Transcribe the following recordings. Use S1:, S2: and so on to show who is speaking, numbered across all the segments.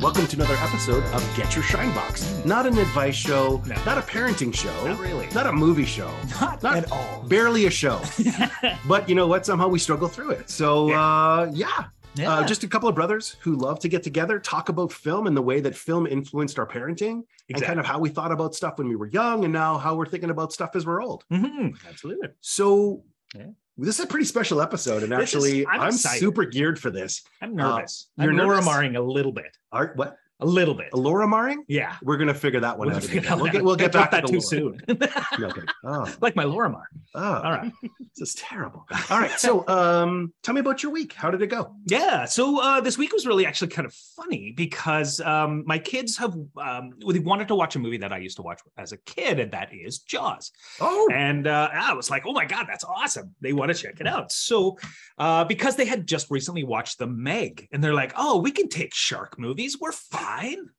S1: Welcome to another episode of Get Your Shine Box. Not an advice show,
S2: No.
S1: not a parenting show,
S2: Not really.
S1: not a movie show,
S2: Not,
S1: Oh, Not- uh,
S2: at all.
S1: barely a show.
S2: yeah.
S1: But you know what? Somehow we struggle through it. So,
S2: Yeah.
S1: uh, yeah, Uh, just a couple of brothers who love to get together, talk about film and the way that film influenced our parenting and kind of how we thought about stuff when we were young and now how we're thinking about stuff as we're old.
S2: Mhm.
S1: Mm-hmm.
S2: Absolutely.
S1: So,
S2: Yeah.
S1: this is a pretty special episode. And
S2: This is-
S1: actually,
S2: I'm
S1: I'm,
S2: excited.
S1: super geared for this.
S2: I'm nervous.
S1: Uh, you're
S2: I'm Laura
S1: nervous?
S2: Marring a little bit.
S1: Art, what?
S2: A little bit.
S1: Laura Marring?
S2: Yeah.
S1: We're going to figure that one
S2: We'll
S1: out.
S2: figure
S1: again.
S2: that
S1: We'll
S2: out.
S1: get, we'll
S2: I
S1: get
S2: dropped
S1: back to the
S2: that too
S1: Laura.
S2: soon.
S1: No, okay. Oh,
S2: like my Laura Mar.
S1: oh.
S2: All right.
S1: This is terrible. All right. So, um, tell me about your week. How did it go?
S2: Yeah. So uh, this week was really actually kind of funny because um, my kids have um, they wanted to watch a movie that I used to watch as a kid, and that is Jaws.
S1: Oh,
S2: And uh, I was like, oh my God, that's awesome. They want to check it out. So, uh, because they had just recently watched The Meg, and they're like, oh, we can take shark movies. We're fine.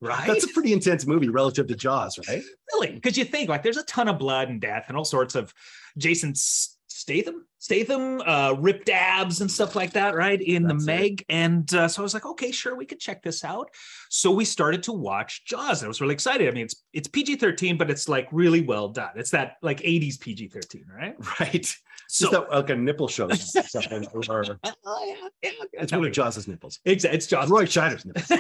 S2: Right.
S1: that's a pretty intense movie relative to Jaws, right?
S2: really. Because you think, like, there's a ton of blood and death and all sorts of Jason S- Statham, Statham, uh, ripped abs and stuff like that, right? In
S1: That's
S2: The
S1: it.
S2: Meg. And uh, so I was like, okay, sure, we could check this out. So we started to watch Jaws. I was really excited. I mean, it's, it's PG 13, but it's like really well done. It's that like 80s PG 13, right?
S1: Right.
S2: So.
S1: Just that, like a nipple show or something. or,
S2: Oh, yeah, yeah,
S1: it's
S2: that
S1: one
S2: way.
S1: of Jaws' nipples.
S2: Exactly. It's Jaws.
S1: Roy Scheider's nipples.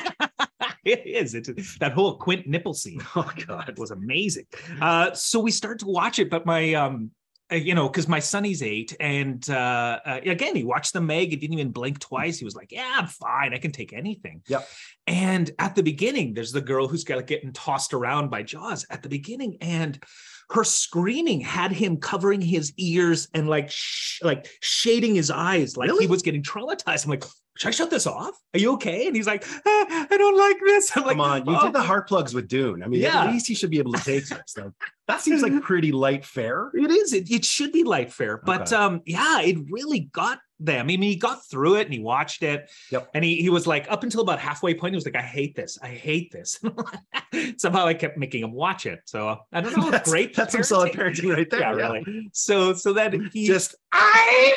S2: it is. It's that whole Quint nipple scene
S1: Oh God.
S2: it was amazing. Uh, so we started to watch it, but my, um, uh, you know, because my son he's eight, and uh, uh, again he watched the Meg. He didn't even blink twice. He was like, "Yeah, I'm fine. I can take anything."
S1: Yep.
S2: And at the beginning, there's the girl who's got getting tossed around by Jaws at the beginning, and her screaming had him covering his ears and like sh- like shading his eyes, like
S1: Really?
S2: he was getting traumatized. I'm like. Should I shut this off? Are you okay? And he's like, "Ah, I don't like this. I'm like,
S1: Come on, you
S2: "Oh."
S1: did the heart plugs with Dune. I mean, at
S2: Yeah.
S1: least you should be able to take this. Like, that seems like pretty light fare.
S2: It is. It, it should be light fare, but
S1: Okay.
S2: um, yeah, it really got them. I mean, he got through it and he watched it.
S1: Yep.
S2: And he he was like up until about halfway point, he was like, "I hate this. I hate this." Somehow I kept making him watch it. So I don't know.
S1: That's
S2: It's great.
S1: That's some solid parenting right there.
S2: Yeah, really. So so that he
S1: Just I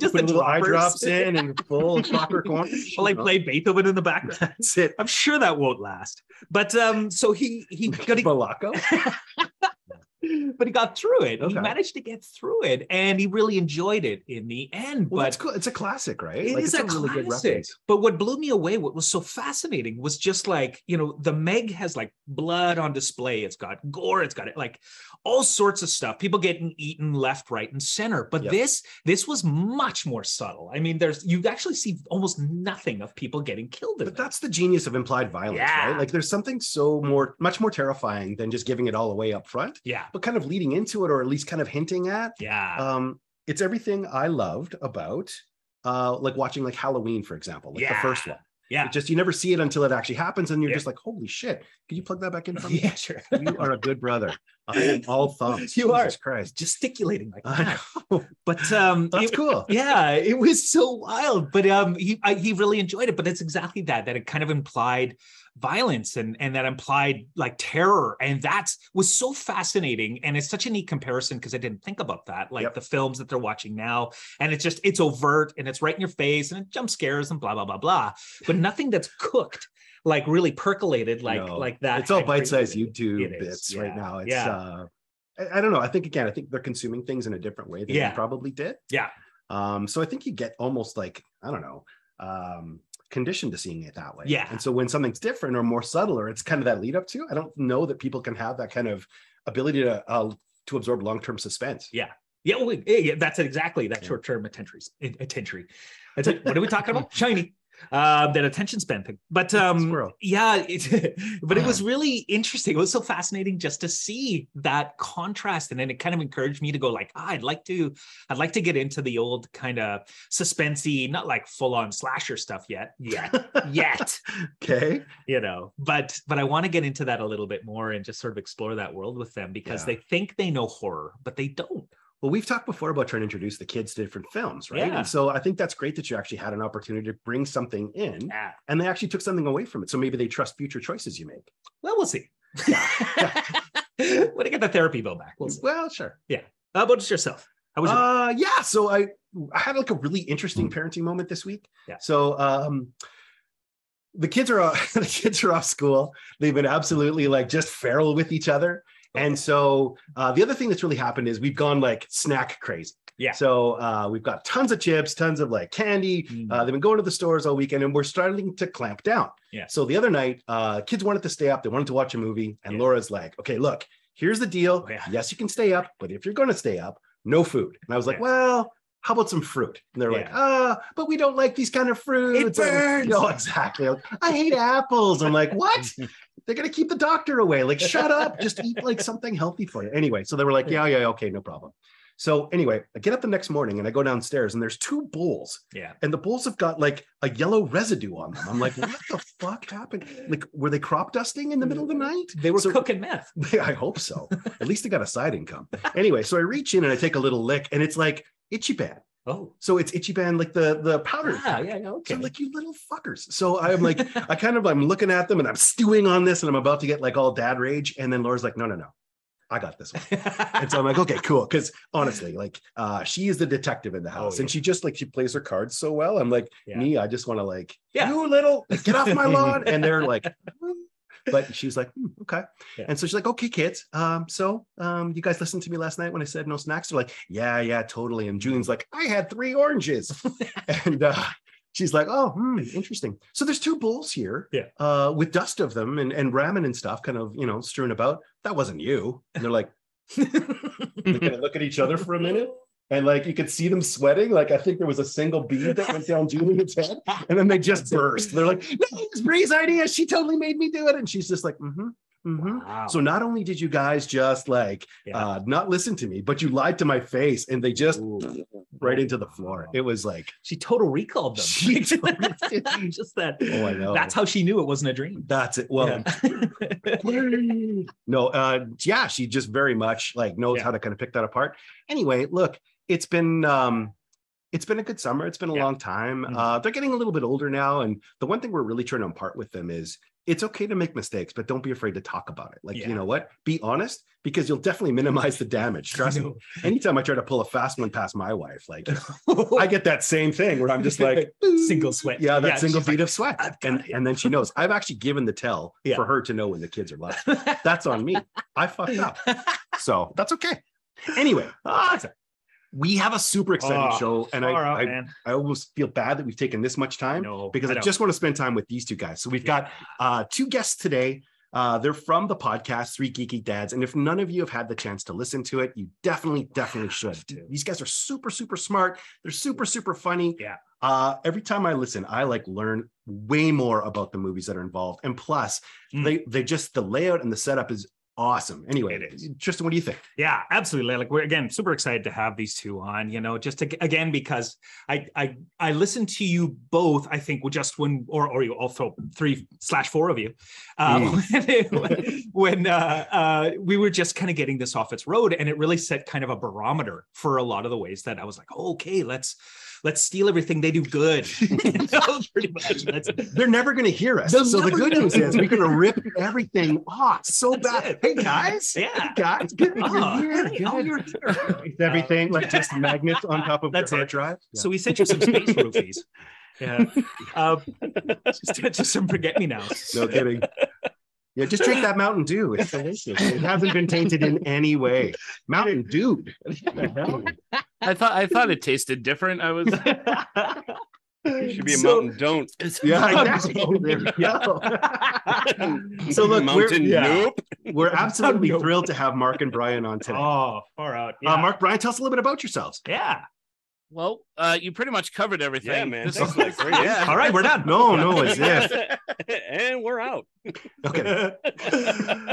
S1: just
S2: just
S1: put
S2: the
S1: little eye drops
S2: drops.
S1: in and full clockwork orange.
S2: While I played Beethoven in the background.
S1: That's it.
S2: I'm sure that won't last. But um, so he he got to
S1: Balacco.
S2: but he got through it.
S1: Okay.
S2: He managed to get through it, and he really enjoyed it in the end.
S1: Well,
S2: but
S1: that's cool. It's a classic, right?
S2: It is a, classic. but what blew me away, what was so fascinating, was just like you know, the Meg has like blood on display. It's got gore. It's got it like all sorts of stuff. People getting eaten left, right, and center. But
S1: Yep.
S2: this this was much more subtle. I mean, there's you actually see almost nothing of people getting killed. In
S1: But
S2: it.
S1: that's the genius of implied violence,
S2: Yeah.
S1: right? Like there's something so more, much more terrifying than just giving it all away up front,
S2: yeah,
S1: but kind of leading into it or at least kind of hinting at.
S2: yeah.
S1: Um, it's everything I loved about uh like watching like Halloween, for example, like the
S2: Yeah.
S1: first one.
S2: Yeah.
S1: It just you never see it until it actually happens, and you're
S2: Yeah.
S1: just like, holy shit, can you plug that back in for me?
S2: yeah, sure.
S1: You are a good brother. I am all thumbs.
S2: You are.
S1: Jesus Christ.
S2: Gesticulating like
S1: I
S2: that, but um,
S1: That's
S2: it-
S1: cool.
S2: yeah, it was so wild, but um, he I, he really enjoyed it. But that's exactly that that it kind of implied violence and and that implied like terror, and that was so fascinating. And it's such a neat comparison because I didn't think about that, like
S1: Yep.
S2: the films that they're watching now, and it's just it's overt and it's right in your face and it jump scares and blah blah blah blah, but nothing that's cooked like really percolated like
S1: No,
S2: like that.
S1: it's all
S2: had created
S1: bite-sized
S2: it.
S1: YouTube
S2: It is,
S1: bits right
S2: yeah,
S1: now. It's
S2: yeah.
S1: uh I, I don't know. I think again, I think they're consuming things in a different way than
S2: Yeah.
S1: we probably did.
S2: Yeah.
S1: Um, so I think you get almost like, I don't know, um conditioned to seeing it that way.
S2: Yeah.
S1: And so when something's different or more subtle or it's kind of that lead up to, I don't know that people can have that kind of ability to uh, to absorb long-term suspense.
S2: Yeah, well, yeah, yeah, that's exactly that
S1: Yeah.
S2: short-term attention attention. That's it. What are we talking about? Shiny. Um, that attention span thing. But um,
S1: Squirrel. Uh-huh.
S2: yeah, it, but it was really interesting. It was so fascinating just to see that contrast, and then it kind of encouraged me to go like, ah, I'd like to, I'd like to get into the old kind of suspensey, not like full-on slasher stuff yet, yet, yet,
S1: Okay.
S2: you know. But but I want to get into that a little bit more and just sort of explore that world with them because
S1: Yeah.
S2: they think they know horror, but they don't.
S1: Well, we've talked before about trying to introduce the kids to different films, right?
S2: Yeah.
S1: And so I think that's great that you actually had an opportunity to bring something in
S2: Yeah.
S1: and they actually took something away from it. So maybe they trust future choices you make.
S2: Well, we'll see. when I get the therapy bill back, we'll see.
S1: Well, sure.
S2: How about yourself? How was your
S1: Uh, yeah. So Hmm. I I had like a really interesting parenting moment this week.
S2: Yeah.
S1: So um, the kids are off, the kids are off school. They've been absolutely like just feral with each other. And so uh, the other thing that's really happened is we've gone like snack crazy.
S2: Yeah.
S1: So uh, we've got tons of chips, tons of like candy.
S2: Mm.
S1: Uh, they've been going to the stores all weekend, and we're starting to clamp down.
S2: Yeah.
S1: So the other night, uh, kids wanted to stay up. They wanted to watch a movie, and
S2: Yeah.
S1: Laura's like, "Okay, look, here's the deal.
S2: Oh, yeah.
S1: Yes, you can stay up, but if you're going to stay up, no food." And I was like,
S2: Yeah.
S1: "Well." How about some fruit? And they're like,
S2: Yeah.
S1: ah, but we don't like these kind of fruits.
S2: burns.
S1: No, exactly. Like, I hate apples. I'm like, what? they're gonna keep the doctor away. Like, shut up, just eat like something healthy for you. Anyway, so they were like, yeah, yeah, yeah, okay, no problem. So anyway, I get up the next morning and I go downstairs and there's two bowls
S2: yeah.
S1: and the bowls have got like a yellow residue on them. I'm like, what the fuck happened? Like, were they crop dusting in the middle of the night?
S2: They were
S1: So-
S2: cooking meth.
S1: I hope so. At least I got a side income. Anyway, so I reach in and I take a little lick and it's like itchy band.
S2: Oh.
S1: So it's itchy band like the the powder.
S2: Yeah, yeah, yeah, Ah, okay.
S1: So I'm like, you little fuckers. So I'm like, I kind of I'm looking at them and I'm stewing on this and I'm about to get like all dad rage. And then Laura's like, no, no, no, I got this one. And so I'm like, okay, cool. Cause honestly, like uh she is the detective in the house. And
S2: Oh, yeah.
S1: she just like she plays her cards so well. I'm like,
S2: Yeah.
S1: me, I just want to like,
S2: Yeah.
S1: you little like, get off my lawn. And they're like, "Hmm." but she was like, hmm, okay.
S2: Yeah.
S1: And so she's like, okay, kids. Um, so um, you guys listened to me last night when I said no snacks. They're like, yeah, yeah, totally. And Julian's like, I had three oranges. and uh, she's like, oh, hmm, interesting. So there's two bowls here
S2: Yeah.
S1: uh, with dust of them and, and ramen and stuff kind of, you know, strewn about. That wasn't you. And they're like, they kind of look at each other for a minute. And like you could see them sweating. Like I think there was a single bead that went down Julian's head. And then they just burst. They're like, no, it was Bree's idea. She totally made me do it. And she's just like, mm-hmm, mm-hmm.
S2: Wow.
S1: So not only did you guys just like
S2: Yeah.
S1: uh, not listen to me, but you lied to my face and they just
S2: Ooh.
S1: right into the floor. It was like,
S2: she total recalled them.
S1: She total-
S2: just that.
S1: oh, I know.
S2: That's how she knew it wasn't a dream.
S1: that's it. Well, no, uh, yeah, she just very much like knows
S2: Yeah.
S1: how to kind of pick that apart. Anyway, look, it's been um, it's been a good summer. It's been a
S2: Yeah.
S1: long time.
S2: Mhm.
S1: Uh, they're getting a little bit older now, and the one thing we're really trying to impart with them is it's okay to make mistakes, but don't be afraid to talk about it. Like
S2: Yeah.
S1: you know what, be honest because you'll definitely minimize the damage. Trust me. Anytime I try to pull a fast one past my wife, like I get that same thing where I'm just like
S2: single sweat.
S1: Yeah, that single
S2: she's
S1: bead of sweat.
S2: "I've got
S1: And
S2: it."
S1: and then she knows. I've actually given the tell
S2: Yeah.
S1: for her to know when the kids are left.
S2: like-
S1: That's on me. I fucked up. So that's okay. Anyway,
S2: Ah,
S1: we have a super exciting
S2: Oh,
S1: show. And I,
S2: far out,
S1: I,
S2: man.
S1: I almost feel bad that we've taken this much time
S2: No,
S1: because I,
S2: don't.
S1: just want to spend time with these two guys. So we've got uh, two guests today. Uh, they're from the podcast Three Geeky Dads. And if none of you have had the chance to listen to it, you definitely, definitely should.
S2: to.
S1: These guys are super, super smart. They're super, super funny.
S2: Yeah.
S1: Uh, every time I listen, I like learn way more about the movies that are involved. And plus,
S2: Mm.
S1: they they just the layout and the setup is awesome. Anyway,
S2: It is.
S1: Tristan, what do you think?
S2: Yeah, absolutely. Like we're again super excited to have these two on. You know, just to, again because I I I listened to you both. I think just when or or you also three slash four of you um, when, when, uh, uh, we were just kind of getting this off its road, and it really set kind of a barometer for a lot of the ways that I was like, okay, let's let's steal everything they do good. You know, pretty much. That's,
S1: They're never going to hear us.
S2: They'll
S1: so the
S2: never
S1: good
S2: know.
S1: news is we're going to rip everything off so bad. Hey guys,
S2: yeah.
S1: guys, good that
S2: Oh,
S1: you're here.
S2: hey, oh,
S1: Good.
S2: you're here.
S1: It's everything like just magnets on top of
S2: That's
S1: your hard
S2: it.
S1: drive.
S2: So we sent you some space roofies. Yeah. Uh, just, just some forget me nows.
S1: no kidding. Yeah, just drink that Mountain Dew. It's delicious. It hasn't been tainted in any way. Mountain Dew.
S3: I thought I thought it tasted different. I was it should be a
S2: So-
S3: mountain don't.
S1: Yeah, exactly. There we go. so look, we're,
S3: mountain
S1: yeah,
S3: nope.
S1: we're absolutely
S2: Nope.
S1: thrilled to have Mark and Brian on today.
S2: Oh, far out. Yeah.
S1: Uh, Mark, Brian, tell us a little bit about yourselves.
S2: yeah.
S3: Well, uh, you pretty much covered everything.
S4: Yeah, man.
S3: This
S4: Thanks
S3: is-
S4: for that great
S3: yeah.
S2: All right, we're done.
S1: No, no, it's if.
S4: and we're out.
S1: Okay.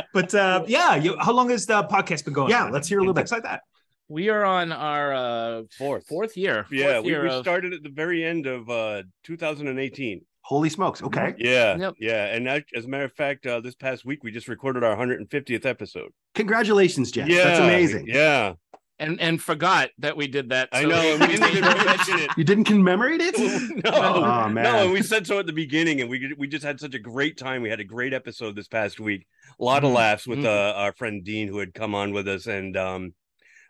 S2: but uh, yeah, you, how long has the podcast been going?
S1: Yeah,
S2: on?
S1: let's hear a little
S2: And
S1: bit.
S2: things like that.
S3: We are on our uh,
S4: Fourth.
S3: fourth year.
S4: Yeah,
S3: fourth
S4: we,
S3: year
S4: we
S3: of-
S4: started at the very end of uh, 2018.
S1: Holy smokes. Okay.
S4: Yeah,
S3: Yep.
S4: yeah, and that, as a matter of fact, uh, this past week we just recorded our 150th episode.
S1: Congratulations, Jeff.
S4: yeah,
S1: That's amazing.
S4: Yeah,
S3: and and forgot that we did that.
S4: I
S3: so
S4: know. And we didn't even mention it.
S1: You didn't commemorate it?
S4: No,
S1: Oh,
S4: no,
S1: man.
S4: and we said so at the beginning, and we we just had such a great time. We had a great episode this past week. A lot
S1: Mm-hmm.
S4: of laughs with
S3: Mm.
S4: uh, our friend Dean, who had come on with us, and um,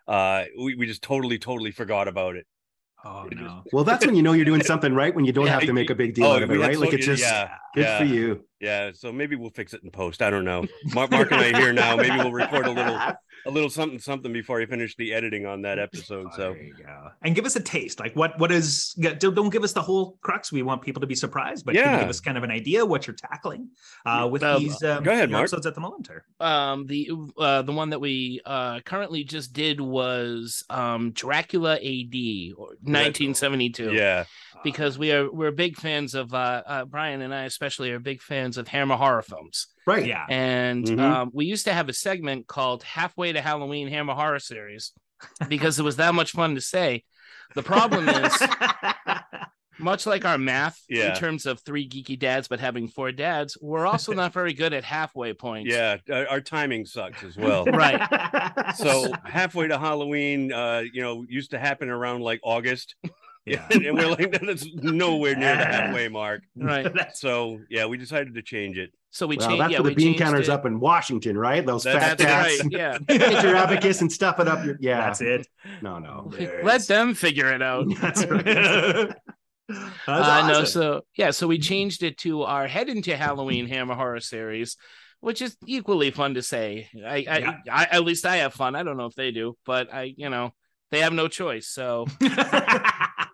S4: uh, we we just totally totally forgot about it.
S2: Oh no.
S1: Well, that's when you know you're doing something right when you don't
S4: Yeah,
S1: have to make a big deal
S4: Oh,
S1: out of
S4: we
S1: it,
S4: had
S1: right? Like
S4: so-
S1: it's just
S4: yeah.
S1: Good
S4: Yeah.
S1: for you.
S4: Yeah, so maybe we'll fix it in post. I don't know. Mark, Mark and I are here now. Maybe we'll record a little, a little something, something before I finish the editing on that episode. So
S2: There you go. And give us a taste. Like what what is yeah, don't don't give us the whole crux. We want people to be surprised, but can you
S4: Yeah.
S2: give us kind of an idea what you're tackling uh, with
S3: Um,
S2: these um,
S4: go ahead, Mark.
S2: episodes at the monitor.
S3: um the uh the one that we uh currently just did was um dracula ad or 1972
S4: yeah,
S3: because we are we're big fans of uh, uh brian and i especially are big fans of hammer horror films
S1: Right.
S2: Uh, yeah.
S3: and
S4: Mhm.
S3: um we used to have a segment called halfway to halloween hammer horror series because it was that much fun to say the problem is much like our math
S4: Yeah.
S3: in terms of three geeky dads but having four dads we're also not very good at halfway points
S4: yeah, our, our timing sucks as well.
S3: right
S4: So halfway to Halloween, uh, you know, used to happen around like August,
S2: yeah.
S4: and we're like, that's nowhere near the halfway mark.
S3: right
S2: That's
S4: So yeah, we decided to change it.
S3: So we
S1: Well,
S3: changed.
S1: that's
S3: yeah,
S1: where
S3: we
S1: the bean
S3: changed
S1: counters
S3: it.
S1: up in Washington, right? Those
S4: That's
S1: fat
S3: That's
S1: cats.
S3: right. Yeah.
S1: Get your abacus and stuff it up your. Yeah.
S2: That's it.
S1: No, no.
S3: Let them figure it out.
S2: That's right. That's
S3: uh, No,
S2: awesome. Mm-hmm.
S3: so yeah, so we changed it to our head into Halloween Hammer Horror series, which is equally fun to say. I, I,
S2: Yeah.
S3: I at least I have fun. I don't know if they do, but I, you know, they have no choice. So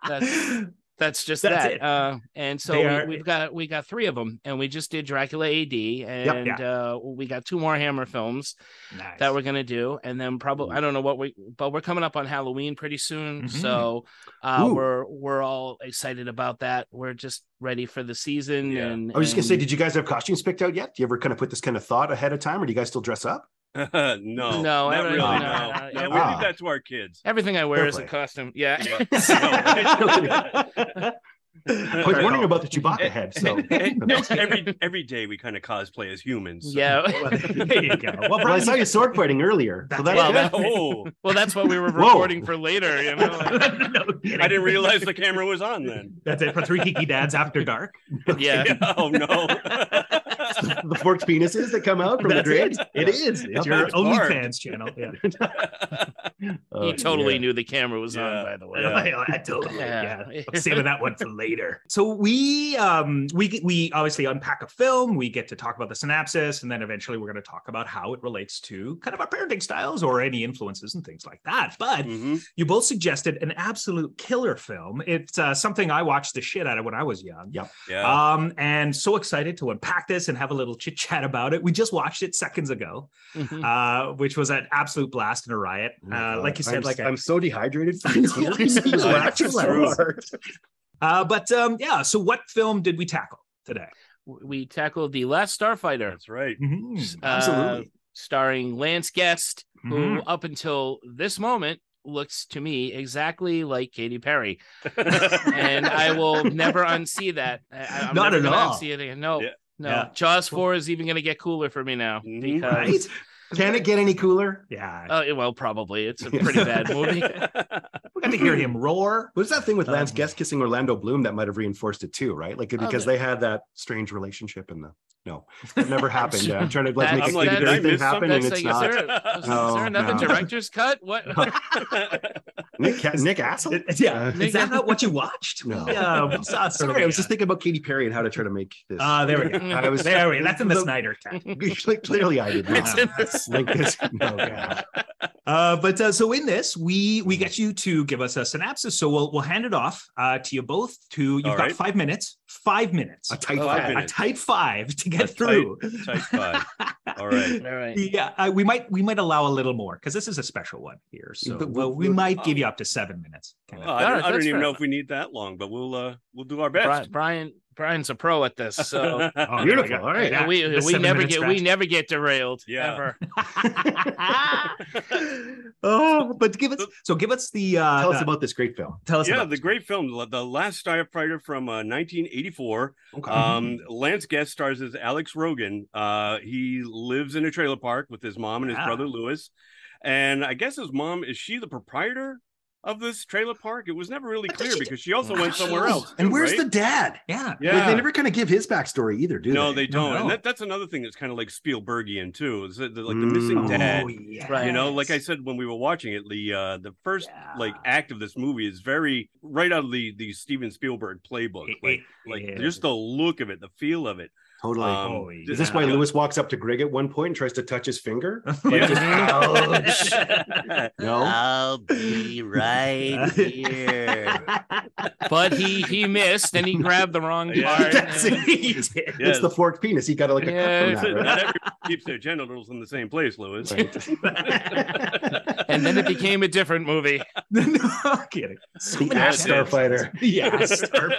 S3: That's- that's just
S2: That's
S3: that.
S2: it.
S3: Uh, and so
S2: They
S3: we,
S2: are-
S3: we've got we got three of them, and we just did Dracula AD, and uh, we got two more Hammer films.
S2: Nice.
S3: that we're gonna do, and then probably
S1: Mm-hmm.
S3: I don't know what we, but we're coming up on Halloween pretty soon,
S2: Mhm.
S3: so uh,
S1: Ooh.
S3: we're we're all excited about that. We're just ready for the season.
S4: Yeah.
S3: And
S1: I was just gonna say,
S3: and-
S1: did you guys have costumes picked out yet? Do you ever kind of put this kind of thought ahead of time, or do you guys still dress up?
S4: no,
S3: No,
S4: no, not
S3: everybody-
S4: really.
S1: no,
S4: No,
S3: no,
S4: no,
S3: yeah.
S4: we
S1: Ah.
S4: leave that to our kids.
S3: everything I wear
S1: Fair
S3: is a
S1: play.
S3: costume. Yeah.
S4: Yeah.
S1: I
S4: Fair
S1: was wondering
S4: enough.
S1: about the Chewbacca head. So
S4: every every day we kind of cosplay as humans. so-
S3: Yeah.
S2: there you go. Well,
S1: Well, I
S2: Brian,
S1: saw you sword fighting earlier. So
S2: That's
S1: that,
S2: it.
S3: Well,
S1: that-
S3: that-
S4: Oh,
S3: well, that's what we were
S1: Whoa.
S3: recording for later. You know.
S2: No kidding.
S4: I didn't realize the camera was on then.
S2: That's it for three geeky dads after dark.
S3: yeah.
S4: Oh no.
S1: the forked penises that come out from the
S2: That's
S1: dreads.
S2: It is. It's
S1: Nothing
S2: your
S4: is barbed.
S2: OnlyFans channel. Yeah.
S1: Oh,
S3: He totally
S1: yeah.
S3: knew the camera was
S4: Yeah.
S3: on, by the way.
S4: Yeah.
S2: I totally. Yeah.
S3: Yeah.
S2: I'm saving that one for later. So we um we we obviously unpack a film. We get to talk about the synopsis, and then eventually we're going to talk about how it relates to kind of our parenting styles or any influences and things like that. But
S1: Mm.
S4: Mhm.
S2: you both suggested an absolute killer film. It's uh, something I watched the shit out of when I was young.
S4: Yeah.
S3: Ah.
S2: Um, and so excited to unpack this and have a little chit chat about it. We just watched it seconds ago,
S3: Mhm.
S2: uh, which was an absolute blast and a riot.
S1: Mm. Oh my
S2: Uh,
S1: God.
S2: like you said,
S1: I'm,
S2: like a-
S1: I'm so dehydrated from
S2: I know.
S1: these movies. These
S2: I know.
S1: whacks are so hard.
S2: uh, but um, yeah. So what film did we tackle today?
S3: We tackled the last Starfighter,
S4: That's right.
S1: Mm-hmm.
S2: Mhm.
S3: uh,
S1: Mm, Absolutely. Mm-hmm.
S3: starring Lance Guest, who
S2: Mhm.
S3: up until this moment looks to me exactly like Katy Perry, and I will never unsee that. I, I'm
S2: Not
S3: never
S2: at
S3: gonna
S2: all.
S3: unsee it again. No,
S4: Yeah.
S3: no.
S2: Yeah.
S3: Jaws four is even gonna get cooler for me now
S4: Mhm.
S3: because
S2: Right?
S1: Can it get any cooler?
S2: Yeah.
S3: oh, well, probably it's a pretty bad movie. Oh,
S2: we got to hear him roar.
S1: What was that thing with Lance
S2: Um,
S1: Guest kissing Orlando Bloom that might have reinforced it too, right? Like because
S3: Oh, the-
S1: they had that strange relationship in the no, it never happened. I'm trying to like
S3: That's-
S1: make
S3: I'm like,
S1: a
S3: did I
S1: stupid thing
S4: miss
S1: happen,
S3: Next
S1: and it's
S3: thing, is
S1: not.
S3: there, is
S1: No,
S3: there another
S1: no.
S3: director's cut? What?
S1: Nick Ca- Nick Assel.
S2: Yeah.
S1: Uh,
S2: Is that not what you watched?
S1: No.
S2: We, uh, we saw-
S1: Sorry, I was just
S2: thinking.
S1: thinking about Katy Perry and how to try to make this.
S2: Ah, there we go.
S1: I was
S2: There we That's in the
S1: The-
S2: Snyder cut.
S1: clearly I did
S3: It's
S1: not
S3: in this-
S1: link this. No, God.
S2: Uh, but uh, so in this, we
S1: Mm-hmm.
S2: we get you to give us a synopsis. So we'll we'll hand it off uh, to you both. To you've
S4: All
S2: got
S4: right.
S2: five minutes. Five minutes.
S1: a tight
S3: Oh,
S1: five.
S3: okay.
S2: A tight five to get
S4: A tight-
S2: through.
S4: Type five. All right.
S3: All right.
S2: Yeah, uh, we might we might allow a little more because this is a special one here. So
S1: But uh,
S2: well, we
S1: we'll-
S2: might give you up to seven minutes. kind of.
S4: Well, I don't,
S3: Alright,
S4: I don't
S3: that's fair
S4: even know
S3: enough.
S4: if we need that long, but we'll uh we'll do our
S3: Bri-
S4: best.
S3: Brian Brian's a pro at this, so
S2: Oh,
S1: Beautiful.
S2: there we go.
S1: All right.
S2: Yeah,
S3: and we
S2: the
S3: we
S2: seven
S3: never
S2: minute
S3: get we
S2: stretch.
S3: never get derailed
S4: Yeah.
S3: ever.
S2: oh, but give us so give us the uh,
S1: Tell us
S2: the-
S1: about this great film.
S2: tell us
S4: yeah,
S2: about
S4: the
S2: this.
S4: great film, La- The Last Starfighter from uh, 1984.
S1: Okay.
S4: Um, Lance Guest stars as Alex Rogan. Uh, he lives in a trailer park with his mom and his
S2: Yeah.
S4: brother Lewis. And I guess his mom is she the proprietor of this trailer park? It was never really
S2: But does
S4: clear
S2: she do-
S4: because she also went somewhere else.
S1: Oh, And
S4: too,
S1: where's
S4: right?
S1: the dad?
S2: Yeah.
S1: Like,
S4: Yeah.
S1: they never kind of give his backstory either, do
S4: no,
S1: they?
S4: they don't.
S2: No.
S4: And that, that's another thing that's kind of like Spielbergian too. Is that the, like the missing
S1: Mm.
S4: dad?
S2: yeah.
S3: Right.
S4: You know, like I said when we were watching it, the uh, the first like
S2: Yeah.
S4: act of this movie is very right out of the the Steven Spielberg playbook.
S2: It-
S4: Like,
S2: it
S4: like
S2: is.
S4: just the look of it, the feel of it.
S1: Totally.
S4: Um,
S2: oh,
S1: Is this
S2: yeah.
S1: why Lewis walks up to Grig at one point and tries to touch his finger?
S3: Uh,
S4: Yeah.
S1: No.
S3: I'll be right here. but he he missed and he grabbed the wrong part.
S4: Yeah.
S2: That's it.
S3: and-
S2: He did.
S1: It's the forked penis. He got like a
S3: Yeah,
S1: cut
S4: That's
S1: from
S4: it.
S1: that,
S4: Not
S1: right?
S4: everyone keeps their genitals in the same place, Lewis.
S3: and then it became a different movie.
S2: no kidding. So
S1: The
S2: many
S1: ass
S2: chances.
S1: starfighter.
S2: Yeah. Star-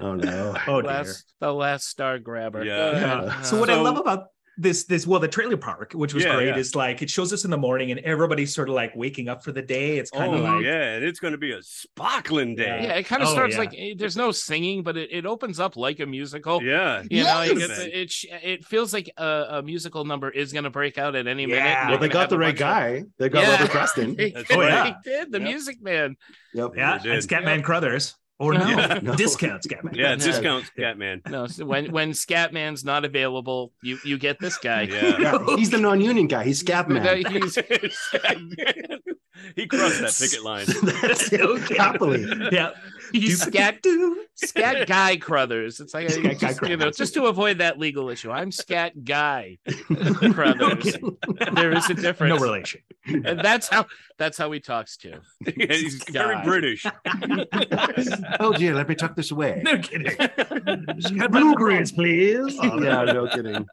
S1: Oh no.
S2: oh dear.
S3: last, the last star grabber.
S4: Yeah.
S2: Yeah. So what I
S4: So-
S2: love about this this well the trailer park, which was
S4: Yeah,
S2: great,
S4: yeah.
S2: is like it shows us in the morning and everybody's sort of like waking up for the day. It's kind
S4: oh
S2: of like
S4: yeah, and it's going to be a sparkling day.
S3: yeah, it kind of
S2: Oh,
S3: starts
S2: yeah.
S3: like eh, there's no singing, but it, it opens up like a musical.
S4: Yeah,
S3: You know, it,
S2: Yes.
S3: gets, it sh- it feels like a, a musical number is going to break out at any minute.
S2: Yeah.
S3: and
S1: Well,
S3: you're
S1: they
S3: gonna
S1: got
S3: have
S1: the
S3: a
S1: right
S3: bunch
S1: guy. They got
S3: Yeah.
S1: Robert
S3: of-
S1: Preston.
S3: They,
S4: That's
S3: they
S2: right.
S3: really did the
S4: Yep.
S3: Music Man.
S1: Yep.
S2: Yeah,
S4: Sure
S2: it's
S4: did.
S2: Scatman Crothers or no,
S4: Yeah.
S1: No.
S2: discounts Scatman.
S4: yeah.
S2: Crothers.
S4: Discounts, Catman.
S3: No, so when when Scatman's not available, you you get this guy.
S4: Yeah.
S1: Yeah, He's the non-union guy. He's
S3: The guy-
S1: Scapman.
S3: he's-
S4: he crossed that picket line.
S2: That's it. Okay.
S1: Happily.
S2: Yeah, you
S3: scat- Scat Guy Crothers. It's like
S1: Scat Guy
S3: just, you know,
S1: Crothers.
S3: just to avoid that legal issue. I'm Scat Guy Crothers. there is a difference.
S2: No relation.
S3: And that's how that's how he talks to.
S4: He's very
S3: God.
S4: British.
S1: oh dear, let me tuck this away.
S2: No kidding.
S1: Bluegrass,
S2: please.
S1: Oh, yeah, no kidding.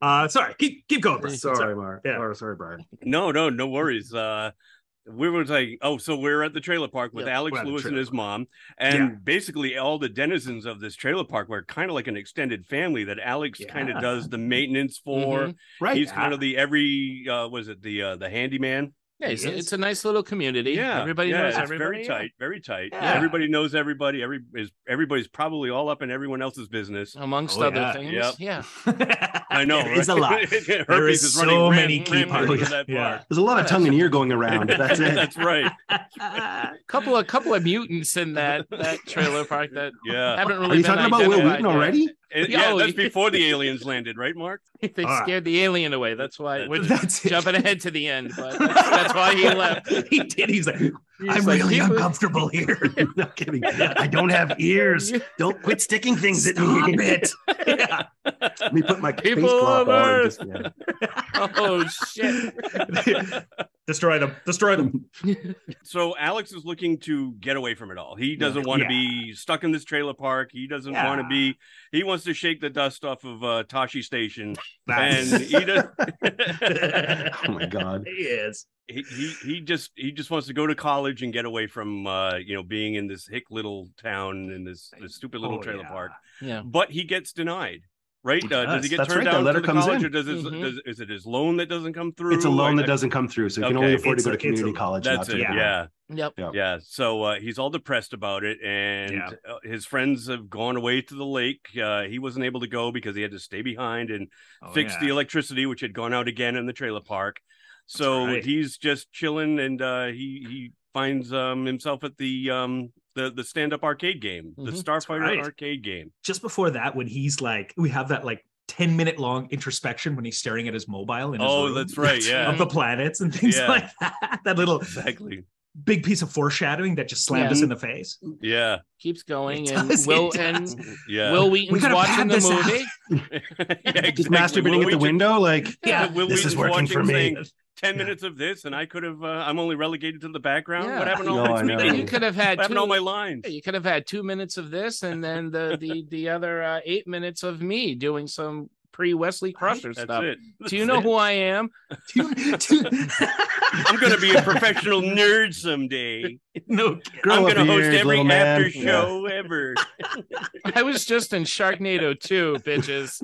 S2: Uh, sorry. Keep keep going. Brian.
S1: Sorry, Mark.
S2: Yeah.
S1: Or sorry, Brian.
S4: No, no, no worries. Uh, we were like, oh, so we're at the trailer park with
S3: Yeah,
S4: Alex
S2: we're at the
S4: Lewis and
S2: trailer
S4: his
S2: park.
S4: mom, and
S2: Yeah.
S4: basically all the denizens of this trailer park were kind of like an extended family that Alex kind
S2: Yeah. Mm-hmm.
S4: of does the maintenance for.
S3: Mhm.
S1: Right.
S4: He's kind of the every uh, was it the uh, the handyman?
S3: Yeah, it's,
S2: He is.
S3: it's a nice little community.
S4: Yeah,
S3: everybody
S4: yeah,
S3: knows
S4: it's
S3: everybody.
S4: Very tight, very tight.
S2: Yeah.
S4: Everybody knows everybody. Every is everybody's probably all up in everyone else's business.
S3: amongst
S2: Oh,
S3: other
S2: yeah.
S3: things.
S4: Yep.
S3: Yeah,
S4: I know.
S2: There is
S4: right?
S2: a lot.
S4: Herpes
S2: There is
S4: is running
S2: so
S4: ram-
S2: many key
S4: rampant
S2: parts.
S4: through that
S2: Yeah.
S4: park.
S1: There's a lot of tongue and ear going around, but that's it.
S4: That's right.
S3: couple of couple of mutants in that that trailer park that
S4: Yeah.
S3: haven't really.
S1: Are you
S3: been
S1: talking about Will
S3: identified
S1: Wheaton
S3: yet.
S1: already?
S4: It-
S3: Yeah,
S4: yeah,
S3: oh,
S4: that's
S3: yeah.
S4: before the aliens landed, right, Mark?
S3: They
S2: All right.
S3: scared the alien away. That's why we're
S2: That's it.
S3: jumping ahead to the end, but that's, that's why he left.
S2: he did. He's like,
S3: He's
S2: I'm
S3: like,
S2: really
S3: "Keep it-
S2: uncomfortable here.
S1: no kidding. I don't have ears. Don't quit sticking things at
S2: Stop
S1: me.
S2: it. Yeah.
S1: Let me put my face
S3: People
S1: cloth
S3: of
S1: on. and
S3: Earth.
S1: just- yeah.
S3: Oh shit!
S2: destroy them. Destroy them.
S4: So Alex is looking to get away from it all. He doesn't want to
S2: Yeah.
S4: be stuck in this trailer park. He doesn't want to
S2: Yeah.
S4: be. He wants to shake the dust off of uh, Tashi Station, and
S2: That's-
S4: he does.
S1: Oh my god.
S2: He is.
S4: he, he he just he just wants to go to college and get away from uh you know being in this hick little town in this, this stupid little
S2: Oh,
S4: trailer
S2: yeah.
S4: park
S3: Yeah.
S4: but he gets denied right
S2: He
S4: uh, does
S2: does.
S4: he get
S1: That's
S4: turned
S1: right, that
S4: down
S1: letter
S4: to the
S1: comes
S4: college
S1: in.
S4: or does his,
S3: Mhm.
S4: does, is it his loan that doesn't come through
S1: It's a loan that
S4: Like,
S1: doesn't come through, so you can
S4: Okay.
S1: only afford to go to
S2: It's a- it's a-
S1: community college. not
S4: that's it
S1: to
S4: yeah.
S2: yeah.
S4: yeah
S3: Yep.
S1: Yeah.
S4: so uh, he's all depressed about it and
S2: Oh. Yeah.
S4: uh, his friends have gone away to the lake uh, he wasn't able to go because he had to stay behind and
S2: Oh,
S4: fixed
S2: yeah.
S4: the electricity, which had gone out again in the trailer park. So
S2: right.
S4: he's just chilling, and uh, he he finds um, himself at the um, the the stand up arcade game, the
S3: Mhm.
S4: Starfighter
S2: Mm-hmm. right.
S4: arcade game.
S2: Just before that, when he's like, we have that like 10 minute long introspection when he's staring at his mobile. In his
S4: Oh,
S2: room
S4: that's right, yeah.
S2: Of the planets and things
S4: Yeah.
S2: like that. That little
S4: Exactly.
S2: big piece of foreshadowing that just slammed
S3: Yeah.
S2: us in the face.
S4: Yeah.
S3: Keeps going,
S2: It
S3: and
S2: does, it
S3: Will
S2: does.
S3: and
S4: Yeah.
S3: Will
S1: We
S3: Wheaton's
S1: gotta
S3: watching
S1: pad
S3: the
S1: this out.
S3: movie.
S4: Yeah,
S1: Just
S4: exactly. Will
S1: masturbating at the
S4: Wheaton-
S1: window, like
S2: Yeah.
S4: Will
S1: This is
S4: Wheaton's
S1: working
S4: watching
S1: for me.
S4: saying, Ten
S2: Yeah.
S4: minutes of this, and I could have. Uh, I'm only relegated to the background.
S3: Yeah.
S4: What happened all
S1: No, I
S4: this
S1: know.
S4: weekend?
S3: You could have had
S4: What happened all
S3: two,
S4: my lines?
S3: you could have had two minutes of this, and then the the the other uh, eight minutes of me doing some pre Wesley Crusher
S4: That's
S3: stuff.
S4: it.
S3: Do you know who I am?
S2: Tune- tune-
S4: I'm going to be a professional nerd someday.
S2: no,
S1: grow
S4: I'm
S1: up
S4: going to host
S1: years,
S4: every
S1: little man.
S4: after
S1: Yeah.
S4: show ever.
S3: I was just in Sharknado 2, bitches.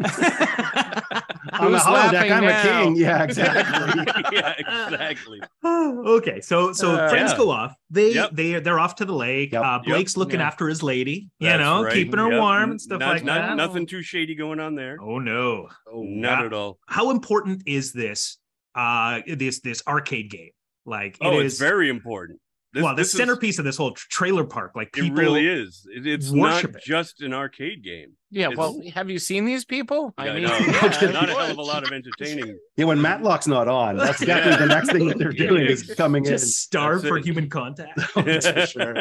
S1: I'm a
S3: Who's
S1: hollow deck,
S3: laughing
S1: I'm
S3: now?
S1: a king. Yeah, exactly.
S4: yeah, exactly.
S2: okay, so so
S3: Uh,
S2: friends
S4: yeah.
S2: go off. They
S4: Yep.
S2: they they're off to the lake.
S1: Yep.
S2: Uh,
S4: Yep.
S2: Blake's looking
S3: Yeah.
S2: after his lady, you
S4: That's
S2: know,
S4: right.
S2: keeping her
S4: Yep.
S2: warm and stuff
S4: Not-
S2: like
S4: not-
S2: that.
S4: Nothing too shady going on there.
S2: Oh no!
S4: Not
S2: yeah.
S4: at all.
S2: How important is this? Uh, this this arcade game? Like it
S4: Oh,
S2: is
S4: it's very important. This,
S2: well, the
S4: this is-
S2: centerpiece of this whole tr- trailer park, like
S4: it
S2: people,
S4: really is. It, it's not
S2: worship it.
S4: just an arcade game.
S3: Yeah, well,
S4: It's-
S3: have you seen these people?
S4: Yeah, I
S3: mean,
S4: know.
S3: yeah,
S4: not a hell of a
S3: what?
S4: lot of entertaining.
S1: Yeah, when Matlock's not on, that's definitely the next thing that they're
S4: Yeah.
S1: doing is coming
S2: just
S1: in.
S2: starved
S4: That's
S2: for
S4: it.
S2: human contact.
S1: That's for sure.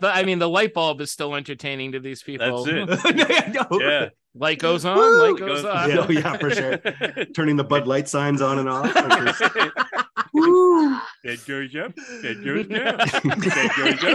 S3: The- I mean, the light bulb is still entertaining to these people.
S4: That's it.
S2: I know.
S4: Yeah.
S3: Light goes on,
S2: Woo!
S3: light goes
S4: Goes-
S3: off.
S1: Yeah. Oh, for sure. Turning the Bud Light signs on and off. Like there's-
S4: That goes up. That goes down. That goes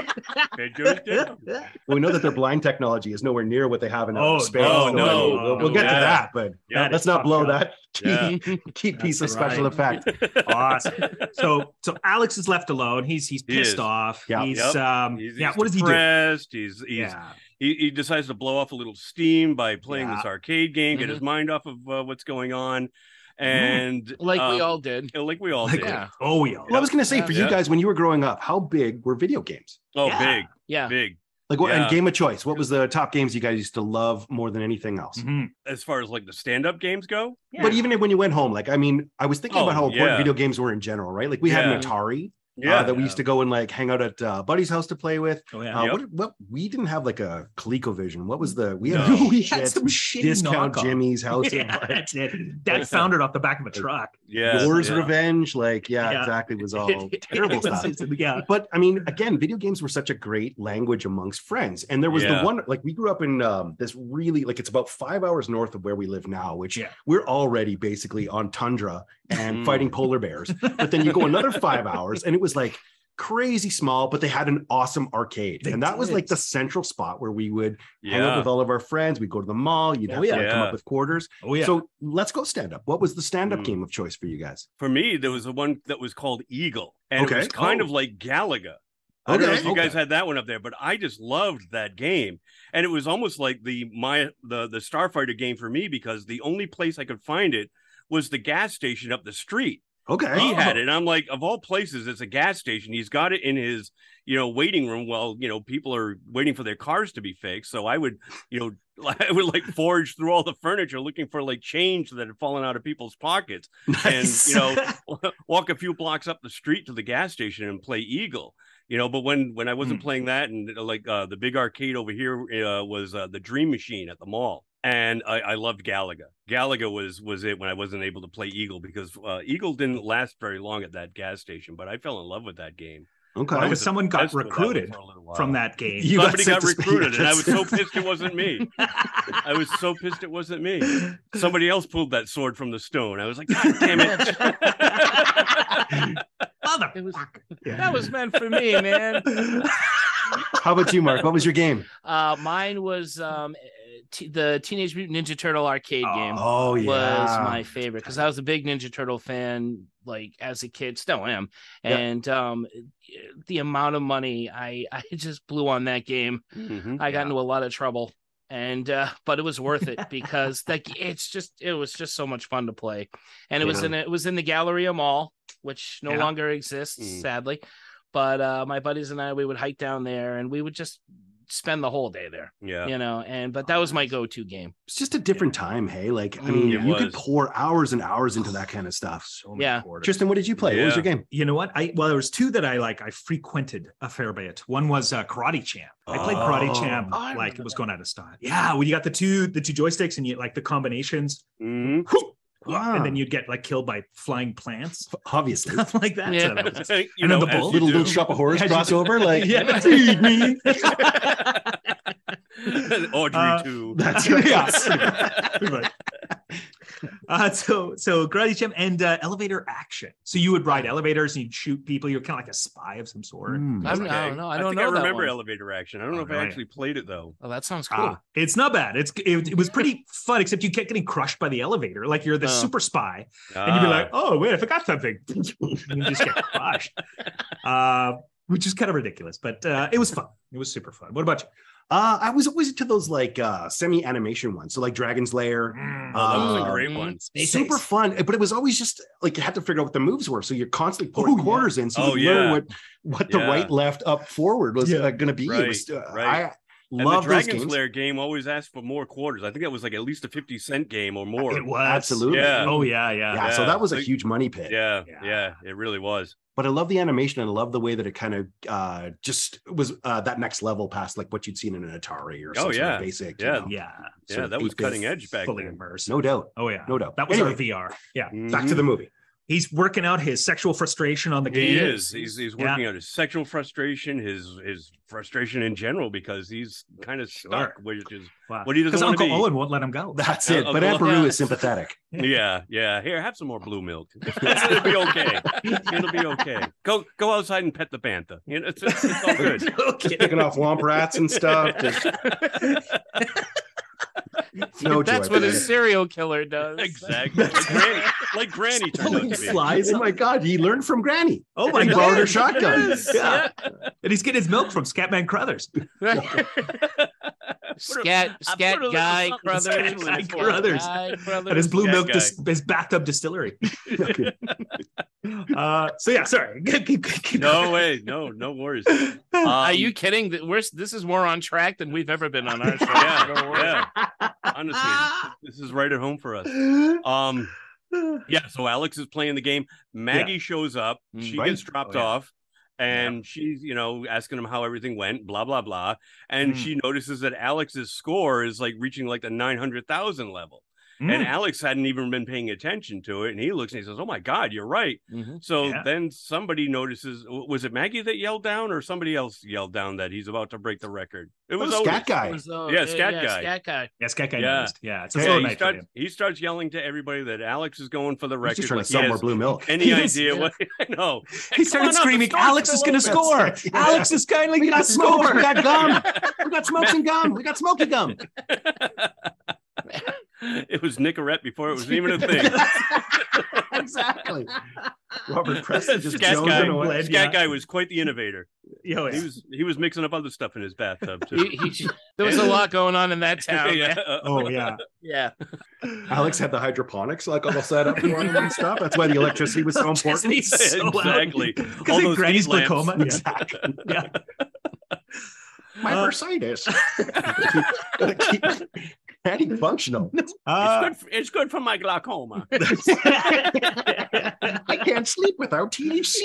S4: up. That goes down.
S1: we know that their blind technology is nowhere near what they have in
S2: Oh,
S1: space.
S4: oh,
S1: so,
S4: no.
S1: I mean, we'll, we'll get to
S4: Yeah.
S1: that, but
S4: Yeah.
S1: let's not blow that key,
S4: Yeah.
S1: key piece of
S2: That's
S1: special
S2: right.
S1: effect.
S2: awesome. So so Alex is left alone. He's he's
S4: He is.
S2: pissed off.
S1: Yeah.
S2: He's
S4: Yep.
S2: um
S4: He's,
S2: yeah.
S4: he's
S2: What does he do?
S4: depressed. He's he's
S2: Yeah.
S4: he, he decides to blow off a little steam by playing
S2: Yeah.
S4: this arcade game, get his
S1: Mm-hmm.
S4: mind off of uh, what's going on, and
S3: Like we
S4: um,
S3: all did.
S4: like we all
S1: Like-
S4: did.
S3: Yeah.
S2: Oh, we all.
S1: Well, I was going to say for you
S4: Yeah.
S1: guys, when you were growing up, how big were video games?
S4: Oh,
S2: Yeah.
S3: Yeah.
S4: big, big.
S1: Like, what and
S4: Yeah.
S1: game of choice? What was the top games you guys used to love more than anything else?
S4: Mm-hmm.
S2: Mhm.
S4: As far as like the stand-up games go,
S1: But even when you went home, like, I mean, I was thinking
S4: Oh,
S1: about how important
S4: yeah.
S1: video games were in general, right? Like, we had an
S3: Yeah.
S1: Atari uh,
S4: yeah,
S1: that we used to go and like hang out at uh, buddy's house to play with.
S2: Oh,
S1: Uh,
S2: yeah.
S4: Yep.
S1: what, what we didn't have like a ColecoVision. What was the we had
S4: No.
S2: we had some shitty
S1: discount
S2: knockoff.
S1: Jimmy's house. and,
S2: Yeah,
S1: like,
S2: that's it. That founded off the back of a truck.
S4: yeah,
S1: War's
S4: yeah.
S1: Revenge, like yeah,
S2: Yeah.
S1: exactly, was all Oh, terrible
S2: It was-
S1: stuff.
S2: Yeah.
S1: But I mean, again, video games were such a great language amongst friends, and there was
S4: Yeah.
S1: the one like we grew up in um, this really like it's about five hours north of where we live now, which
S2: Yeah.
S1: we're already basically on tundra and
S4: Mm.
S1: fighting polar bears. But then you go another five hours, and it was like crazy small, but they had an awesome arcade,
S2: They
S1: and that was
S2: did.
S1: like the central spot where we would hang out
S4: yeah.
S1: with all of our friends. We'd go to the mall. You'd
S2: Oh,
S1: have to like, come
S4: yeah.
S1: up with quarters.
S2: Oh yeah.
S1: So let's go stand up. What was the stand up
S4: Mm.
S1: game of choice for you guys?
S4: For me, there was the one that was called Eagle, and it
S1: Okay.
S4: was kind
S1: Oh.
S4: of like Galaga. I don't know
S1: Okay.
S4: if you guys
S1: Okay.
S4: had that one up there, but I just loved that game, and it was almost like the my the the Starfighter game for me because the only place I could find it was the gas station up the street.
S1: Okay.
S4: he
S2: Oh.
S4: had it. And I'm like, of all places, it's a gas station. He's got it in his, you know, waiting room while you know people are waiting for their cars to be fixed. So I would, you know, I would like forge through all the furniture looking for like change that had fallen out of people's pockets, and you know, walk a few blocks up the street to the gas station and play Eagle. You know, but when when I wasn't playing that, and uh, like uh, the big arcade over here uh, was uh, the Dream Machine at the mall, and I, I loved Galaga. Galaga was was it when I wasn't able to play Eagle because uh, Eagle didn't last very long at that gas station, but I fell in love with that game.
S1: okay.
S2: Well,
S4: I
S2: was- someone got
S4: obsessed with that one for a
S2: recruited
S4: little while.
S2: From that game.
S1: You got
S4: Somebody
S1: sent
S4: got
S1: to Spain.
S4: recruited, and I was so pissed it wasn't me. I was so pissed it wasn't me. Somebody else pulled that sword from the stone. I was like, God damn it.
S2: Mother.
S3: It was-
S1: Yeah.
S3: that was meant for me, man.
S1: How about you, Mark? What was your game?
S3: Uh, mine was um, t- the Teenage Mutant Ninja Turtle arcade
S2: Oh,
S3: game.
S1: Oh yeah.
S3: was my favorite because I was a big Ninja Turtle fan, like as a kid, still am.
S1: Yeah.
S3: And um, the amount of money I I just blew on that game,
S4: Mhm.
S3: I got
S2: Yeah.
S3: into a lot of trouble. And uh, but it was worth it because like it's just it was just so much fun to play, and it was
S1: Yeah.
S3: in it was in the Galleria Mall, which no
S2: Yeah.
S3: longer exists
S4: Mm.
S3: sadly. But uh, my buddies and I we would hike down there and we would just spend the whole day there,
S4: Yeah. Oh,
S3: you know. And but that was my go-to game.
S1: It's just a different time, hey. Like, I
S3: Mm.
S1: mean,
S4: It
S1: you could
S4: was.
S1: pour hours and hours into that kind of stuff. So
S3: Yeah.
S1: Tristan, what did you play? What was
S4: Yeah.
S1: your game?
S2: You know what? I well, there was two that I like. I frequented a fair bit. One was uh, Karate Champ. I played Karate
S1: Oh.
S2: Champ
S3: Oh, I
S2: like
S3: remember
S2: it was
S3: that.
S2: going out of style. Yeah, when you got the two the two joysticks and you like the combinations,
S4: Mhm.
S1: Wow.
S2: and then you'd get like killed by flying plants,
S1: Obviously.
S2: stuff like that.
S3: Yeah.
S2: So that was-
S4: You
S2: And then
S4: know,
S2: the
S4: as
S2: ball.
S4: you
S1: little
S4: do.
S1: little shop of horrors
S2: Yeah, you-
S1: crossover, like
S2: Yeah.
S1: feed me.
S4: Audrey
S2: Uh,
S4: too.
S1: That's right.
S2: Right. Uh, so so karate champ and uh, elevator action. So you would ride elevators and you'd shoot people. You're kind of like a spy of some sort.
S1: Mm.
S3: I don't, I don't know. I don't
S4: think
S3: know. that
S4: I remember
S3: one.
S4: elevator action. I don't know if I
S2: Alright.
S4: actually played it though.
S3: Oh, that sounds cool.
S2: Ah, it's not bad. It's it, it was pretty fun, except you kept getting crushed by the elevator. Like you're the
S3: Oh.
S2: super spy, and you'd be like, "Oh wait, I forgot something," and you just get crushed, uh, which is kind of ridiculous. But uh, it was fun. It was super fun. What about you?
S1: Uh, I was always into those like uh, semi animation ones. So like Dragon's Lair,
S2: Mm.
S1: Uh,
S4: Ah, that was
S3: Mm.
S4: a great
S3: Mm.
S4: one.
S2: Space
S1: super
S2: Ace.
S1: fun, but it was always just like you had to figure out what the moves were. So you're constantly pouring
S2: Oh, yeah.
S1: quarters in, so
S4: Oh,
S1: you learn
S4: yeah.
S1: what what the
S4: Yeah.
S1: right, left, up, forward was
S2: Yeah.
S1: uh, going to be. It was,
S4: Right,
S1: uh,
S4: right.
S1: I,
S4: And
S1: Love
S4: the
S1: those
S4: Dragon
S1: games.
S4: Slayer game always asked for more quarters. I think that was like at least a 50 cent game or more.
S2: It was
S1: Absolutely.
S4: Yeah.
S2: Oh yeah, yeah.
S1: Yeah,
S2: yeah.
S1: so
S4: Yeah.
S1: that was a
S4: Like-
S1: huge money pit.
S4: Yeah,
S2: Yeah.
S4: yeah, it really was.
S1: But I love the animation and I love the way that it kind of uh, just was uh, that next level past like what you'd seen in an Atari or
S4: Oh,
S1: some sort
S4: yeah.
S1: of basic.
S4: Yeah.
S1: You know,
S4: Yeah,
S1: sort of
S4: that was
S1: beat this.
S4: cutting edge back
S2: fully
S4: then.
S2: immersed.
S1: No doubt.
S2: Oh yeah.
S1: No doubt.
S2: That was
S1: Anyway,
S2: our VR. Yeah.
S1: back to the movie.
S4: Mm-hmm.
S2: He's working out his sexual frustration on the
S4: Mhm.
S2: game.
S4: He is. He's he's
S2: Yeah.
S4: working out his sexual frustration, his his frustration in general because he's kind of stuck, which is
S2: Wow.
S4: What he doesn't
S2: Because
S4: wanna
S2: Uncle
S4: be.
S2: Owen won't let him go.
S1: That's
S4: Yeah,
S1: it. But
S4: okay.
S1: Aunt Peru is sympathetic.
S4: yeah, yeah. Here, have some more blue milk. It'll be okay. It'll be okay. Go go outside and pet the panther. You know, it's, it's, it's all Oh, good.
S2: No kidding.
S1: Taking off womp rats and stuff. Just no
S3: That's
S1: joy
S3: what
S1: for
S3: a
S1: me.
S3: serial killer does.
S4: Exactly. Like Granny, like Granny turned out
S2: Pulling
S4: to be.
S2: flies.
S1: Oh my God, he learned from Granny.
S2: Oh my
S1: And borrowed her
S2: god.
S1: shotgun.
S3: Yes,
S2: Yeah. And he's getting his milk from Scatman Crothers.
S3: Right. scat
S4: I
S3: scat
S4: put a little
S3: guy Crothers.
S4: something
S2: Scat Guy
S3: Scat
S2: Crothers.
S3: Guy
S2: And his
S3: Crothers.
S2: blue
S4: Scat
S2: milk
S4: Guy.
S2: dis- his bathtub distillery.
S1: Okay.
S2: Uh so yeah, sorry. Keep- keep- keep-
S4: No way. No, no worries.
S3: Are
S4: Um,
S3: you kidding? Th- We're, this is more on track than we've ever been on our show.
S4: Yeah,
S3: Don't worry.
S4: yeah. Honestly, this is right at home for us. Um, yeah. So Alex is playing the game. Maggie shows up.
S3: Mm,
S4: She
S1: right.
S4: gets dropped
S1: Oh, yeah.
S4: off, and she's you know asking him how everything went. Blah blah blah. And
S3: Mm.
S4: she notices that Alex's score is like reaching like the nine hundred thousand level, and
S2: Mm.
S4: Alex hadn't even been paying attention to it. And he looks and he says, "Oh my God, you're right."
S3: Mhm.
S4: So
S2: Yeah.
S4: then somebody notices. w- Was it Maggie that yelled down, or somebody else yelled down that he's about to break the record? It was
S1: Oh,
S4: Otis.
S1: Scat Guy.
S3: So,
S4: Yeah, Scat Guy.
S3: uh, Scat guy.
S2: Yeah, Scatman
S4: Yeah.
S2: yeah. yeah, it's a slow
S4: Yeah, he
S2: night for
S4: starts,
S2: him.
S4: he starts yelling to everybody that Alex is going for the
S1: He's
S4: record.
S1: just trying to
S4: like he
S1: sell more
S4: has
S1: blue milk.
S4: Any
S2: He is,
S4: idea
S2: yeah.
S4: what? no.
S2: He started
S4: on up, the
S2: screaming,
S4: store's
S2: Alex is
S4: still
S2: going to score.
S1: open."
S2: Alex is kindly going to
S1: got smokes,
S2: score.
S1: we got gum. We got smokes and gum. We got smoky gum.
S4: it was Nicorette before it was even a thing.
S1: exactly. Robert Preston just
S4: Scat
S1: jonesing
S4: guy,
S1: away.
S4: Scat
S2: yeah.
S4: guy was quite the innovator.
S2: Yo,
S4: He
S2: yeah.
S4: was he was mixing up other stuff in his bathtub too.
S3: Oh, He, he, there was a lot going on in that town.
S4: Yeah.
S3: man.
S2: Oh, yeah.
S3: yeah.
S1: Alex had the hydroponics like all set up for him and stuff. That's why the electricity was so important.
S2: Disney's so out.
S4: exactly. All
S2: Because
S4: those
S2: of Granny's
S4: heat lamps.
S2: glaucoma. Yeah.
S1: Exactly.
S2: Yeah.
S1: My
S2: Uh,
S1: bursitis. Gotta keep, gotta keep Granny functional.
S2: Uh,
S4: it's good. For, it's good for my glaucoma.
S1: I can't sleep without THC.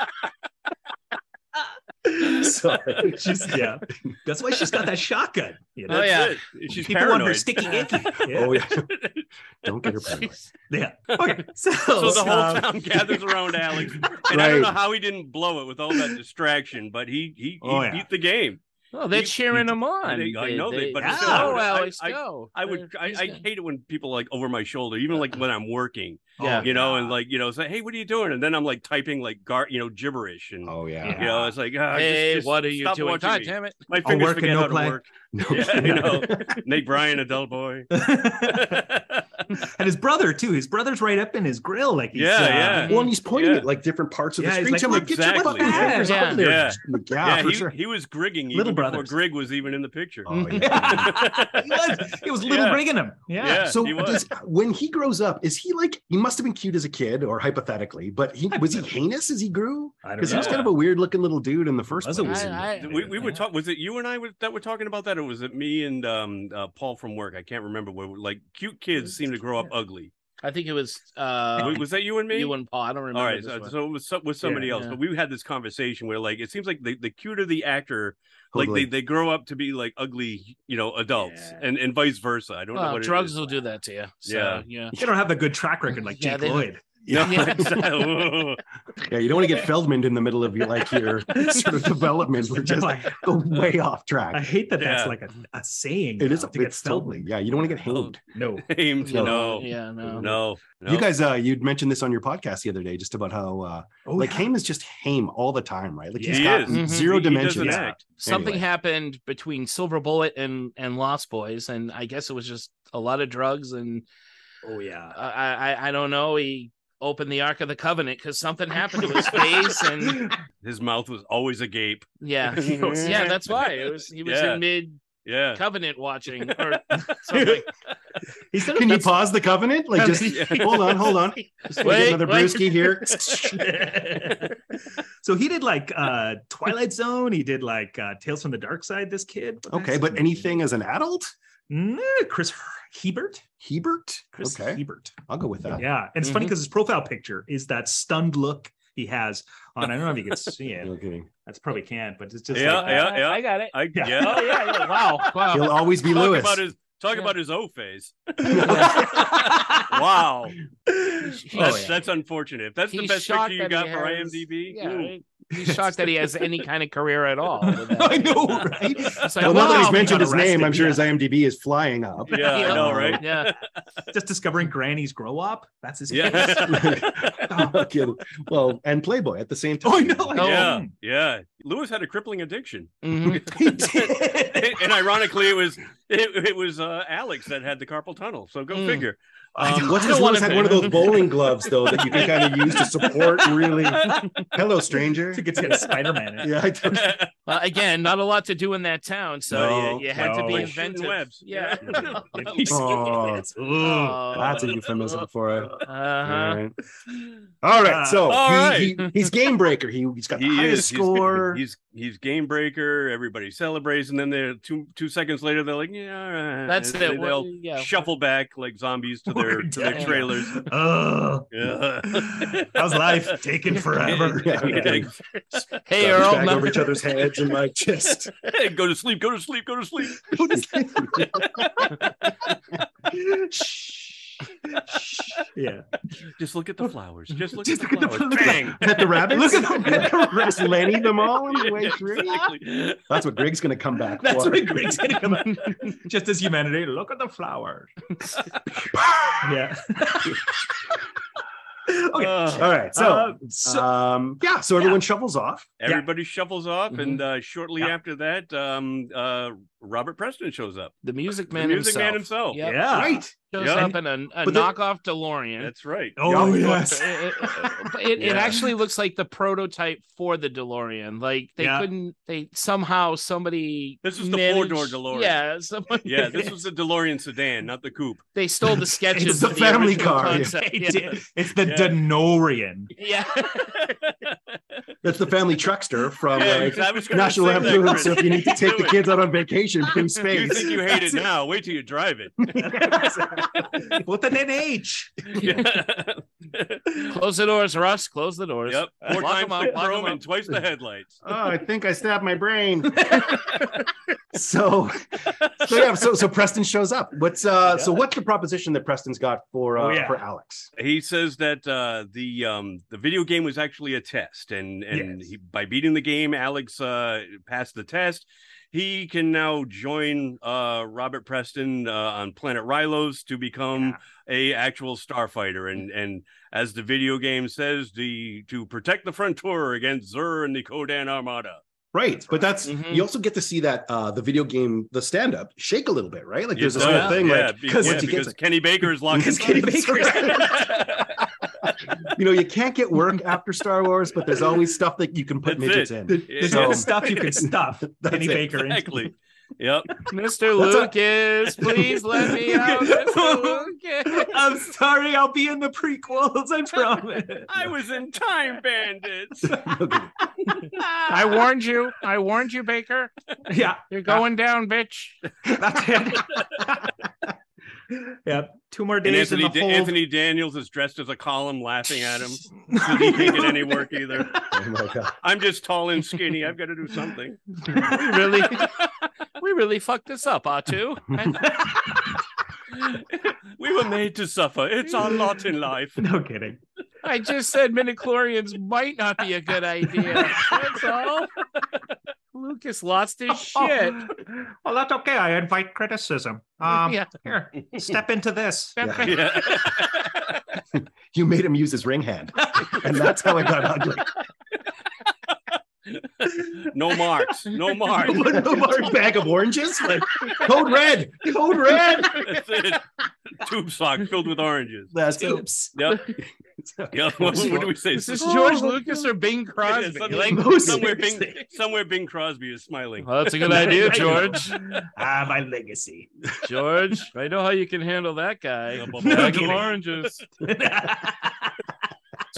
S1: Sorry.
S2: she's, yeah. That's why she's got that shotgun. You know?
S3: Oh, yeah.
S4: That's it. She's
S2: People
S4: paranoid.
S2: want her sticky icky. Yeah.
S1: Oh yeah. Don't get her paranoid.
S2: Oh, yeah. Okay. So,
S4: So um, the whole
S2: uh,
S4: town gathers around Alex, and I don't
S1: Right.
S4: know how he didn't blow it with all that distraction, but he he, he
S2: Oh, yeah.
S4: beat the game.
S3: Well, they're
S4: You-
S3: cheering him on.
S4: they- I know they- but
S2: it's
S3: go,
S2: still-
S4: I-
S3: Alex,
S4: I-
S3: go.
S4: I would I,
S3: He's
S4: I
S3: good.
S4: hate it when people like over my shoulder, even like when I'm working,
S2: Oh,
S3: Yeah.
S4: you know, and like you know say, hey, what are you doing? And then I'm like typing like gar, you know, gibberish, and
S1: Oh yeah.
S4: you know, it's like, ah, just-
S3: Hey,
S4: just
S3: what are you
S4: stop
S3: doing?
S4: watching
S3: God
S4: me.
S3: damn it.
S4: My fingers
S2: work and
S4: forget
S2: no
S4: how
S2: play.
S4: to work.
S1: No
S4: Yeah, you
S1: kidding.
S4: know, Nate Bryan, a dull boy.
S2: and his brother, too. His brother's right up in his grill. Like, he's,
S4: Yeah,
S2: uh,
S4: yeah.
S1: Well, and he's pointing
S4: Yeah.
S1: at like different parts of
S2: Yeah,
S1: the
S2: he's
S1: screen.
S2: like,
S1: so I'm like, get your
S4: exactly.
S1: fucking fingers
S3: Yeah.
S1: out of there.
S4: Yeah.
S1: Yeah,
S4: yeah,
S1: for
S4: he,
S1: sure.
S4: he was grigging even
S2: Little
S4: before
S2: brothers.
S4: Grig was even in the picture.
S1: Oh, yeah.
S2: He was, he was little
S4: Yeah.
S2: rigging him. Yeah.
S4: Yeah,
S1: so
S4: he was.
S1: does, when he grows up, is he like he must have been cute as a kid, or hypothetically, but he was he heinous as he grew?
S2: I don't
S1: Because he
S2: know.
S1: was kind of a weird looking little dude in the first
S2: was
S1: place.
S2: a
S3: I-
S2: weird-
S3: I-
S4: we, we were
S2: Yeah.
S4: talking was it you and i were- that were talking about that or was it me and um uh, paul from work i can't remember where like cute kids seem to grow up ugly
S3: I think it was uh,
S4: was, was that you and me
S3: you and Paul. I don't remember.
S4: all right
S3: this
S4: so,
S3: one.
S4: so it was so- with somebody
S3: Yeah.
S4: else
S3: Yeah.
S4: but we had this conversation where like it seems like the, the cuter the actor
S1: Totally.
S4: like they, they grow up to be like ugly you know adults
S3: Yeah.
S4: and and vice versa i don't know
S3: Well,
S4: what
S3: drugs
S4: it is.
S3: will do that to you. So,
S4: Yeah.
S3: Yeah.
S2: They don't have the good track record like
S3: Yeah,
S2: Jake
S3: they don't.
S2: Lloyd.
S4: no,
S3: Yeah.
S4: exactly.
S1: yeah, you don't want to get Feldman in the middle of your like your sort of development. We're
S2: They're
S1: just
S2: like,
S1: go way off track.
S2: I hate that that's
S4: Yeah.
S2: like a, a saying.
S1: it is
S2: now,
S1: a
S2: to get
S1: bit totally.
S2: Feldman.
S1: Yeah, you don't want to get hanged.
S2: No.
S4: Aimed,
S1: No.
S4: no
S3: Yeah. No.
S4: no no
S1: You guys, uh, you'd mentioned this on your podcast the other day, just about how uh,
S2: Oh,
S1: like
S2: yeah.
S1: Haim is just Haim all the time, right? Like
S4: He
S1: he's got
S4: is.
S3: Mhm.
S1: zero
S4: He- he doesn't
S1: dimensions.
S4: act.
S3: Something
S1: Anyway.
S3: happened between Silver Bullet and and Lost Boys, and I guess it was just a lot of drugs, and
S2: Oh yeah.
S3: I I, I don't know. He opened the Ark of the Covenant because something happened to his face, and
S4: his mouth was always agape
S3: yeah, yeah, that's why it was. He was
S4: Yeah.
S3: in mid
S4: yeah
S3: Covenant watching or something.
S2: He's done a
S1: Can you
S2: best-
S1: pause the covenant? Like, just hold on, hold on. Just wait,
S3: Wait,
S1: another
S3: wait.
S1: brewski here.
S2: so he did like uh Twilight Zone. He did like uh Tales from the Dark Side. This kid.
S1: Okay, but anything as an adult?
S2: Nah, Chris Hebert.
S1: Hebert?
S2: Chris
S1: okay,
S2: Hebert.
S1: I'll go with that. Mm-hmm.
S2: Yeah, and it's funny because his profile picture is that stunned look he has on. I don't know if you can see it.
S1: No kidding.
S2: That's probably can't, but it's just
S4: Yeah,
S2: like,
S4: yeah, yeah.
S3: I got it.
S4: I,
S2: Yeah.
S4: yeah.
S3: Oh yeah, yeah. Wow. Wow.
S1: He'll always be
S4: talk
S1: Lewis.
S4: about his talk
S3: Yeah.
S4: about his O phase.
S2: yeah.
S4: Wow,
S3: He-
S4: that's
S3: he-
S4: that's unfortunate. If that's the
S3: Oh, he's
S4: best
S3: shocked
S4: picture you
S3: that
S4: got
S3: he
S4: for
S3: has-
S4: IMDb.
S3: Yeah,
S4: ooh.
S3: right? he's shocked that he has any kind of career at all. with that.
S2: I know, right?
S3: It's like,
S1: well, now that
S3: wow.
S1: he's mentioned his name,
S2: arrested,
S1: I'm sure
S2: yeah.
S1: his IMDb is flying up.
S4: Yeah, I know, right?
S3: Yeah.
S2: Just discovering grannies grow up. That's his
S4: Yeah.
S2: face.
S1: No kidding. Well, and Playboy at the same time.
S2: Oh, I know. I know.
S4: yeah, yeah. Lewis had a crippling addiction,
S3: Mhm.
S2: He did.
S4: and ironically, it was it, it was uh, Alex that had the carpal tunnel. So go
S3: Mm.
S4: figure.
S1: Um,
S4: Um,
S1: what's his
S3: I don't
S1: Lewis
S3: wanna
S1: had one of
S3: pay.
S1: those bowling gloves though that you can kind of use to support really.
S3: Mm-hmm.
S1: Hello, stranger.
S2: It's a good to get Spider Man.
S1: Yeah, I don't-
S3: Well, again, not a lot to do in that town, so
S1: No,
S3: you, you had to
S2: no.
S3: be
S2: Like
S4: shooting
S3: inventive.
S4: webs.
S3: Yeah.
S1: Oh.
S3: Oh.
S1: that's a euphemism for it. All
S3: Uh-huh.
S1: right. All right, so
S4: All
S1: he-
S4: right.
S1: he- he's game breaker. He he's got the
S4: he
S1: highest
S4: is He's-
S1: score.
S4: He's, he's game breaker. Everybody celebrates, and then they're two two seconds later they're like, yeah, all right.
S3: That's
S4: and
S3: it.
S4: They'll
S3: What- yeah.
S4: shuffle back like zombies to their to their
S3: done.
S4: trailers.
S2: Oh,
S4: Yeah.
S2: how's life taking forever?
S1: Yeah.
S4: Yeah.
S3: Hey,
S1: Bag
S3: Earl.
S1: over
S3: remember-
S1: each other's heads and like just
S4: go to sleep. Go to sleep. Go to sleep.
S2: Shh. Shh. yeah.
S4: Just look at the flowers. Just look
S2: Just
S4: at the flowers.
S2: Bang.
S1: pet the rabbits.
S2: Look at them.
S1: Yeah, just Lenny them all on the way through.
S4: Exactly.
S1: That's what Greg's gonna come back
S2: That's
S1: for.
S2: what Greg's gonna come out. Just as humanity, look at the flowers. yeah. okay.
S4: Uh,
S1: all right, so
S2: Uh, so
S1: um, yeah, so everyone shovels off.
S4: everybody shuffles off, and uh, shortly after that, um, uh, Robert Preston shows up.
S3: The music man
S4: music
S3: himself.
S4: man himself.
S3: Yep.
S2: yeah.
S1: Right.
S3: Shows
S4: Yeah.
S3: up in a, a
S1: But the-
S3: knockoff DeLorean.
S4: That's right.
S2: Oh
S1: Yeah.
S2: yes.
S3: It, it- it, it
S4: Yeah.
S3: actually looks like the prototype for the DeLorean. Like they
S2: Yeah.
S3: couldn't, they somehow somebody.
S4: This was the
S3: managed-
S4: four-door DeLorean.
S3: Yeah, someone,
S4: Yeah, this was the DeLorean sedan, not the coupe.
S3: they stole the sketches.
S1: the
S3: for
S1: family
S3: original
S1: car, yeah.
S3: concept.
S2: It
S3: Yeah.
S2: did. It's the
S4: Yeah.
S2: Denorian.
S3: yeah.
S1: That's the family truckster from
S4: Yeah,
S1: like,
S4: I was gonna
S1: National
S4: say that,
S1: Lampoon.
S4: Chris.
S1: So if you need to take the
S4: Do it.
S1: kids out on vacation, through
S4: You
S1: space.
S4: think you hate it now? Wait till you drive it.
S2: With an NH.
S3: Close the doors, Russ. Close the doors.
S4: yep. Four
S3: Lock 'em
S4: times
S3: up,
S4: the
S3: lock 'em
S4: chrome
S3: up.
S4: and twice the headlights.
S1: oh, I think I stabbed my brain. so, so yeah, so so Preston shows up. What's uh, so what's the proposition that Preston's got for uh,
S2: Oh, yeah.
S1: for Alex?
S4: He says that uh, the um, the video game was actually a test, and and
S2: Yes.
S4: he, by beating the game, Alex uh, passed the test. He can now join uh, Robert Preston uh, on Planet Rylos to become a actual starfighter, and and as the video game says, the to protect the frontier against Zur and the Kodan Armada.
S1: Right, but that's
S3: Mhm.
S2: Mm-hmm.
S1: you also get to see that uh, the video game, the stand up, shake a little bit, right? Like there's this
S4: Yeah,
S1: whole thing,
S4: yeah,
S1: like
S4: be-
S1: because
S4: yeah,
S1: once he gets
S4: because Kenny Baker is locked
S1: Because Kenny
S4: inside.
S1: Baker- you know, you can't get work after Star Wars, but there's always stuff that you can put midgets
S4: That's
S1: in.
S2: There's
S1: Yeah.
S2: other stuff you can stuff.
S1: That's
S2: Kenny
S1: it.
S2: Baker. into-
S4: exactly. Yep.
S3: Mr.
S1: That's a-
S3: Lucas, please let me out. Mr. Lucas.
S2: I'm sorry, I'll be in the prequels, I promise.
S4: I was in Time Bandits.
S1: Okay.
S3: I warned you. I warned you, Baker.
S2: yeah,
S3: You're going down, bitch.
S2: that's it. yeah, two more
S4: And
S2: days
S4: Anthony,
S2: in the
S4: Da-
S2: hole.
S4: Anthony Daniels is dressed as a column laughing at him. So he can't get any work either.
S1: Oh my god.
S4: I'm just tall and skinny. I've got to do something.
S3: We really, we really fucked this up, Atu.
S4: We were made to suffer. It's our lot in life.
S2: no kidding.
S3: I just said midichlorians might not be a good idea. That's all. Lucas lost his shit.
S2: Oh, well, that's okay. I invite criticism. Um,
S3: Mm-hmm. yeah.
S2: Here, step into this.
S1: Yeah.
S4: Yeah.
S1: You made him use his ring hand. And that's how it got ugly.
S4: No marks. No marks.
S1: A bag of oranges? Like, code red. Code red.
S4: That's it. Tube sock filled with oranges.
S1: That's it.
S2: Oops.
S4: Yep. Yeah, what, what do we say?
S3: Is this
S1: Oh,
S3: George
S1: my
S3: Lucas or Bing
S4: Yeah,
S3: Crosby?
S4: somewhere,
S3: Like,
S1: Moses.
S4: somewhere, Bing, somewhere Bing Crosby is smiling.
S3: well, that's a good idea,
S2: Right.
S3: George.
S2: ah, my legacy.
S3: George, I know how you can handle that guy.
S2: No
S3: Bag of
S2: kidding.
S3: oranges.
S2: no,
S3: That's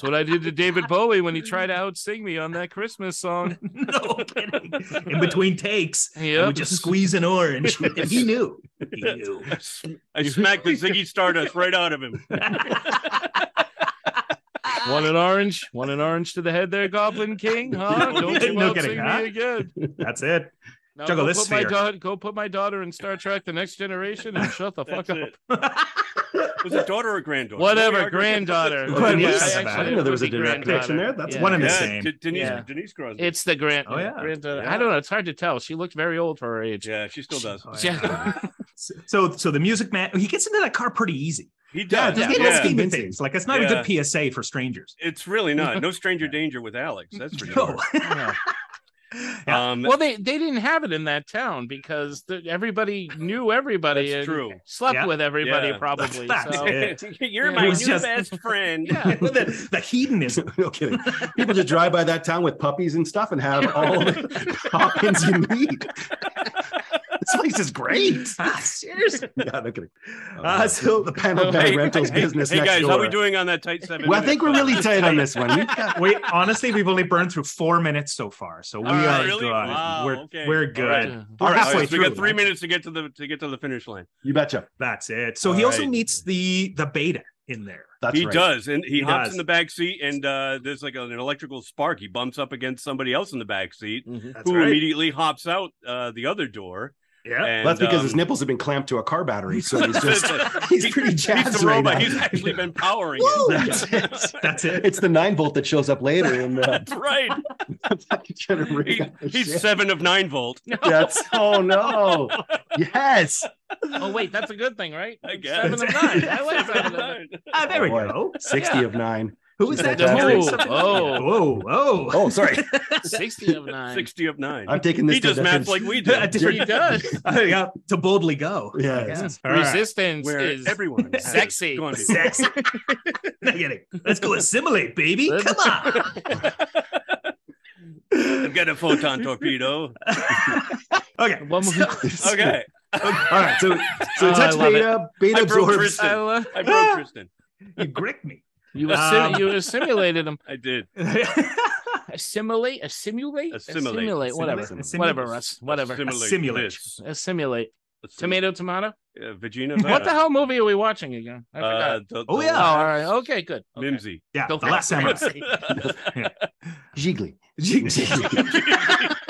S3: what I did to David Bowie when he tried to outsing me on that Christmas song.
S2: kidding. In between takes, I
S3: Yeah,
S2: would just squeeze an orange. And he knew. He knew.
S4: I smacked the Ziggy Stardust right out of him.
S3: One an orange, one an orange to the head there, Goblin King, huh?
S2: No
S3: Don't
S2: kidding,
S3: you
S2: no
S3: outsing
S2: kidding,
S3: me
S2: huh?
S3: again.
S2: That's it.
S3: Now
S2: Juggle
S3: go
S2: this
S3: put my
S2: sphere.
S3: daughter, go put my daughter in Star Trek: The Next Generation and shut the fuck
S4: That's
S3: up.
S4: it. Was it daughter or granddaughter?
S3: Whatever,
S4: What were we arguing?
S3: granddaughter.
S1: Well,
S2: Yeah,
S1: yes,
S2: I
S1: I,
S2: actually-
S1: didn't know there was a
S3: it would be
S1: direct connection there.
S3: granddaughter.
S1: That's
S3: Yeah.
S1: one of the
S2: Yeah.
S1: same.
S4: D- Denise,
S3: Yeah.
S4: Denise Crosby.
S3: It's the grand.
S1: Oh, yeah.
S3: granddaughter.
S4: Yeah.
S3: I don't know. It's hard to tell. She looked very old for her age.
S4: yeah, she still does.
S1: Oh,
S3: Yeah.
S2: So, so the music man, he gets into that car pretty easy.
S4: He
S1: Yeah,
S2: Just
S4: does. Yeah,
S2: get
S1: yeah.
S2: those scheme of things. Like it's not
S4: Yeah.
S2: a good PSA for strangers.
S4: It's really not. No stranger danger with Alex. That's for sure.
S3: Yeah.
S2: Yeah.
S4: Um,
S3: Well, they they didn't have it in that town because the, everybody knew everybody
S4: that's
S3: and
S4: true.
S3: slept
S2: Yeah.
S3: with everybody
S4: Yeah.
S3: probably.
S2: That's
S3: so.
S2: it.
S4: You're
S3: Yeah.
S4: my
S3: It
S4: new
S2: was just-
S4: best friend.
S3: Yeah.
S2: the, the hedonism.
S1: no kidding. People just drive by that town with puppies and stuff and have all the Hopkins you need. This place is great.
S2: Ah, seriously.
S1: Yeah, no kidding.
S2: Uh, so
S1: the panel van
S3: Hey,
S1: rentals
S4: Hey,
S1: business
S4: hey
S1: next
S4: guys,
S1: door.
S4: how we doing on that tight seven?
S1: Well, I
S4: minutes?
S1: think we're really tight on this one. We've got
S2: we honestly we've only burned through four minutes so far, so we
S4: All right,
S2: are
S4: really?
S2: good.
S4: Wow,
S2: we're
S4: okay.
S2: we're
S4: All right.
S2: good.
S1: All
S2: We're
S1: right,
S4: All
S2: halfway
S4: right, so we got
S2: through.
S4: three minutes to get to the to get to the finish line.
S1: you betcha.
S2: That's it. So
S4: All
S2: he also
S4: right.
S2: meets the the beta in there.
S1: That's
S4: he
S1: right.
S4: does, and he,
S2: He
S4: hops
S2: does.
S4: in the back seat, and uh, there's like an electrical spark. He bumps up against somebody else in the back seat,
S1: Mm,
S3: Mhm.
S2: That's
S4: who
S2: right.
S4: immediately hops out uh, the other door.
S2: yeah.
S4: And,
S1: Well, that's because his
S4: um,
S1: nipples have been clamped to a car battery, so he's just he's pretty jazzed
S4: He's the
S1: right
S4: robot.
S1: now.
S4: He's actually been powering
S2: Woo!
S4: it.
S1: That's it.
S2: That's it.
S1: It's the nine volt that shows up later in the
S4: That's right.
S1: fucking
S4: He-
S1: generator.
S4: he's seven of nine volt.
S1: That's oh no. Yes.
S3: Oh wait, that's a good thing, right?
S4: I
S3: It's
S4: guess.
S3: Seven of nine. I like
S4: Seven
S3: seven
S4: of
S3: of nine.
S4: nine.
S2: Ah, there we
S1: Boy.
S2: go.
S1: 60 of nine.
S2: Who is
S1: She's
S2: that?
S1: fantastic.
S2: Carrying
S1: Oh,
S2: something?
S3: oh.
S2: whoa, whoa.
S1: Oh, sorry.
S3: Sixty of nine.
S4: Sixty of nine.
S1: I'm taking this.
S4: He
S1: to
S4: does math
S1: different-
S4: like we do.
S2: A different-
S3: He does.
S2: Uh, yeah, to boldly go. I
S1: Yeah.
S2: guess. All right.
S3: Resistance
S4: Where
S3: is
S4: everyone has-
S3: sexy.
S4: Go on, baby.
S2: Sexy. No kidding. Let's go assimilate, baby. Come on.
S4: I've got a photon torpedo.
S2: Okay.
S3: One more-
S2: so-
S4: Okay.
S1: All right. So so
S3: Oh, I
S1: touch
S3: love it.
S1: beta, beta
S4: I broke
S1: absorbs.
S4: Tristan.
S3: I love-
S4: I broke Tristan.
S2: you gricked me.
S3: you
S2: Um,
S3: assi- you assimilated him.
S4: I did.
S3: Assimilate, assimilate,
S4: Assimilate.
S3: assimilate whatever,
S1: Assimilate.
S3: whatever, Russ, whatever.
S4: Assimilate
S2: Assimilate.
S4: this.
S3: Assimilate.
S4: Assimilate.
S3: Tomato, tomato.
S4: Uh, Vagina.
S3: What the hell movie are we watching again? I
S4: Uh,
S3: forgot.
S4: the,
S2: Oh,
S4: the
S2: yeah.
S3: Oh, all right. Okay, good. Okay.
S4: Mimsy.
S2: yeah, the
S3: Don't
S2: last
S3: laugh.
S2: samurai.
S1: Jiggly.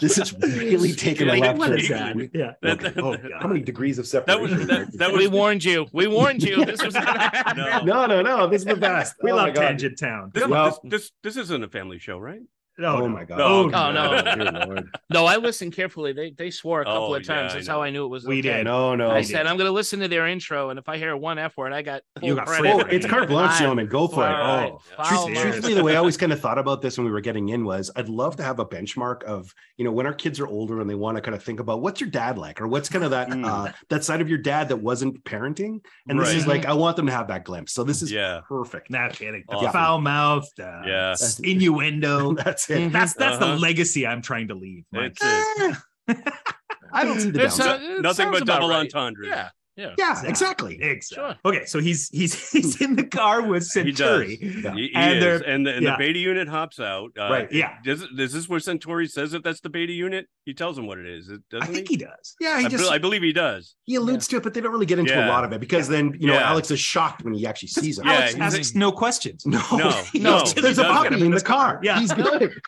S1: This
S4: this
S1: is really taking a
S4: Yeah,
S1: left
S4: what
S1: turn,
S4: is-
S1: Sam. Yeah.
S4: That- that-
S1: Oh,
S4: that-
S1: How many degrees of
S4: That
S1: separation?
S4: was that, that
S3: we
S4: was
S3: warned you. We warned you. This was gonna happen.
S4: no.
S1: no, no, no. This is the best.
S2: we
S1: oh my
S2: love
S1: God.
S2: Tangent Town.
S4: This,
S1: Well-
S4: this, this this isn't a family show, right?
S2: No,
S1: Oh,
S2: no.
S1: my god.
S4: No.
S3: Oh, no.
S1: Dear Lord.
S3: No, I listened carefully. They they swore a couple
S4: Oh,
S3: of times.
S4: yeah, I
S3: That's
S4: know. Oh,
S3: how I knew it was.
S2: We
S3: okay.
S2: did.
S1: No, no.
S3: I
S2: did.
S3: said I'm gonna listen to their intro, and if I hear one f word, I got
S2: You
S3: full
S2: got
S3: credit.
S1: Oh,
S2: flavor.
S1: it's carte blanche, gentlemen. Go for it.
S3: Alright.
S1: Oh.
S3: Foul
S2: Truth-
S3: line.
S2: truth
S1: Truthfully, the way I always kind of thought about this when we were getting in was I'd love to have a benchmark of, you know, when our kids are older and they want to kind of think about what's your dad like or what's kind of that
S4: Mm.
S1: uh, that side of your dad that wasn't parenting. And this is
S3: Right.
S1: like I want them to have that glimpse. So this is
S4: Yeah.
S1: perfect.
S2: Not kidding. The
S4: Awesome.
S2: foul mouth, the
S4: Yeah.
S2: s- innuendo.
S1: That's it.
S2: That's that's
S4: Uh-huh.
S2: the legacy I'm trying to leave. Mike.
S4: That's it.
S1: eh. I don't see the
S3: There's
S1: downside.
S3: some- it
S4: Nothing
S3: sounds
S4: but double
S3: about right.
S4: entendre.
S3: Yeah.
S1: Yeah, exactly.
S2: Exactly. Okay, so he's he's he's in the car with
S4: He does. Uh,
S2: Centauri.
S4: He, he
S2: And
S4: is.
S2: they're-
S4: And, the, and
S2: yeah.
S4: the beta unit hops out. Uh,
S1: Right,
S2: yeah.
S4: Does, is this where Centauri says that that's the beta unit? He tells him what it is, doesn't
S2: I think
S4: he?
S2: he does.
S1: Yeah, he
S4: I,
S1: just
S4: be- I believe he does.
S1: he alludes to it, but they don't really get into a
S4: Yeah.
S1: lot of it because then you know
S4: Yeah.
S1: Alex is shocked when he actually sees him.
S4: Yeah,
S2: Alex
S4: he's
S2: asks no questions.
S1: No,
S4: No,
S1: He
S4: no,
S1: goes,
S4: he
S1: there's a
S4: doesn't.
S1: body in the car.
S2: Yeah.
S1: he's good.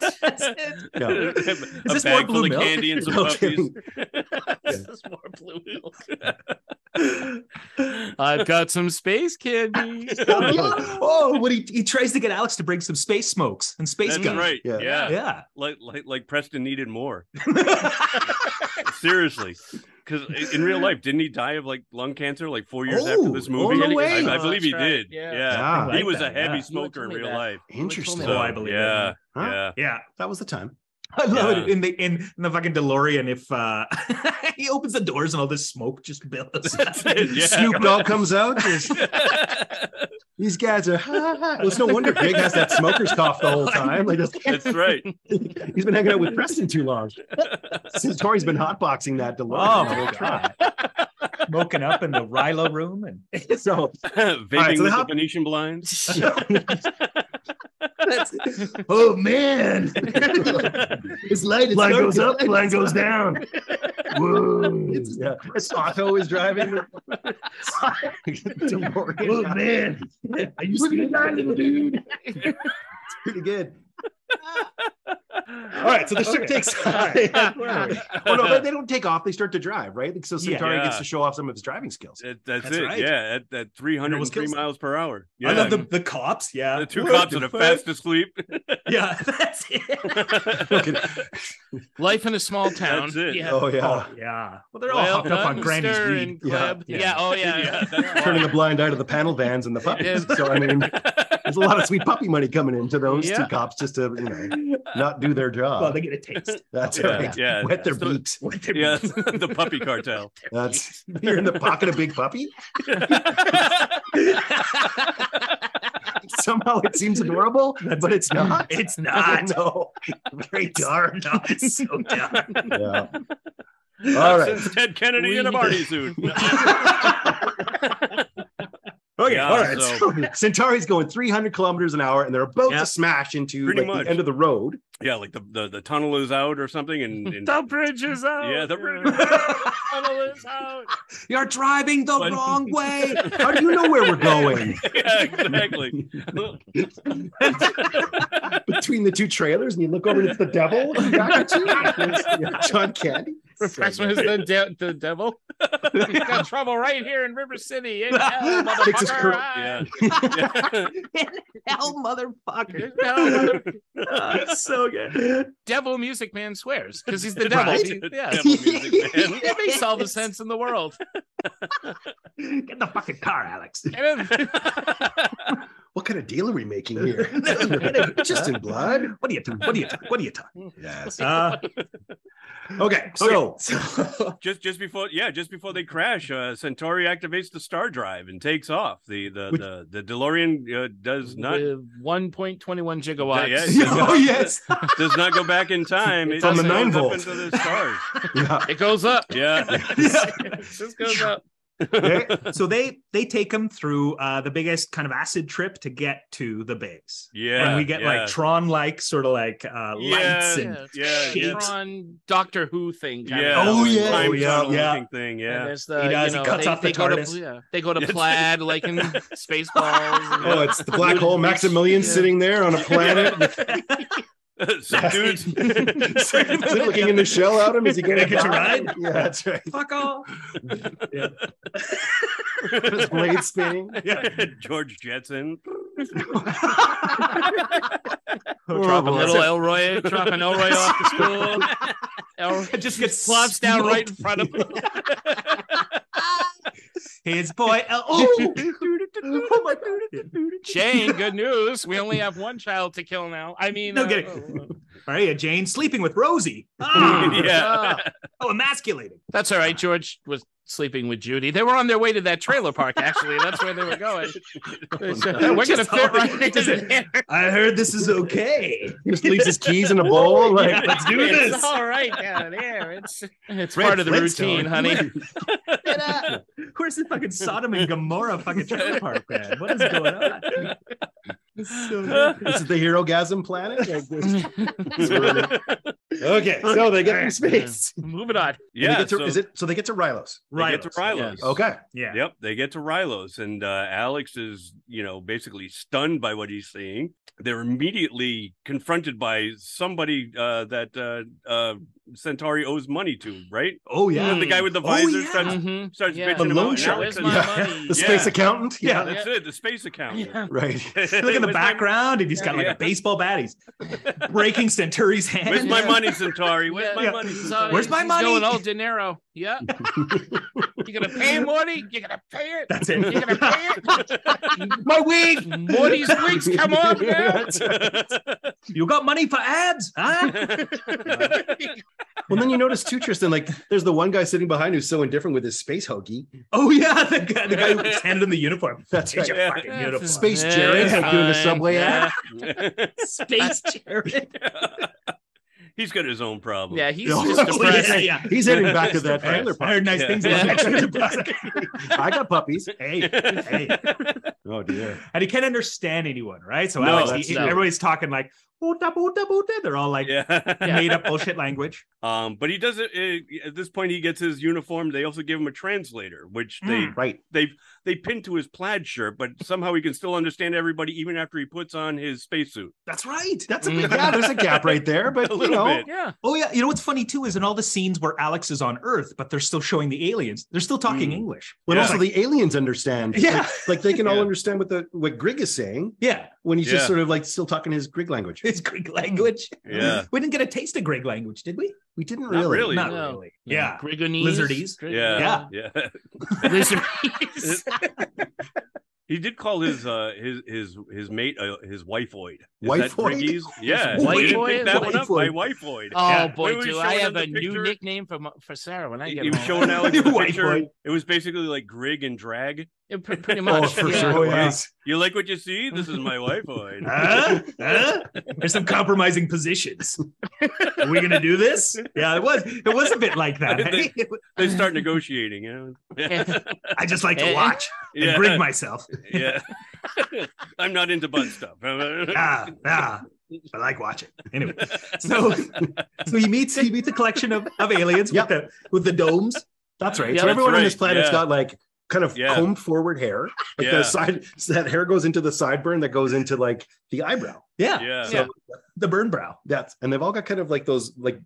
S1: No.
S4: A
S2: this more
S4: bag
S2: blue
S4: full of
S2: milk?
S4: candy and some
S1: No
S4: puppies.
S1: kidding.
S3: This is more blue milk. I've got some space candies.
S1: Oh, yeah.
S2: oh, what he he tries to get Alex to bring some space smokes and space
S4: That's
S2: guns.
S4: right.
S1: Yeah.
S4: Yeah.
S2: Yeah.
S4: Like, like like Preston needed more. Seriously. Because in real life, didn't he die of like lung cancer like four years after
S1: Oh,
S4: this
S1: oh,
S4: movie?
S1: no
S4: I-
S1: way.
S4: I,
S3: Oh,
S4: believe
S3: that's
S4: he
S3: right.
S4: did.
S3: Yeah.
S4: Yeah.
S1: Yeah.
S2: I
S4: He
S2: like
S4: was a
S2: that,
S4: heavy
S2: yeah.
S4: smoker in
S3: told me
S4: real
S3: that.
S4: life.
S1: Interesting.
S2: Oh, I
S4: So,
S2: believe
S4: yeah.
S2: that.
S1: Huh.
S4: Yeah.
S2: Yeah.
S1: That was the time.
S2: I love
S4: Yeah.
S2: it in the in, in the fucking DeLorean. If uh he opens the doors and all this smoke just builds.
S4: Yeah.
S1: Snoop Dogg comes out. there's-
S4: That's
S1: These guys are. Well, it's no wonder Big has that smoker's cough the whole time. Like just,
S4: right.
S1: he's been hanging out with Preston too long. Since Tori's been hotboxing that
S2: Oh
S1: DeLorean. the
S2: my
S1: whole time.
S2: god. Smoking up in the Rilo room and
S1: So
S4: Vaping
S1: right, so
S4: with
S1: how-
S4: the Venetian blinds.
S1: that's, oh man, it's light. It's
S2: Line
S1: dark,
S2: goes
S1: it's
S2: up,
S1: light,
S2: line
S1: it's
S2: goes
S1: dark.
S2: down.
S1: It's, yeah. it's Otto is driving. Oh, DeLorean.
S2: man.
S1: I used to be an island dude. it's pretty good. All right, so the ship takes. Well, Oh, no, they, they don't take off. They start to drive, right? So
S2: Yeah.
S1: Centauri gets
S4: Yeah.
S1: to show off some of his driving skills.
S4: That- that's,
S2: That's
S4: it.
S2: right.
S4: Yeah, at, at
S2: Almost
S4: 303
S2: kills him.
S4: miles per hour. Yeah.
S2: I love the, the cops. Yeah.
S4: The two
S2: What
S4: cops
S2: the
S4: that are
S2: fuck?
S4: fast asleep.
S2: Yeah, that's it.
S3: Life in a small town.
S4: That's it.
S3: Yeah.
S1: Oh yeah,
S2: Oh, yeah. Well, they're all
S3: Well,
S2: hopped up on
S3: Nutton,
S2: Granny's
S3: Stir,
S2: weed.
S3: and Gleb.
S2: Yeah.
S3: Yeah. Oh yeah.
S4: Yeah,
S3: yeah.
S4: that's
S1: turning a blind eye to the panel vans and the puppies.
S3: Yeah.
S1: So I mean, there's a lot of sweet puppy money coming into those two
S3: Yeah.
S1: cops just to you know not do their job.
S2: Well, they get a taste.
S1: That's
S4: Yeah,
S1: right.
S4: yeah.
S1: Wet their
S4: So-
S1: beaks.
S2: What they-
S4: yeah, the puppy cartel.
S1: That's you're in the pocket of Big Puppy. Somehow it seems adorable, but it's not.
S2: It's
S1: I
S2: not.
S1: know. Very dark.
S2: No, it's so dark.
S1: Yeah.
S4: All
S1: right.
S4: right. Ted Kennedy in a
S3: We-
S4: Barney suit.
S2: Okay,
S4: Yeah,
S2: all right.
S4: so-
S1: Centauri's going 300 kilometers an hour, and they're about
S2: Yeah.
S1: to smash into
S4: Pretty
S1: like,
S4: much.
S1: the end of the road.
S4: yeah, like the, the the tunnel is out or something, and, and
S3: The bridge is out.
S4: Yeah, the bridge is tunnel is out.
S2: You're driving the
S4: But-
S2: wrong way.
S1: How do you know where we're going?
S4: yeah, exactly.
S1: Between the two trailers, and you look over, and it's the devil. looking back at you. It's, yeah, John Candy.
S3: Refreshment is the, de- the devil. He's got trouble right here in River City. In hell,
S1: Takes his
S3: motherfucker.
S1: curl-
S4: Yeah.
S3: Ah,
S4: yeah.
S2: Hell, motherfucker.
S3: hell,
S2: Oh, it's so good.
S3: devil music man swears because he's the
S2: Right.
S3: devil. Yeah.
S4: Devil music, man.
S3: It makes all the sense in the world.
S2: Get the fucking car, Alex.
S3: And then-
S1: What kind of deal are we making here? Just in blood.
S2: What are you talking? What are you talking? What are you talking?
S1: Yes.
S2: Uh,
S1: Okay. So
S4: Just just before yeah, just before they crash, uh, Centauri activates the star drive and takes off. The the
S1: Which-
S4: the, the DeLorean uh, does not
S3: With 1.21 gigawatts.
S4: Yeah, yeah.
S1: oh yes.
S4: does not go back in time. It
S1: From the
S4: just
S1: nine
S4: goes up
S1: volt.
S4: into the stars.
S1: Yeah.
S3: It goes up.
S4: Yeah.
S3: It just goes up.
S2: They- so they they take him through uh, the biggest kind of acid trip to get to the base.
S4: Yeah.
S2: and we get
S4: yeah.
S2: like Tron like sort of like uh, lights
S4: Yeah,
S2: and
S4: yeah,
S2: shapes.
S3: Tron Doctor Who thing. Kind
S4: Yeah.
S3: Of
S1: Oh, yeah.
S4: Time
S1: Oh, yeah,
S4: tunnel
S1: yeah.
S4: looking Thing.
S3: And
S4: Yeah.
S3: there's the,
S2: He does, he
S3: You know,
S2: cuts
S3: they,
S2: off the
S3: they go to,
S2: TARDIS.
S3: yeah, they go to
S4: Yes.
S3: plaid like in Spaceballs. and-
S1: Oh, it's the black hole. Maximilian
S3: Yeah.
S1: sitting there on a planet,
S4: Some dudes.
S1: looking in the shell at him. Is he going to
S2: Get you right?
S1: Yeah, that's right.
S2: Fuck off.
S1: His blade spinning.
S4: George Jetson. Oh,
S1: Horrible.
S3: Little Elroy dropping Elroy off to school. Elroy
S2: It just gets
S3: plops down right in front of him.
S2: His boy. El- oh,
S1: oh my god.
S3: Jane, good news. We only have one child to kill now. I mean,
S2: No
S3: uh,
S2: kidding. Maria Jane sleeping with Rosie. Ah,
S3: uh,
S4: yeah.
S2: Oh, emasculated.
S3: That's all right. George was sleeping with Judy. They were on their way to that trailer park, actually. That's where they were going. They said, we're going to
S2: Just all-
S3: fit right
S2: just-
S3: in there.
S2: I heard this is okay.
S1: He just leaves his keys in a bowl. Like,
S2: Yeah, let's do this.
S3: It's all right down there. It's, it's
S1: Fred
S3: part of the
S1: Flintstone.
S3: routine, honey.
S2: Where's the fucking Sodom and Gomorrah fucking trailer park, man? What is going on?
S1: This is the hero gasm planet. Like, this- okay, so they get through space.
S3: Moving on.
S1: And they
S4: Yeah.
S1: get to-
S4: so
S1: is it so they get to Rylos?
S4: They get to
S2: Rylos.
S4: Rylos.
S1: Okay.
S2: Yeah.
S4: Yep, they get to Rylos, and uh, Alex is, you know, basically stunned by what he's seeing. They're immediately confronted by somebody uh, that uh, uh, Centauri owes money to, right?
S1: Oh
S4: Yeah,
S1: yeah.
S4: the guy with the
S1: Oh,
S4: visor
S1: yeah.
S4: starts,
S3: Mm-hmm.
S4: starts
S1: The
S3: Yeah.
S4: bitching
S1: loan
S4: about
S1: shark.
S4: Alex.
S3: Where's
S4: and-
S3: my
S1: Yeah.
S3: money?
S1: The space
S4: Yeah.
S1: accountant.
S4: yeah,
S1: Yeah.
S4: that's it. The space account.
S1: Right.
S2: Look at
S4: Where's
S2: the
S4: my-
S2: background, and he's got like
S4: Yeah.
S2: a baseball bat. He's breaking Centauri's hand.
S4: Where's my
S1: Yeah.
S4: money, Centauri? Where's
S3: Yeah.
S4: my
S2: Yeah.
S4: money,
S3: So
S4: Centauri?
S2: Where's my
S3: he's Going,
S2: money?
S3: oh, De Niro. Yeah. You gonna pay Morty? You gonna pay it?
S2: That's
S3: You
S2: it.
S3: gonna pay
S2: My wig.
S3: it? Morty's wigs, come on now.
S2: You got money for ads, huh?
S1: Well, then you notice too, Tristan. Like, there's the one guy sitting behind who's so indifferent with his space hoagie.
S2: Oh yeah, the guy, the guy who just handed him the uniform.
S1: That's
S2: Here's
S1: right.
S2: your
S4: Yeah.
S2: fucking uniform.
S1: Space Jared,
S3: it's
S1: like doing the
S3: fine.
S1: subway
S3: Yeah,
S2: Space Jared.
S4: He's got his own problem.
S3: yeah he's
S1: Oh,
S3: just
S1: yeah.
S3: depressed.
S2: yeah.
S1: He's heading back to that
S2: I
S1: trailer
S2: heard,
S1: park.
S2: nice
S4: Yeah.
S2: things
S3: Yeah.
S2: about that trailer park.
S1: I got puppies.
S2: hey, hey.
S1: Oh dear.
S2: And he can't understand anyone, right? So
S4: No,
S2: Alex,
S1: that's-
S2: he,
S3: no.
S2: everybody's talking like, "Oota, boota, boota." they're all like
S4: Yeah.
S2: made up bullshit language.
S4: Um, but he does it uh, at this point. He gets his uniform. They also give him a translator, which they
S3: Hmm.
S2: Mm.
S1: Right.
S4: they pin to his plaid shirt. But somehow he can still understand everybody, even after he puts on his spacesuit.
S2: That's right. That's a
S3: Mm.
S2: big
S1: Yeah, there's a gap right there, but
S4: A
S1: you
S4: little
S1: know,
S4: bit.
S3: Yeah.
S2: Oh yeah, you know what's funny too is in all the scenes where Alex is on Earth, but they're still showing the aliens. They're still talking
S4: Mm.
S2: English.
S1: when
S4: Yeah.
S1: also the aliens understand.
S2: Yeah,
S1: Like, like they can all
S4: Yeah.
S1: understand what the what Grig is saying
S2: yeah,
S1: when he's
S4: Yeah.
S1: just sort of like still talking his Grig language.
S2: it's Greek language.
S4: Yeah.
S2: we didn't get a taste of Greek language, did we?
S1: We didn't
S4: Not
S1: really.
S4: really.
S2: Not
S3: No.
S2: really. Yeah.
S3: Grigonese.
S2: Lizardies.
S3: Grig-
S4: Yeah. Yeah.
S3: Lizardies.
S4: He did call his uh his his his mate uh, his wifeoid. Is that
S1: Wifeoid?
S4: Griggy's? Yeah.
S1: His
S4: You didn't
S3: wifeoid?
S4: pick that one up. My
S1: Wifeoid.
S4: wifeoid.
S3: Oh
S2: Yeah.
S3: boy,
S4: When we
S3: do
S4: showed
S3: I
S4: him
S3: have
S4: the
S3: a new
S4: picture-
S3: nickname for mo- for Sarah when I
S4: He
S3: get
S4: he was
S3: home.
S4: showing Alex the
S2: Wifeoid.
S4: picture. It was basically like Grig and drag.
S3: Yeah, pre- pretty
S1: Oh,
S3: much.
S1: for
S3: yeah.
S1: sure.
S4: Yeah.
S1: Yes.
S4: You like what you see? This is my wifeoid.
S2: Huh? Huh? There's some compromising positions. Are we gonna do this? Yeah, it was. It was a bit like that. eh?
S4: They start negotiating. You know.
S2: I just like to
S3: Eh.
S2: watch and
S4: Yeah.
S2: grig myself.
S4: yeah. I'm not into butt stuff.
S2: Ah, ah. I like watching. Anyway, so so he meets he meets a collection of, of aliens
S1: Yep.
S2: with the with the domes.
S1: That's right.
S3: Yeah,
S1: so
S3: that's
S1: everyone on this
S4: right.
S1: planet's
S4: Yeah.
S1: got like kind of
S4: Yeah.
S1: combed forward hair. Like
S4: Yeah.
S1: the side so that hair goes into the sideburn that goes into like the eyebrow.
S2: Yeah,
S4: yeah.
S3: Yeah.
S2: the burn brow.
S1: That's and they've all got kind of like those like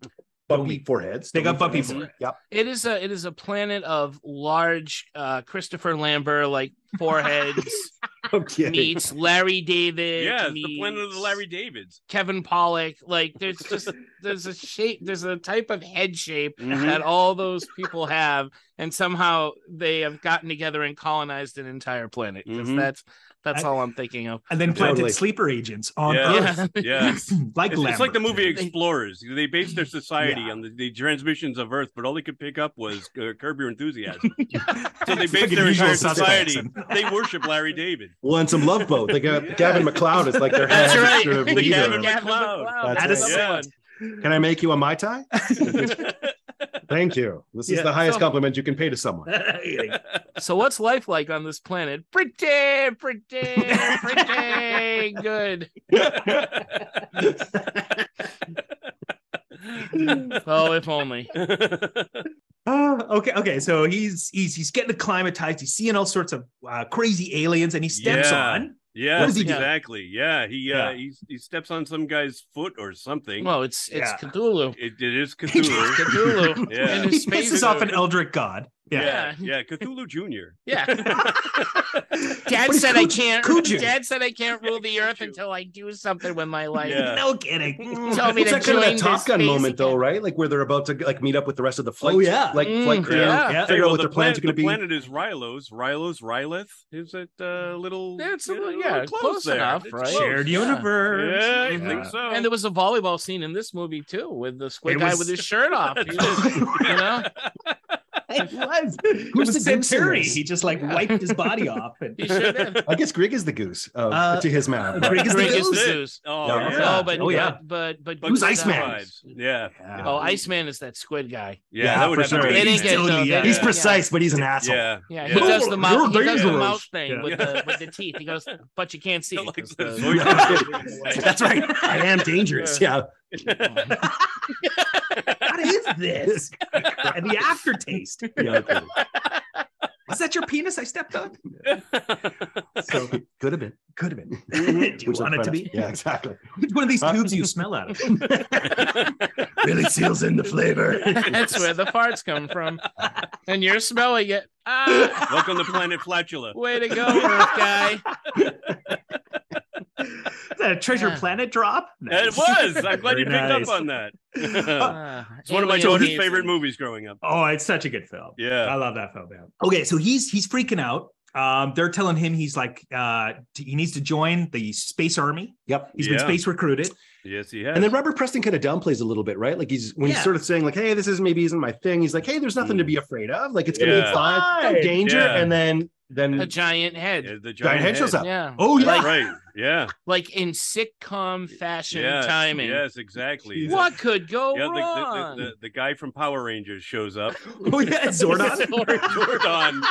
S1: bumpy
S2: Domey.
S1: foreheads.
S2: They got
S1: Domey
S2: bumpy
S1: foreheads.
S2: forehead.
S1: Yep.
S3: It is a it is a planet of large uh, Christopher Lambert like foreheads
S1: Okay.
S3: meets Larry David.
S4: Yeah, it's the
S3: meets
S4: planet of the Larry Davids.
S3: Kevin Pollock. Like there's just there's a shape there's a type of head shape
S4: Mhm.
S3: that all those people have, and somehow they have gotten together and colonized an entire planet. 'Cause
S4: Mhm.
S3: That's that's
S2: I-
S3: all I'm thinking of.
S2: and then planted
S1: Totally.
S2: sleeper agents on
S4: Yeah.
S2: Earth.
S3: Yeah.
S4: Yeah.
S2: like
S4: It's, it's like the movie
S2: Lambert.
S4: Explorers. They based their society
S2: Yeah.
S4: on the, the transmissions of Earth, but all they could pick up was uh, Curb Your Enthusiasm. so they
S2: It's like
S4: based
S2: an
S4: their
S2: usual
S4: entire
S2: suspects
S4: society.
S2: and-
S4: They worship Larry David.
S1: Well, and some love boat. They got
S4: Yeah.
S1: Gavin McLeod is like their
S3: That's
S1: head
S3: right.
S1: sort of
S4: The
S1: leader.
S4: Gavin McLeod.
S1: That's
S3: That's
S2: it.
S3: another one.
S1: Can I make you a Mai Tai? Thank you. This is
S2: Yeah.
S1: the highest
S3: So-
S1: compliment you can pay to someone.
S3: So what's life like on this planet? Pretty, pretty, pretty good. Oh, if only.
S2: Ah, okay, okay. So he's he's he's getting acclimatized. He's seeing all sorts of uh, crazy aliens, and he steps
S4: Yeah.
S2: on.
S4: yeah,
S1: What is he
S3: doing?
S4: exactly. Yeah, he uh,
S2: Yeah.
S4: He, he steps on some guy's foot or something.
S3: Well, it's it's
S2: Yeah.
S3: Cthulhu.
S4: it, it is
S3: It's
S4: Cthulhu.
S3: Cthulhu.
S4: Yeah.
S3: And his
S2: He
S3: space
S2: pisses off an Eldric god. Yeah.
S4: yeah, yeah, Cthulhu Junior.
S3: Yeah.
S2: But
S3: Dad
S2: he's
S3: said I
S2: Cujo-
S3: can't.
S2: Cujo.
S3: Dad said I can't rule the earth
S4: Cujo.
S3: until I do something with my life.
S4: Yeah.
S2: No kidding.
S3: Tell me
S1: it's
S3: to
S1: that kind of
S3: join
S1: that Top
S3: this
S1: Gun
S3: space
S1: moment, though,
S3: again.
S1: right? Like where they're about to like meet up with the rest of the flight.
S2: Oh, yeah.
S1: like
S3: Mm,
S1: flight crew.
S3: yeah.
S2: Yeah.
S1: Figure out what their plans
S4: planet,
S1: are going
S4: the
S1: to be.
S4: planet is Rylos, Rylos, Rylith. Is it uh, little?
S3: That's a
S4: you know,
S3: little- yeah, close
S4: there.
S3: enough,
S4: It's
S3: right?
S4: close.
S2: Shared
S3: Yeah.
S2: universe.
S4: Yeah, I
S2: Yeah.
S4: think so.
S3: And there was a volleyball scene in this movie too, with the squid
S2: It
S3: guy
S2: was-
S3: with his shirt off. He was- you know,
S2: it was. It
S1: Who's
S2: was
S1: the
S2: Sam
S1: goose in
S2: Perry.
S1: this?
S2: He just like
S3: Yeah.
S2: wiped his body off. And
S3: he should have.
S1: I guess Grig is the goose uh,
S2: Uh,
S1: to his man.
S2: Grig is the
S3: Drink his
S2: goose.
S3: booze.
S4: oh,
S1: Yeah.
S4: yeah.
S3: Oh, but
S2: Oh, yeah.
S3: but but, but
S4: But
S2: Who's
S4: good
S2: Iceman?
S4: vibes. Yeah.
S1: Yeah.
S3: Oh, Iceman is that squid guy.
S4: yeah,
S1: Yeah,
S4: that would
S1: for
S4: have
S1: sure.
S4: to
S3: They
S4: be.
S3: didn't get
S2: Totally,
S3: the,
S2: yeah.
S3: they
S1: He's
S3: didn't-
S1: precise, but he's an asshole.
S4: Yeah.
S3: Yeah,
S4: Yeah.
S3: he does the
S2: You're
S3: mouth. He does the
S2: dangerous.
S3: mouth thing
S2: Yeah.
S3: with the with the teeth. He goes, but you can't see. it
S4: Like
S3: 'cause
S4: the
S3: the-
S4: Zoidberg.
S1: That's right. I am dangerous. Yeah.
S2: what is this? and the aftertaste.
S1: Yeah, okay.
S2: Was that your penis I stepped on?
S1: So could have been.
S2: Could have been. Do you
S1: Which is
S2: want it to
S1: funny.
S2: be?
S1: Yeah, exactly.
S2: Which one of these
S1: Huh?
S2: tubes do you smell out of? really seals in the flavor.
S3: That's where the farts come from, and you're smelling it. Ah,
S4: Welcome to Planet Flatula.
S3: way to go, Earth guy.
S2: that treasure
S3: Yeah.
S2: planet drop?
S4: It was. I'm glad you picked
S2: Very nice.
S4: up on that. it's
S3: Ah,
S4: one of my
S3: alien
S4: children's
S3: season.
S4: favorite movies growing up.
S2: Oh, it's such a good film.
S4: Yeah.
S2: I love that film, man. Okay, so he's he's freaking out. Um, they're telling him he's like uh, t- he needs to join the space army.
S1: Yep.
S2: He's
S4: Yeah.
S2: been space recruited.
S4: Yes, he has.
S1: And then Robert Preston kind of downplays a little bit, right? Like he's when
S2: Yeah. Mm.
S1: he's sort of saying, like, "Hey, this is maybe isn't my thing." He's like, "Hey, there's nothing to be afraid of. Like it's gonna
S4: Yeah.
S1: be fine,
S2: Fine.
S1: no danger."
S4: Yeah.
S1: And then, then
S3: A giant head.
S4: Yeah, the
S1: giant head shows up.
S3: Yeah.
S2: Oh yeah,
S4: That's right. Yeah.
S3: Like in sitcom fashion
S4: yes,
S3: timing.
S4: Yes, exactly.
S3: What could go
S4: Yeah, the,
S3: wrong?
S4: the, the, the, the guy from Power Rangers shows up.
S2: oh yeah, Zordon.
S4: Zordon.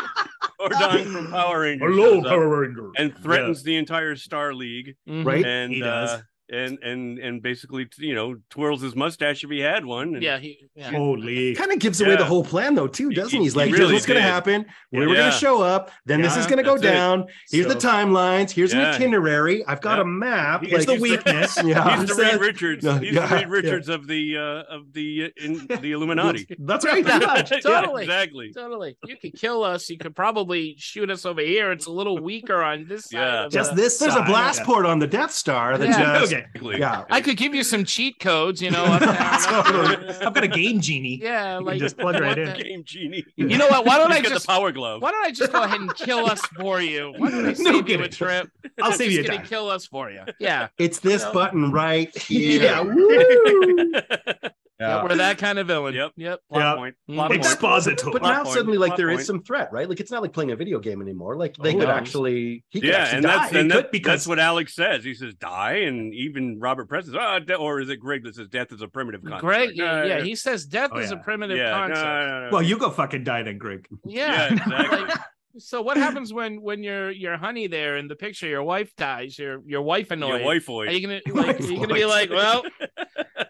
S4: Zordon from Power Rangers. shows up
S2: Ranger.
S4: and threatens the entire Star League.
S3: Mhm.
S1: Right?
S4: And
S2: He does.
S4: Uh, and and and basically, you know, twirls his mustache if he had one. And
S3: Yeah. He, yeah.
S2: Holy.
S1: kind of gives away
S4: Yeah.
S1: the whole plan though, too,
S4: He-
S1: doesn't he?
S4: he-
S1: He's
S4: he
S1: like, "Here's
S4: really
S1: what's gonna
S4: did.
S1: happen. We were
S4: Yeah.
S1: gonna show up. Then this
S2: Yeah,
S1: is gonna go
S4: that's it.
S1: down. Here's the
S2: So-
S1: timelines. Here's an
S4: Yeah.
S1: itinerary. I've got
S4: Yeah.
S1: a map.
S4: Here's
S1: like
S4: the
S2: weakness.
S1: yeah.
S4: He's the Reed Richards.
S1: Ah, No,
S4: He's
S1: yeah,
S4: the Reed Richards of the uh, of the uh, in the Illuminati.
S1: That's right.
S3: Yeah.
S1: yeah.
S4: Yeah,
S3: Totally.
S4: exactly.
S3: Totally. You could kill us. You could probably shoot us over here. It's a little weaker on this side.
S4: Yeah.
S3: of
S2: Just
S3: the-
S2: this.
S1: There's a
S2: side.
S1: blast
S2: Yeah.
S1: port on the Death Star that
S3: Yeah.
S1: just
S2: Okay.
S4: Exactly.
S1: yeah.
S3: I could give you some cheat codes, you know. Up there, up there.
S4: Totally.
S2: I've got a game genie.
S3: Yeah,
S2: can
S3: like
S2: just plug right
S3: what
S2: in.
S3: the-
S4: Game genie.
S3: You know what? Why don't I
S4: He's got
S3: just
S4: the power glove?
S3: why don't I just go ahead and kill us for you? Why don't I
S2: No
S3: save you a
S2: kidding.
S3: trip?
S2: I'll save you a
S3: Just gonna
S2: dime.
S3: kill us for you. Yeah.
S1: It's this
S3: Yeah.
S1: button right here.
S3: Yeah.
S1: woo!
S3: Yeah, We're that kind of villain.
S4: Yep.
S3: Yep.
S4: Plot
S2: Yeah.
S4: point.
S3: Mm.
S4: Plot point.
S2: Exposito.
S1: But
S4: Plot
S1: now
S4: point,
S1: suddenly, like
S4: plot
S1: there is
S4: point.
S1: some threat, right? Like it's not like playing a video game anymore. Like they
S3: Oh,
S1: could
S3: no.
S1: actually, he could
S4: Yeah,
S1: actually
S4: and that's
S1: die.
S4: and
S2: could
S4: that-
S2: because-
S4: that's what Alex says. He says die, and even Robert Press says, ah, de-" or is it Greg that says death is a primitive concept?
S3: Great.
S4: Like,
S3: Yeah,
S4: "No,
S3: yeah.
S4: no,
S3: He says death
S2: Oh,
S3: is a
S2: yeah.
S3: primitive
S4: yeah, no,
S3: concept.
S4: no, no, no.
S2: Well, you go fucking die then, Greg.
S3: Yeah.
S4: exactly.
S3: Like, so what happens when when your your honey there in the picture, your wife dies, your your wife annoyed?
S4: yeah, wife void.
S3: Are you gonna like, are you gonna be
S1: Wife
S3: like, well,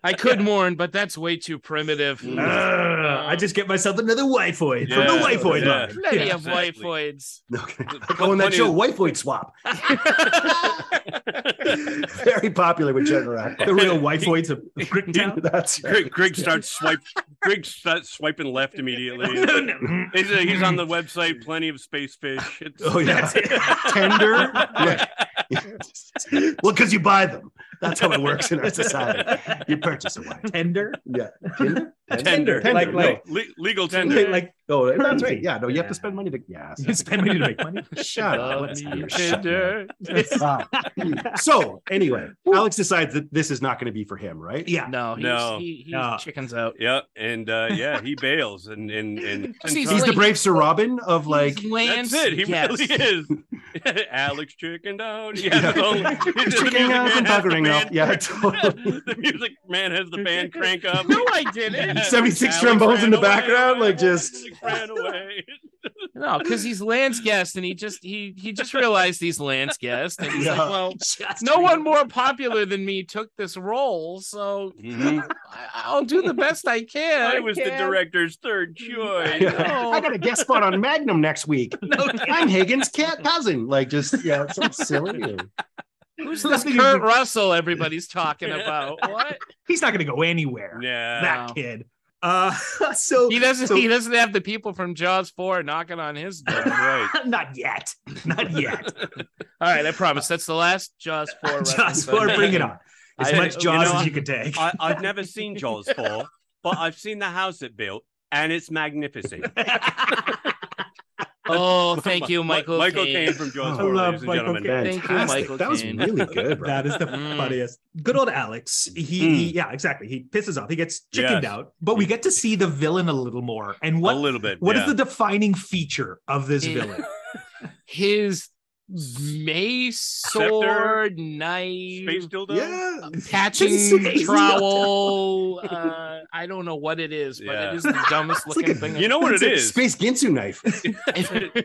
S3: I could mourn, but that's way too primitive.
S2: Uh, I just get myself another wifoid from the
S4: Yeah,
S2: wifoid
S4: yeah.
S2: line.
S3: Plenty of
S4: Exactly.
S3: wifoids.
S1: Okay.
S4: The
S1: Oh, and that
S4: funny
S1: show,
S4: is-
S1: White Void Swap, very popular with Gen Rock.
S2: The real wifoids of Bricktown.
S1: That's
S4: Greg, Greg starts swipe. Greg starts swiping left immediately.
S2: No, no.
S4: He's, he's on the website. Plenty of space fish. It's,
S1: Oh yeah,
S2: That's it.
S1: tender. Yeah. well, because you buy them. That's how it works in our society. You purchase a wine.
S2: Tender.
S1: Yeah, Tinder?
S4: Tender.
S2: Like-
S1: no.
S2: like-
S4: Le- legal tender.
S2: Tender. Like
S1: Oh, that's
S2: currency.
S1: right. Yeah, no, you have
S2: Yeah.
S1: to spend money to. Yeah,
S2: you spend money to make money.
S1: shut up.
S3: Love
S1: Let's-
S3: me
S1: you're shut up.
S3: tender.
S1: Ah. so anyway, Alex decides that this is not going to be for him, right?
S2: Yeah.
S3: No, he's,
S4: No.
S3: he, he
S2: No.
S3: chickens out.
S4: Yeah, and uh, yeah, he bails and and and
S3: He's
S4: and
S1: He's
S4: Tom-
S1: the brave Sir Robin of like.
S3: He's Lance,
S4: that's it. He
S3: yes.
S4: really is. Alex chickened out. Yeah,
S1: Yeah.
S4: the whole- the music
S1: Chickening out
S4: man
S1: and
S4: has the
S1: buggering
S4: band-
S1: up. Yeah, totally.
S4: the music man has the band crank up.
S3: No, I didn't.
S4: Yeah.
S1: 76
S4: Alex
S1: trombones
S4: ran
S1: in the
S4: away,
S1: background, like,
S4: Alex
S1: just-
S4: ran away.
S3: No, because he's Lance Guest, and he just he he just realized he's Lance Guest, and he's
S1: Yeah.
S3: like, well,
S2: Just
S3: no one more popular than me took this role, so
S4: Mm-hmm.
S3: I, I'll do the best I can.
S4: I was the
S3: can.
S4: director's third
S3: I
S4: choice.
S3: know.
S1: I got a guest spot on Magnum next week.
S2: No,
S1: I'm Higgins' cat cousin. Like, just yeah, so silly.
S3: Who's
S2: Let
S3: this
S2: me-
S3: Kurt Russell everybody's talking about? What?
S2: he's not going to go anywhere.
S4: Yeah.
S2: That kid. Uh, so
S3: He doesn't.
S2: So-
S3: he doesn't have the people from Jaws four knocking on his door.
S4: Right.
S2: not yet. Not yet.
S3: All right, I promise. That's the last Jaws four.
S2: Just
S3: reference I
S2: for
S3: make.
S2: bring it on. As
S4: I-
S2: much
S4: you
S2: Jaws
S4: know,
S2: as you can take.
S4: I, I've never seen Jaws 4, but I've seen the house it built, and it's magnificent.
S3: Oh, thank you,
S4: Mi-
S3: Michael.
S4: Michael
S3: Caine.
S4: Caine from Jaws
S1: I
S4: 4,
S2: love
S4: ladies and
S2: Michael
S4: gentlemen.
S2: Caine.
S1: Fantastic.
S3: you, Michael
S1: that was
S3: Caine.
S1: really good. Right?
S2: That is the
S3: Mm.
S2: funniest. Good old Alex. He, he- yeah, exactly. He pisses off. He gets chickened
S4: Yes.
S2: out. But we get to see the villain a little more. And
S4: A
S2: what
S4: little bit.
S2: what is
S4: yeah.
S2: the defining feature of this
S3: Yeah.
S2: villain?
S3: His mace, sword, knife,
S4: space dildo?
S1: yeah,
S3: patching trowel. Uh, I don't know what it is, but
S4: Yeah.
S3: it is the dumbest
S1: It's
S3: looking
S1: like a-
S3: thing.
S4: You know what
S1: it's
S4: it
S1: a
S4: is?
S1: Space Ginsu knife.
S4: you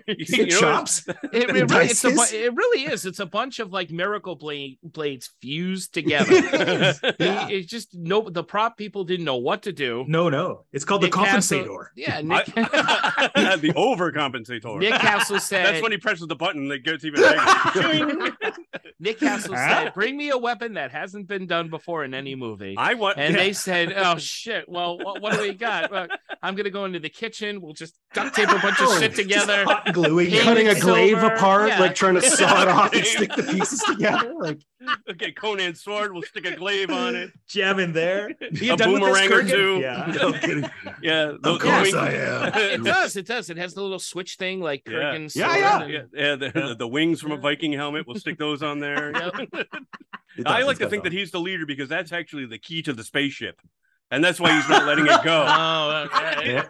S1: It
S4: know what
S1: chops.
S3: It, it really, it's a, bu-
S1: Dices?
S3: it really is. It's a bunch of like miracle blade, blades fused together.
S1: It
S4: it
S1: is.
S4: is?
S1: Yeah.
S3: It- It's just no. The prop people didn't know what to do.
S2: No, no. It's called the
S3: Nick Castle-
S2: compensator.
S3: Yeah, Nick,
S4: I- the overcompensator.
S3: Nick Castle said.
S4: That's when he presses the button that gets even bigger.
S3: Nick Castle
S2: Huh?
S3: said, "Bring me a weapon that hasn't been done before in any movie."
S4: I want.
S3: And
S4: yeah.
S3: they said, "Oh shit! Well, what, what do we got? Well, I'm gonna go into the kitchen. We'll just duct tape a bunch of shit together.
S1: Just hot gluing,
S3: Hand
S1: cutting a
S3: it
S1: glaive
S3: over.
S1: apart,
S3: Yeah.
S1: like trying to saw it off and
S4: Yeah.
S1: stick the pieces together. Like
S4: okay, Conan's sword. We'll stick a glaive on it.
S2: Jam in there. You
S4: A
S2: done with this,
S4: boomerang or
S2: Kurgan?
S4: two.
S2: Yeah.
S1: no kidding.
S4: Yeah,
S1: Of
S3: Yeah.
S1: course I am.
S3: it does. It does. It has the little switch thing, like
S4: Yeah.
S3: Kurgan's
S1: Yeah,
S3: sword
S1: yeah.
S3: and-
S4: yeah, yeah, the, the- the wings from a Viking helmet. We'll stick those on there.
S1: It does,
S4: I like
S1: it's
S4: to
S1: got
S4: think that
S1: that.
S4: he's the leader because that's actually the key to the spaceship, and that's why he's not letting it go.
S3: Oh, okay.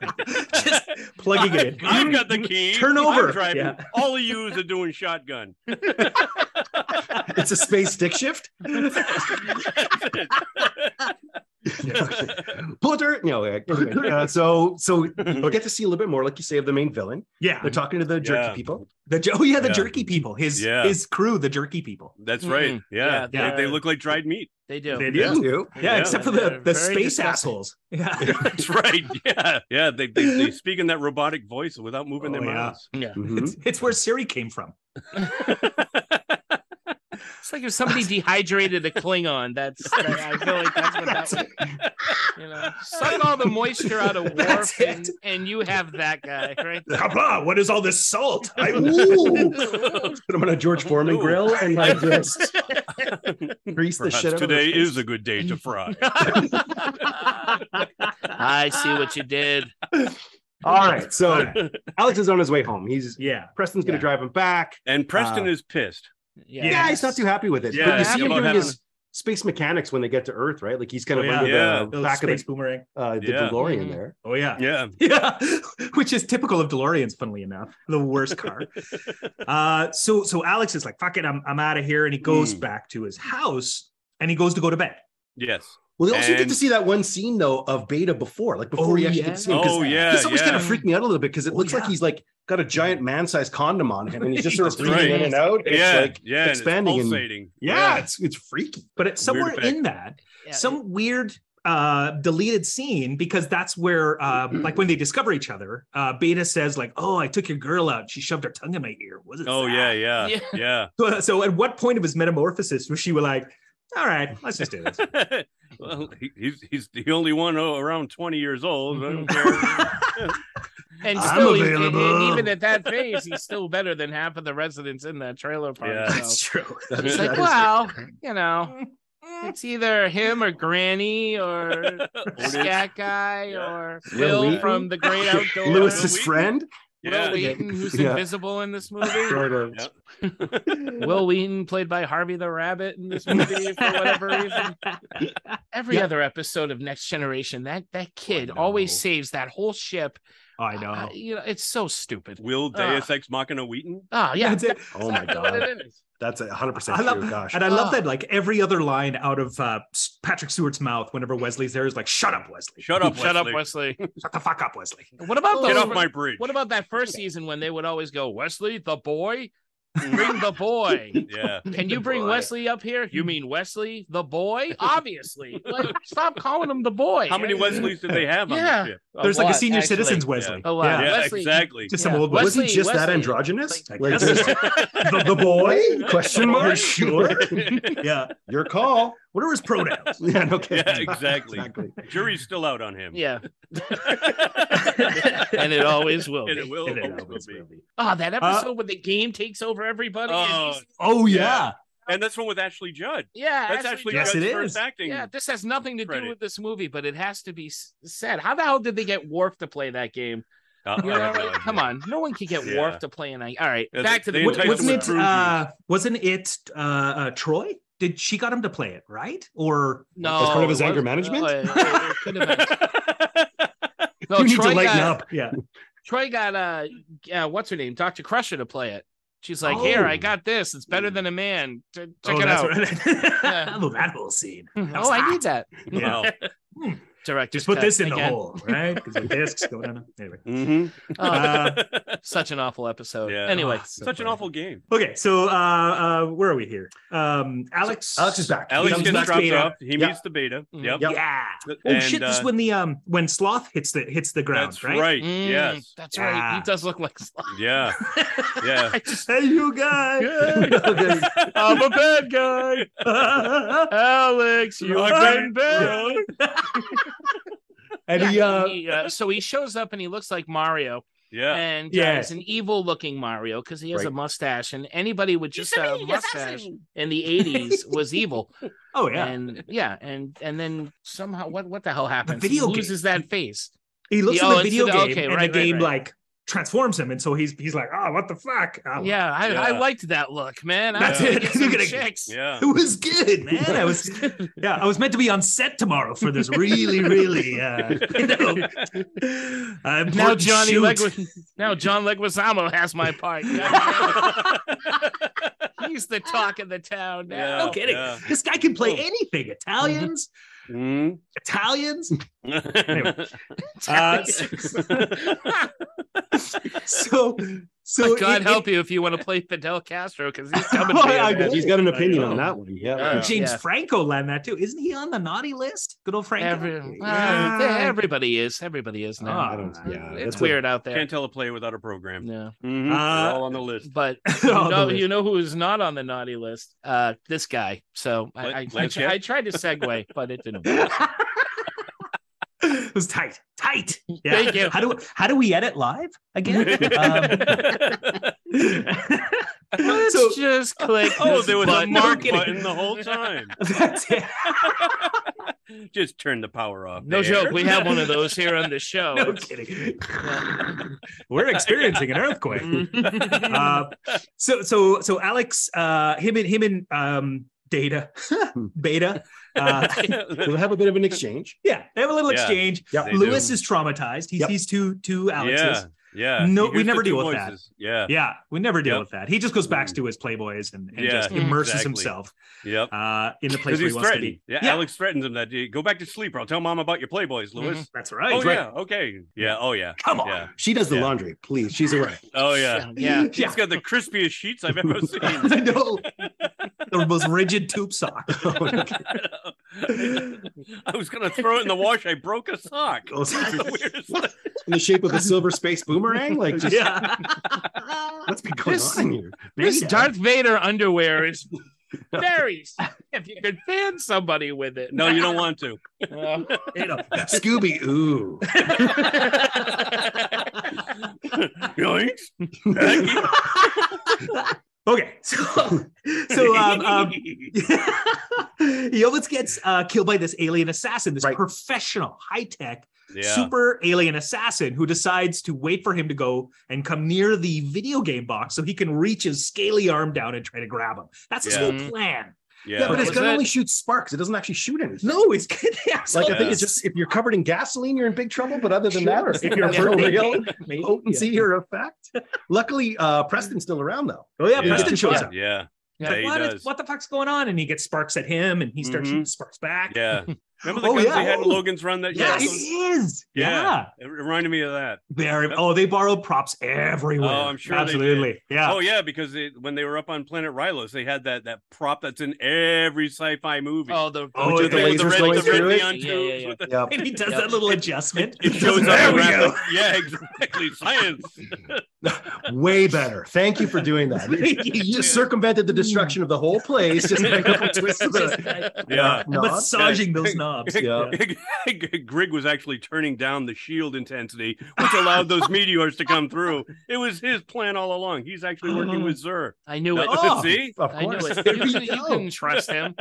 S2: Just plugging it in.
S4: I've got the key.
S2: Turn
S4: I'm
S2: over.
S4: driving.
S2: Yeah.
S4: All of you are doing shotgun.
S1: It's a space stick shift. Porter, no. uh, anyway, uh, so so we get to see a little bit more, like you say, of the main villain.
S2: Yeah.
S1: They're talking to the jerky
S4: Yeah.
S1: people.
S2: The jer- oh yeah, the
S4: Yeah.
S2: jerky people. His
S4: Yeah.
S2: his crew, the jerky people.
S4: That's
S3: Mm-mm.
S4: right.
S3: Yeah,
S4: Yeah, They-
S2: they're-
S4: they, look like dried meat.
S3: They do.
S2: They
S1: They
S2: do.
S1: do.
S2: Yeah, except for the,
S3: They're
S2: the
S3: very
S2: space
S3: disgusting.
S2: assholes. Yeah.
S4: That's right. Yeah, yeah. They they, they speak in that robotic voice without
S2: Oh,
S4: moving their
S2: yeah.
S4: mouths.
S1: Mhm.
S2: It's, it's where Siri came from.
S3: It's like if somebody dehydrated a Klingon. That's I feel like that's what that was. You know, suck all the moisture out of
S2: That's
S3: Worf, and,
S2: it.
S3: and you have that guy, right?
S2: Hapa, what is all this salt?
S1: I, ooh, put them on a George Foreman
S4: Ooh.
S1: grill and like just grease the
S4: Perhaps
S1: shit out of
S4: today
S1: their
S4: is a good day to fry.
S3: I see what you did.
S1: All right. So
S2: All right.
S1: Alex is on his way home. He's
S2: yeah.
S1: Preston's going
S3: Yeah.
S1: to drive him back.
S4: And Preston
S1: Uh,
S4: is pissed.
S1: Yeah, he's not too happy with it.
S4: Yeah,
S1: but you
S3: he's
S1: see him
S3: about
S1: doing
S4: having-
S1: his space mechanics when they get to Earth, right? Like he's kind of
S2: Oh, yeah.
S1: under
S4: Yeah.
S1: the back of
S2: space
S1: the,
S2: boomerang.
S1: uh, the
S4: Yeah.
S1: DeLorean
S3: Mhm.
S1: there.
S2: Oh yeah.
S4: Yeah.
S2: Yeah, which is typical of DeLoreans, funnily enough, the worst car. uh, so so Alex is like, "Fuck it, I'm I'm out of here," and he goes
S4: Mm.
S2: back to his house and he goes to go to bed.
S4: Yes.
S1: Well, they also get
S4: And-
S1: to see that one scene though of Beta before, like before
S2: Oh,
S1: we actually
S2: yeah.
S1: get to see him. 'cause
S4: Oh yeah.
S1: this always
S4: yeah.
S1: kind of freaked me out a little bit because it
S2: Oh,
S1: looks like
S2: yeah.
S1: he's like got a giant man-sized condom on him and he's just sort of
S4: That's
S1: breathing
S4: right.
S1: in and out. It's
S4: yeah,
S1: like,
S4: yeah, and it's
S1: expanding and-
S4: pulsating.
S1: yeah, it's it's freaky.
S2: But it's somewhere
S4: effect.
S2: in that, some weird uh deleted scene because that's where uh like when they discover each other uh beta says like oh i took your girl out she shoved her tongue in my ear was it
S4: Oh
S2: that?"
S4: yeah, yeah,
S3: Yeah.
S4: yeah.
S2: so, so at what point of his metamorphosis was she were like all right let's just do this
S4: well, he, he's he's the only one oh, around twenty years old. I don't care.
S3: and
S1: I'm
S3: still, he- and- and
S1: available.
S3: even at that phase, he's still better than half of the residents in that trailer park.
S4: Yeah.
S2: that's
S3: So.
S2: true
S1: That
S3: It's
S1: is-
S3: like,
S1: that is-
S3: well, you know, it's either him or Granny or Scat Guy
S4: Yeah.
S3: or
S1: Will
S3: Phil
S1: Wheaton?
S3: from The Great Outdoors.
S1: Lewis's
S4: Will Wheaton?
S1: friend,
S3: Will
S4: yeah.
S3: Wheaton, who's
S1: Yeah.
S3: invisible in this movie.
S1: sort of.
S4: Yeah.
S3: Will Wheaton, played by Harvey the Rabbit in this movie for whatever reason. Every
S2: Yeah.
S3: other episode of Next Generation, that that kid
S1: know.
S3: always saves that whole ship.
S2: i know
S3: Uh, you know, it's so stupid.
S4: Will Deus Ex Machina Wheaton?
S3: Oh yeah,
S2: that's it
S1: Oh my
S3: what
S1: god,
S3: it is.
S1: that's a hundred percent
S2: I love,
S1: true. Gosh,
S2: and I love
S3: Ah.
S2: that like every other line out of uh, S- Patrick Stewart's mouth whenever Wesley's there is like, "Shut up, Wesley!
S4: Shut up!
S3: Shut
S4: Wesley.
S3: up, Wesley.
S2: Shut the fuck up, Wesley!"
S3: What about
S4: Get
S3: those-
S4: off my bridge.
S3: What about that first season when they would always go, Wesley, the boy? Bring the boy.
S4: yeah.
S3: Can
S1: The
S3: you bring
S1: boy.
S3: Wesley up here? You mean Wesley, the boy? Obviously. Like, stop calling him the boy.
S4: How many Wesleys did they have on
S3: Yeah.
S4: the ship?
S2: There's like a
S3: lot,
S2: senior
S3: actually.
S2: citizens Wesley.
S3: A lot.
S2: Yeah.
S4: Yeah,
S3: Wesley-
S4: exactly.
S2: Just
S3: Yeah.
S2: some old
S1: was
S2: Wesley.
S1: he just that
S3: Wesley-
S1: androgynous?
S3: like-
S1: Like,
S2: That's-
S1: this- the, the boy? Question mark? Sure.
S2: yeah.
S1: Your call.
S2: What are his pronouns?
S1: Yeah, okay.
S4: Yeah, exactly. Jury's still out on him.
S3: Yeah.
S4: and
S3: And it always will.
S4: it
S3: be.
S4: will.
S2: And it
S4: always
S1: always
S4: be.
S1: will
S3: Oh, that episode where the game takes over everybody. and
S4: Oh,
S3: he's-
S2: Oh yeah.
S4: Yeah. And that's one with Ashley Judd.
S3: yeah.
S4: That's Ashley
S2: Yes,
S4: Judd's
S2: it
S4: first
S2: is.
S4: acting.
S3: Yeah, this has nothing to do
S4: credit.
S3: with this movie, but it has to be s- said. How the hell did they get Worf to play that game?
S4: Uh,
S3: You
S4: I
S3: know,
S4: have no idea.
S3: come on, no one could get
S4: Yeah.
S3: Worf to play in that. All right,
S4: Yeah,
S3: back to the
S4: they
S2: Wa-
S3: movie.
S4: enticed
S2: wasn't
S4: him
S2: it?
S4: with
S2: Uh, wasn't it uh, uh, Troy? Did she got him to play it right? Or
S3: no,
S1: As part of his
S3: it
S1: anger
S3: wasn't.
S1: management?
S3: No, it- it- it could have been. No,
S1: you need
S3: Oh, Troy
S1: to lighten
S3: got,
S1: up.
S2: yeah,
S3: Troy got uh, uh, what's her name, Doctor Crusher, to play it. She's like,
S1: Oh.
S3: "Here, I got this. It's
S4: Mm.
S3: better than a man. Ch- Check
S2: Oh,
S3: it
S2: that's
S3: out."
S2: right.
S3: Yeah.
S2: oh, that whole scene.
S3: oh, I need that.
S4: Wow.
S3: direct.
S2: Just put this in the hole, right? Because the discs go down. Anyway.
S4: Mhm.
S2: Uh,
S3: Such an awful episode.
S4: Yeah.
S3: Oh. Anyway,
S2: ah, so
S4: Such an
S2: funny.
S4: awful game.
S2: Okay, so uh, uh, where are we here? Um, Alex.
S1: Alex is back.
S4: Alex
S1: He
S2: comes
S4: gets
S2: back
S4: dropped
S2: beta.
S4: off. He
S1: Yeah.
S4: meets the beta.
S3: Mhm.
S4: Yep.
S1: Yep.
S2: Yeah. Oh
S4: And,
S2: shit! This is
S4: uh,
S2: when the um when Sloth hits the hits the ground,
S4: That's
S2: right?
S4: right.
S3: Mm,
S4: Yes.
S3: that's right.
S2: Yeah.
S3: He does look like.
S4: Yeah. Yeah.
S3: I just-
S2: Hey, you guys. Okay.
S3: I'm a bad guy, Alex. You
S4: Rock
S3: are
S4: and
S3: bad.
S4: roll.
S1: And he,
S3: Yeah,
S1: uh,
S3: he, uh, so he shows up and he looks like Mario,
S4: Yeah.
S3: and uh,
S2: Yeah.
S3: he's an evil-looking Mario because he has a
S1: Right.
S3: mustache, and anybody with just a mustache in the '80s was evil.
S2: oh yeah,
S3: And yeah, and and then somehow, what what the hell happens?
S2: video
S3: he
S2: game.
S3: loses that face.
S2: he looks at
S3: oh, it's
S2: the video
S3: the-
S2: game,
S3: okay,
S2: and
S3: right, right,
S2: the game
S3: right.
S2: like transforms him, and so he's he's like, oh, what the fuck? Oh,
S3: Yeah, I, I
S4: Yeah.
S3: liked that look, man.
S2: That's
S3: I
S2: it.
S3: Get
S2: You're
S3: some
S2: gonna-
S3: chicks.
S4: Yeah.
S2: it was good, man. I was yeah, I was meant to be on set tomorrow for this really, really uh, you know, uh,
S3: Now
S2: important
S3: Johnny
S2: shoot.
S3: Legui- now John Leguizamo has my part. He's the talk of the town now.
S2: No kidding.
S4: Yeah.
S2: This guy can
S3: Oh.
S2: play anything. Italians,
S4: Mhm.
S2: Italians.
S4: Mm-hmm.
S2: Uh, so, so
S3: God
S2: it-
S3: help you if you want to play Fidel Castro because he's coming
S1: oh,
S3: for you.
S1: I-
S3: man.
S1: he's got an opinion
S4: I
S1: on
S4: know.
S1: that one. Yeah.
S3: Yeah.
S2: it- James
S3: Yeah.
S2: Franco land that too. Isn't he on the naughty list? Good old Franco.
S3: Every- well,
S2: Yeah.
S3: Everybody is. Everybody is
S2: Oh,
S3: now.
S1: I don't. Yeah.
S3: it's
S1: that's a-
S3: weird out there.
S4: Can't tell Ah, a player without a program.
S3: No.
S4: Mhm.
S2: Uh,
S4: They're all on the list.
S3: But
S2: On
S3: you
S2: the
S3: know,
S2: list.
S3: you know who is not on the naughty list? Uh, this guy. So I,
S4: Let-
S3: I, I,
S4: let's
S3: tr- I
S4: get-
S3: tried to segue, but it didn't. work.
S2: it was tight, tight. Yeah.
S3: Thank you.
S2: How do how do we edit live again? um,
S3: Let's
S2: so
S3: just click.
S4: oh,
S3: this
S4: there was a
S3: button.
S4: mark
S2: kidding.
S4: button the whole time.
S2: that's it.
S4: Just turn the power off.
S3: No
S4: there.
S3: joke. We have one of those here on the show.
S4: Oh,
S2: No kidding. We're experiencing an earthquake.
S3: Mm-hmm.
S2: Uh, so so so Alex, uh, him and him and um, Data, Beta. Uh,
S1: We'll have a bit of an exchange.
S2: yeah, they have a little
S4: Yeah.
S2: exchange.
S1: Yeah.
S4: They do.
S2: Lewis is traumatized. He
S1: Yep.
S2: sees two two
S4: yeah,
S2: Alexes.
S4: yeah.
S2: No,
S4: You
S2: we
S4: hear
S2: never
S4: the
S2: deal
S4: two
S2: with that.
S4: voices. Yeah,
S2: Yeah, we never deal
S4: Yep.
S2: with that. He just goes back
S4: Mm.
S2: to his Playboys and, and
S4: Yeah,
S2: just immerses
S4: exactly.
S2: himself
S4: yep.
S2: uh, in the place
S4: Because
S2: where he
S4: he's
S2: wants to
S4: threatened.
S2: be.
S4: Yeah, Alex threatens him that "Hey, go back to sleep, or I'll tell mom about your Playboys, Lewis.
S2: that's right.
S4: Oh
S2: Mm-hmm. Right.
S4: yeah, okay, yeah, oh yeah,
S2: Come on.
S4: Yeah.
S1: She does the
S4: Yeah.
S1: laundry, please. She's all right.
S4: oh yeah.
S3: Yeah.
S4: she has got the crispiest sheets I've ever seen.
S2: I know. the most rigid tube sock.
S4: I was gonna throw it in the wash. I broke a sock.
S1: Goes
S4: The weirdest thing.
S1: in the shape of a silver space boomerang. Like, just,
S2: yeah.
S1: what's been going
S3: This-
S1: on here?
S3: This
S1: Beta.
S3: Darth Vader underwear is very. if you could fan somebody with it.
S4: No, you don't want to.
S3: Uh,
S2: You know,
S1: Scooby, ooh.
S4: Yoinks.
S2: okay. So so um, um Yovitz gets uh, killed by this alien assassin, this
S1: Right.
S2: professional, high tech,
S4: Yeah.
S2: super alien assassin who decides to wait for him to go and come near the video game box so he can reach his scaly arm down and try to grab him. That's his
S4: Yeah.
S2: whole plan.
S4: yeah.
S1: Yeah, but his
S3: Was
S1: gun
S3: that-
S1: only shoots sparks. It doesn't actually shoot anything.
S2: No, it's yeah, so-
S1: Like, I think
S4: Yeah.
S1: it's just if you're covered in gasoline, you're in big trouble. But other than that, or
S2: Sure.
S1: if you're
S2: Yeah.
S1: for real
S2: Maybe.
S1: potency or effect. Luckily, uh, Preston's still around though.
S2: Oh yeah,
S4: Yeah.
S2: Preston shows up.
S4: yeah.
S3: Yeah,
S2: Like,
S4: he
S2: what, is-
S4: does.
S2: what the fuck's going on? And he gets sparks at him, and he starts
S4: Mhm.
S2: shooting sparks back.
S4: Yeah. Remember the
S2: Oh,
S4: guns
S2: yeah.
S4: they had in Logan's Run? That
S2: Yes,
S4: yeah,
S2: it is.
S4: Yeah.
S2: Yeah.
S4: it reminded me of that.
S2: They are, oh, they borrowed props everywhere.
S4: Oh, I'm sure they did.
S2: Absolutely. Yeah.
S4: Oh yeah, because they, when they were up on Planet Rylos, they had that that prop that's in every sci-fi movie.
S3: Oh, the
S2: Oh,
S3: with
S2: yeah, the
S3: red-
S1: lasers
S4: red,
S1: going
S4: the
S1: through
S4: red
S1: it?
S4: neon
S3: Yeah, yeah,
S4: tubes
S3: yeah.
S4: with the-
S1: Yeah.
S2: And he does
S3: Yep.
S2: that little adjustment.
S4: It shows up.
S2: There
S4: in
S2: we
S4: rapid-
S2: go.
S4: Yeah, exactly. Science.
S1: Way better. Thank you for doing that. You just circumvented the destruction of the whole place. Just by a couple twists of the
S4: Yeah.
S1: knob.
S2: Massaging those knobs.
S1: Yeah.
S4: Grig was actually turning down the shield intensity, which allowed those meteors to come through. It was his plan all along. He's actually working with Zur.
S3: I knew it.
S2: Oh,
S4: See?
S1: Of
S3: I knew
S1: course.
S3: it.
S1: There
S3: You,
S1: we
S3: couldn't- you
S1: go.
S3: couldn't trust him.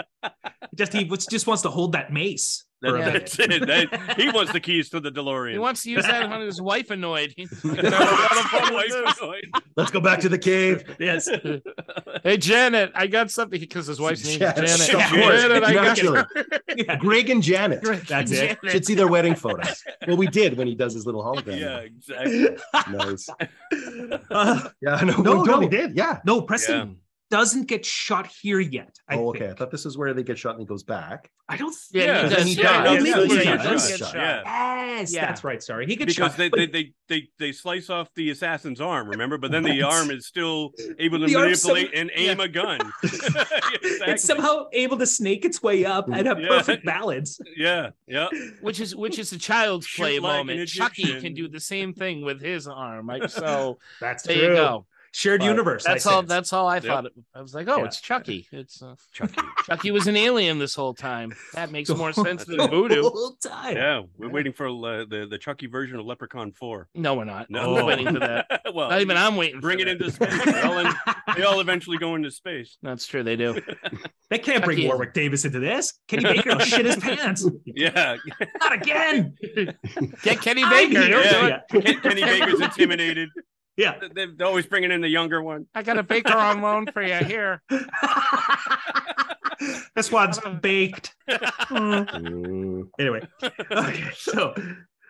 S2: Just he was- just wants to hold that mace.
S4: That-
S2: for a
S3: Yeah.
S2: bit.
S4: That's it. That- he wants the keys to the DeLorean.
S3: He wants to use that when his wife annoyed.
S1: Let's go back to the cave.
S2: Yes.
S3: hey Janet, I got something because his wife's name
S1: Janet.
S3: is
S1: Of
S3: Janet.
S1: course.
S3: Janet, I got
S1: Naturally. Greg and Janet.
S2: That's it.
S1: Should see their wedding photos. Well, we did when he does his little hologram.
S4: yeah, exactly.
S1: Nice.
S2: Uh,
S1: Yeah, no,
S2: No,
S1: Uh, we totally
S2: no.
S1: did. Yeah.
S2: no, Preston doesn't get shot here yet. I
S1: oh,
S2: think.
S1: okay. I thought this is where they get shot and he goes back.
S2: I don't think.
S3: Yeah,
S4: Yeah,
S3: he does
S4: yeah,
S3: shot.
S4: no,
S3: He
S4: yeah,
S3: does get
S4: yeah, he
S3: shot.
S4: does get
S3: Shot.
S4: shot.
S2: Yes,
S3: Yeah.
S2: that's right. Sorry, he gets
S4: because
S2: shot.
S4: they,
S2: but
S4: they, they they they slice off the assassin's arm, remember? But then the
S2: Right.
S4: arm is still able to
S2: The arm
S4: manipulate
S2: some-
S4: and aim a gun. Exactly.
S2: It's somehow able to snake its way up at a
S4: Yeah.
S2: perfect balance.
S4: yeah, yeah.
S3: which is which is a child's
S4: Shoot
S3: play
S4: like an
S3: moment. Chucky can
S4: Egyptian.
S3: do the same thing with his arm. Like, so
S2: That's
S3: there
S2: true.
S3: you go.
S2: Shared
S3: But
S2: universe.
S3: That's
S2: I
S3: all.
S2: sense.
S3: That's all I
S4: Yep.
S3: thought. It, I was like, oh,
S2: Yeah.
S3: it's Chucky. It's uh,
S4: Chucky.
S3: Chucky was an alien this whole time. That makes more sense than
S2: The
S3: voodoo.
S2: whole time.
S4: Yeah, we're waiting for uh, the the Chucky version of Leprechaun Four.
S3: No, we're not.
S4: No,
S3: No, we're waiting for that.
S4: well,
S3: Not even I'm waiting.
S4: bring
S3: for
S4: it
S3: that.
S4: into space. They all, end- they all eventually go into space.
S3: That's true. They do.
S2: They can't bring
S3: Chucky.
S2: Warwick Davis into this. Kenny Baker will shit his pants.
S4: Yeah,
S2: Not again.
S3: Get Kenny
S2: I'm
S3: Baker.
S2: here.
S3: he'll do it.
S2: Yeah.
S4: Ken- Kenny Baker's intimidated.
S2: Yeah.
S4: They- they're always bringing in the younger one.
S3: I got a Baker on loan for you here.
S2: this one's baked. Mm.
S1: Mm.
S2: Anyway, okay, so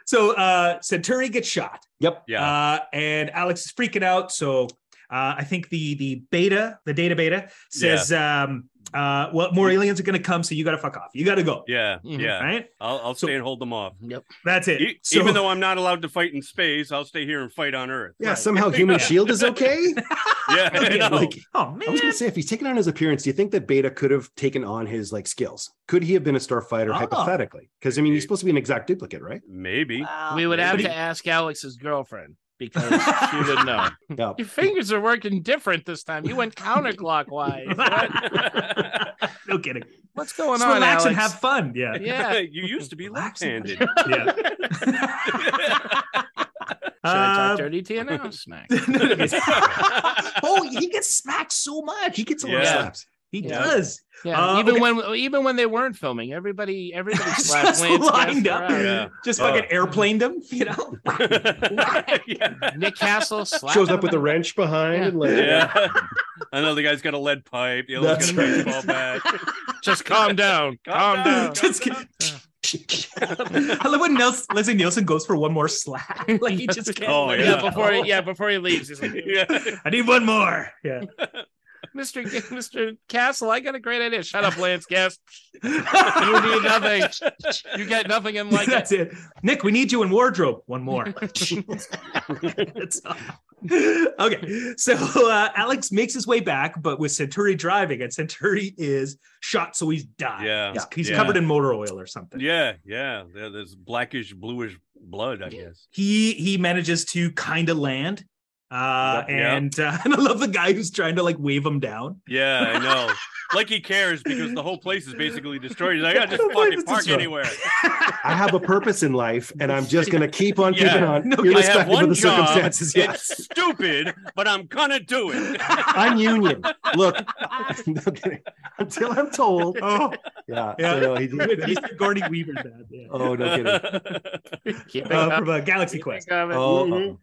S2: so uh, Centauri gets shot,
S1: Yep.
S4: Yeah,
S2: uh, and Alex is freaking out. So uh, I think the the beta, the data beta, says, um, uh, "Well, more aliens are going to come, so you got to fuck off. You got to go."
S4: yeah,
S3: Mhm.
S4: yeah.
S2: Right.
S4: I'll, I'll
S2: So-
S4: stay and hold them off.
S3: Yep.
S2: That's it.
S4: E-
S2: So-
S4: Even though I'm not allowed to fight in space, I'll stay here and fight on Earth.
S1: Yeah,
S2: Right.
S1: somehow Human Shield is okay.
S4: Yeah, I
S2: Okay,
S4: know.
S1: like,
S2: oh
S1: I was
S2: man,
S1: gonna say, if he's taken on his appearance, do you think that Beta could have taken on his like skills? Could he have been a starfighter
S2: Ah.
S1: hypothetically? Because I mean, he's supposed to be an exact duplicate, right?
S4: maybe.
S2: Wow.
S3: We
S4: Uh,
S3: would have
S2: But
S3: to ask Alex's girlfriend because she would know.
S1: Yeah.
S3: Your fingers are working different this time. You went counterclockwise.
S2: he- no kidding.
S3: What's going
S2: Just
S3: on,
S2: relax
S3: Alex?
S2: and have fun. Yeah.
S3: yeah.
S4: you used to be
S2: Relax.
S4: left-handed.
S2: Yeah.
S3: Should I talk
S2: Uh,
S3: dirty to you now? Smack.
S2: oh, he gets smacked so much. He gets a lot of
S4: Yeah.
S2: slaps. He
S3: Yeah.
S2: does.
S3: Yeah,
S2: Uh,
S3: even
S2: okay.
S3: when even when they weren't filming, everybody everybody slapped
S2: Just
S3: Lance
S2: lined
S3: Bass
S2: up.
S3: around.
S4: Yeah.
S2: Just
S4: Oh.
S2: fucking airplaned him, you know?
S4: yeah.
S3: Nick Castle slapped
S1: Shows up with a
S3: him.
S1: wrench behind.
S3: Yeah.
S1: And like,
S4: yeah. Another guy's got a lead pipe. The other has
S1: That's
S4: got a
S1: right.
S4: baseball bat.
S3: Just calm down, calm
S4: Calm
S3: down.
S4: down.
S2: Just get- I love when Nels- Leslie Nielsen goes for one more slap. Like he just can't.
S4: Oh,
S2: let
S3: Yeah,
S2: it go.
S3: before he, yeah before he leaves, he's like,
S4: yeah.
S2: I need one more. Yeah.
S3: Mister Mister Castle, I got a great idea. Shut up, Lance Guest. You need nothing. You get nothing in like it.
S2: That's it. Nick, we need you in wardrobe. One more. That's all. okay, so uh, Alex makes his way back, but with Centauri driving, and Centauri is shot, so he's died.
S4: Yeah.
S2: He's, he's
S4: Yeah.
S2: covered in motor oil or something.
S4: Yeah, yeah. There- There's blackish, bluish blood, I guess.
S2: He he manages to kind of land, uh,
S4: Yep, yep.
S2: and uh, and I love the guy who's trying to like wave him down.
S4: Yeah, I know. Like he cares because the whole place is basically destroyed. He's like, I
S2: The
S4: just
S2: place
S4: fucking
S2: is
S4: park
S2: destroyed.
S4: anywhere.
S1: I have a purpose in life, and I'm just gonna keep on
S4: Yeah.
S1: keeping on,
S2: No, I have
S4: I have
S1: irrespective of
S4: one
S1: the
S4: job.
S1: circumstances. Yes,
S4: It's stupid, but I'm gonna do it.
S1: I'm union. Look, no kidding. until I'm told.
S2: oh,
S1: Yeah.
S2: Yeah.
S1: so he-
S2: he's Gordy Weaver bad. Yeah.
S1: oh no kidding.
S3: Keep it
S2: Uh,
S3: up.
S2: from uh, Galaxy
S3: Keep
S2: Quest.
S3: it up.
S1: Oh, uh-uh.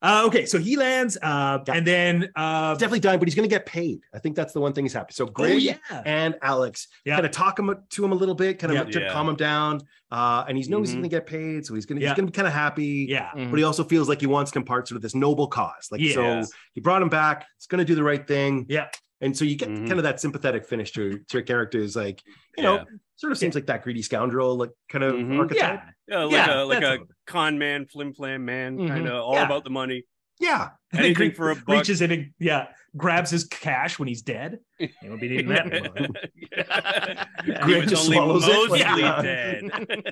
S2: Uh, okay, so he lands, uh,
S1: Yeah.
S2: and then uh,
S1: definitely dying, but he's going to get paid. I think that's the one thing he's happy. So
S2: oh
S1: Greg
S2: yeah,
S1: and Alex
S2: Yeah.
S1: kind of talk him to him a little bit, kind of
S4: Yeah.
S1: to
S4: Yeah.
S1: calm him down. Uh, and he's knows he's
S4: Mhm.
S1: going to get paid, so he's going to
S2: Yeah.
S1: he's going to be kind of happy.
S2: yeah.
S3: Mhm.
S1: But he also feels like he wants to impart sort of this noble cause. Like
S4: Yeah.
S1: so, he brought him back. It's going to do the right thing.
S2: Yeah.
S1: And so you get
S4: Mhm.
S1: kind of that sympathetic finish to to your character is like you know
S4: Yeah.
S1: sort of seems like that greedy scoundrel like kind of
S4: Mhm.
S1: archetype.
S4: Yeah, like
S2: Yeah,
S4: a like
S2: that's
S4: a con man, flim flam man,
S3: Mhm.
S4: kind of all
S2: Yeah.
S4: about the money.
S1: Yeah.
S2: And then
S4: Anything
S2: Gre-
S4: for a buck.
S2: reaches in and yeah, grabs his cash when he's dead. He won't be needing that anymore.
S4: Yeah. he
S1: Greg
S4: was
S1: just
S4: only
S1: swallows it,
S4: mostly
S1: like, yeah.
S4: dead.
S2: and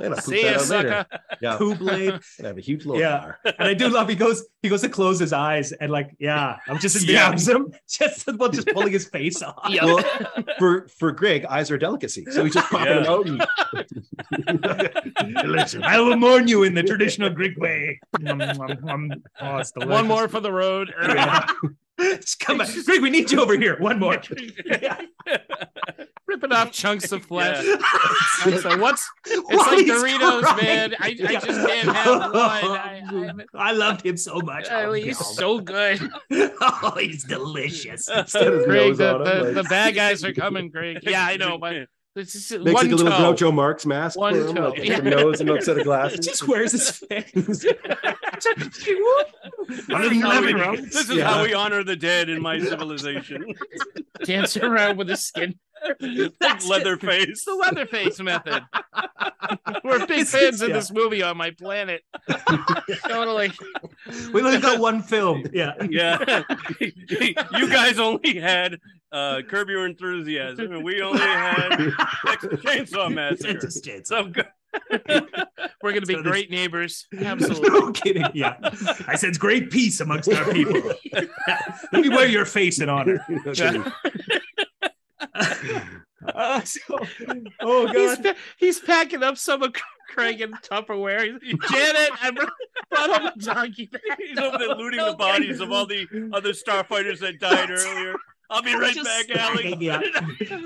S1: And I'll
S3: See
S1: poop that
S3: ya,
S1: out later.
S3: sucker.
S1: Yeah.
S2: Poo blade.
S1: I have a huge load
S2: Yeah.
S1: there.
S2: I do love he goes he goes to close his eyes and like yeah I'm just
S4: Yeah.
S2: grabs him just well just pulling his face off.
S3: Yeah.
S1: Well, for for Greg, eyes are a delicacy, so he's just popping
S4: Yeah.
S1: them out. And... Delicious.
S2: I will mourn you in the traditional Greek way. Nom, nom, nom. Oh, it's delicious.
S3: One more for the road.
S2: Yeah. Just come back. Greg, we need you over here. One more. Yeah.
S3: Ripping off chunks of flesh.
S4: Yeah.
S3: It's like, what's It's
S2: While
S3: like
S2: he's
S3: Doritos,
S2: crying.
S3: man. I, I
S2: Yeah.
S3: just can't have one. I, I haven't-
S2: I loved him so much.
S3: Oh,
S2: Oh,
S3: he's
S2: God.
S3: so good.
S2: oh, he's delicious.
S1: Instead of
S3: Greg,
S1: nose
S3: the,
S1: on him,
S3: the,
S1: like-
S3: the bad guys are coming, Greg. Yeah, I know, but This is
S1: Makes
S3: one
S1: like a little
S3: toe.
S1: Groucho Marx mask
S3: One
S1: for him,
S3: toe.
S1: like, with
S3: Yeah.
S1: a nose and a set of
S2: He
S1: glasses.
S2: just wears his face.
S4: This is how we- This is
S1: Yeah.
S4: how we honor the dead in my civilization.
S3: dancing around with his skin.
S4: Like Leatherface.
S3: It's the Leatherface method. We're big
S2: It's-
S3: fans of
S2: yeah.
S3: this movie on my planet. totally.
S2: We only got one filmed. Yeah.
S4: Yeah. you guys only had uh, Curb Your Enthusiasm, and we only had Texas Chainsaw Massacre.
S2: Just kids.
S4: So good.
S3: We're going to be
S2: So this-
S3: great neighbors. Absolutely.
S2: No kidding. Yeah. I sense great peace amongst our people. Let me wear your face in honor. Uh, so- oh,
S3: He's,
S2: God.
S3: pa- he's packing up some of Craig in Tupperware. He's, Janet, I brought brought home a donkey.
S4: He's over there looting
S3: No,
S4: the bodies of all the other starfighters that died earlier. I'll be right
S2: Just
S4: back, Allie.
S2: slacking, yeah.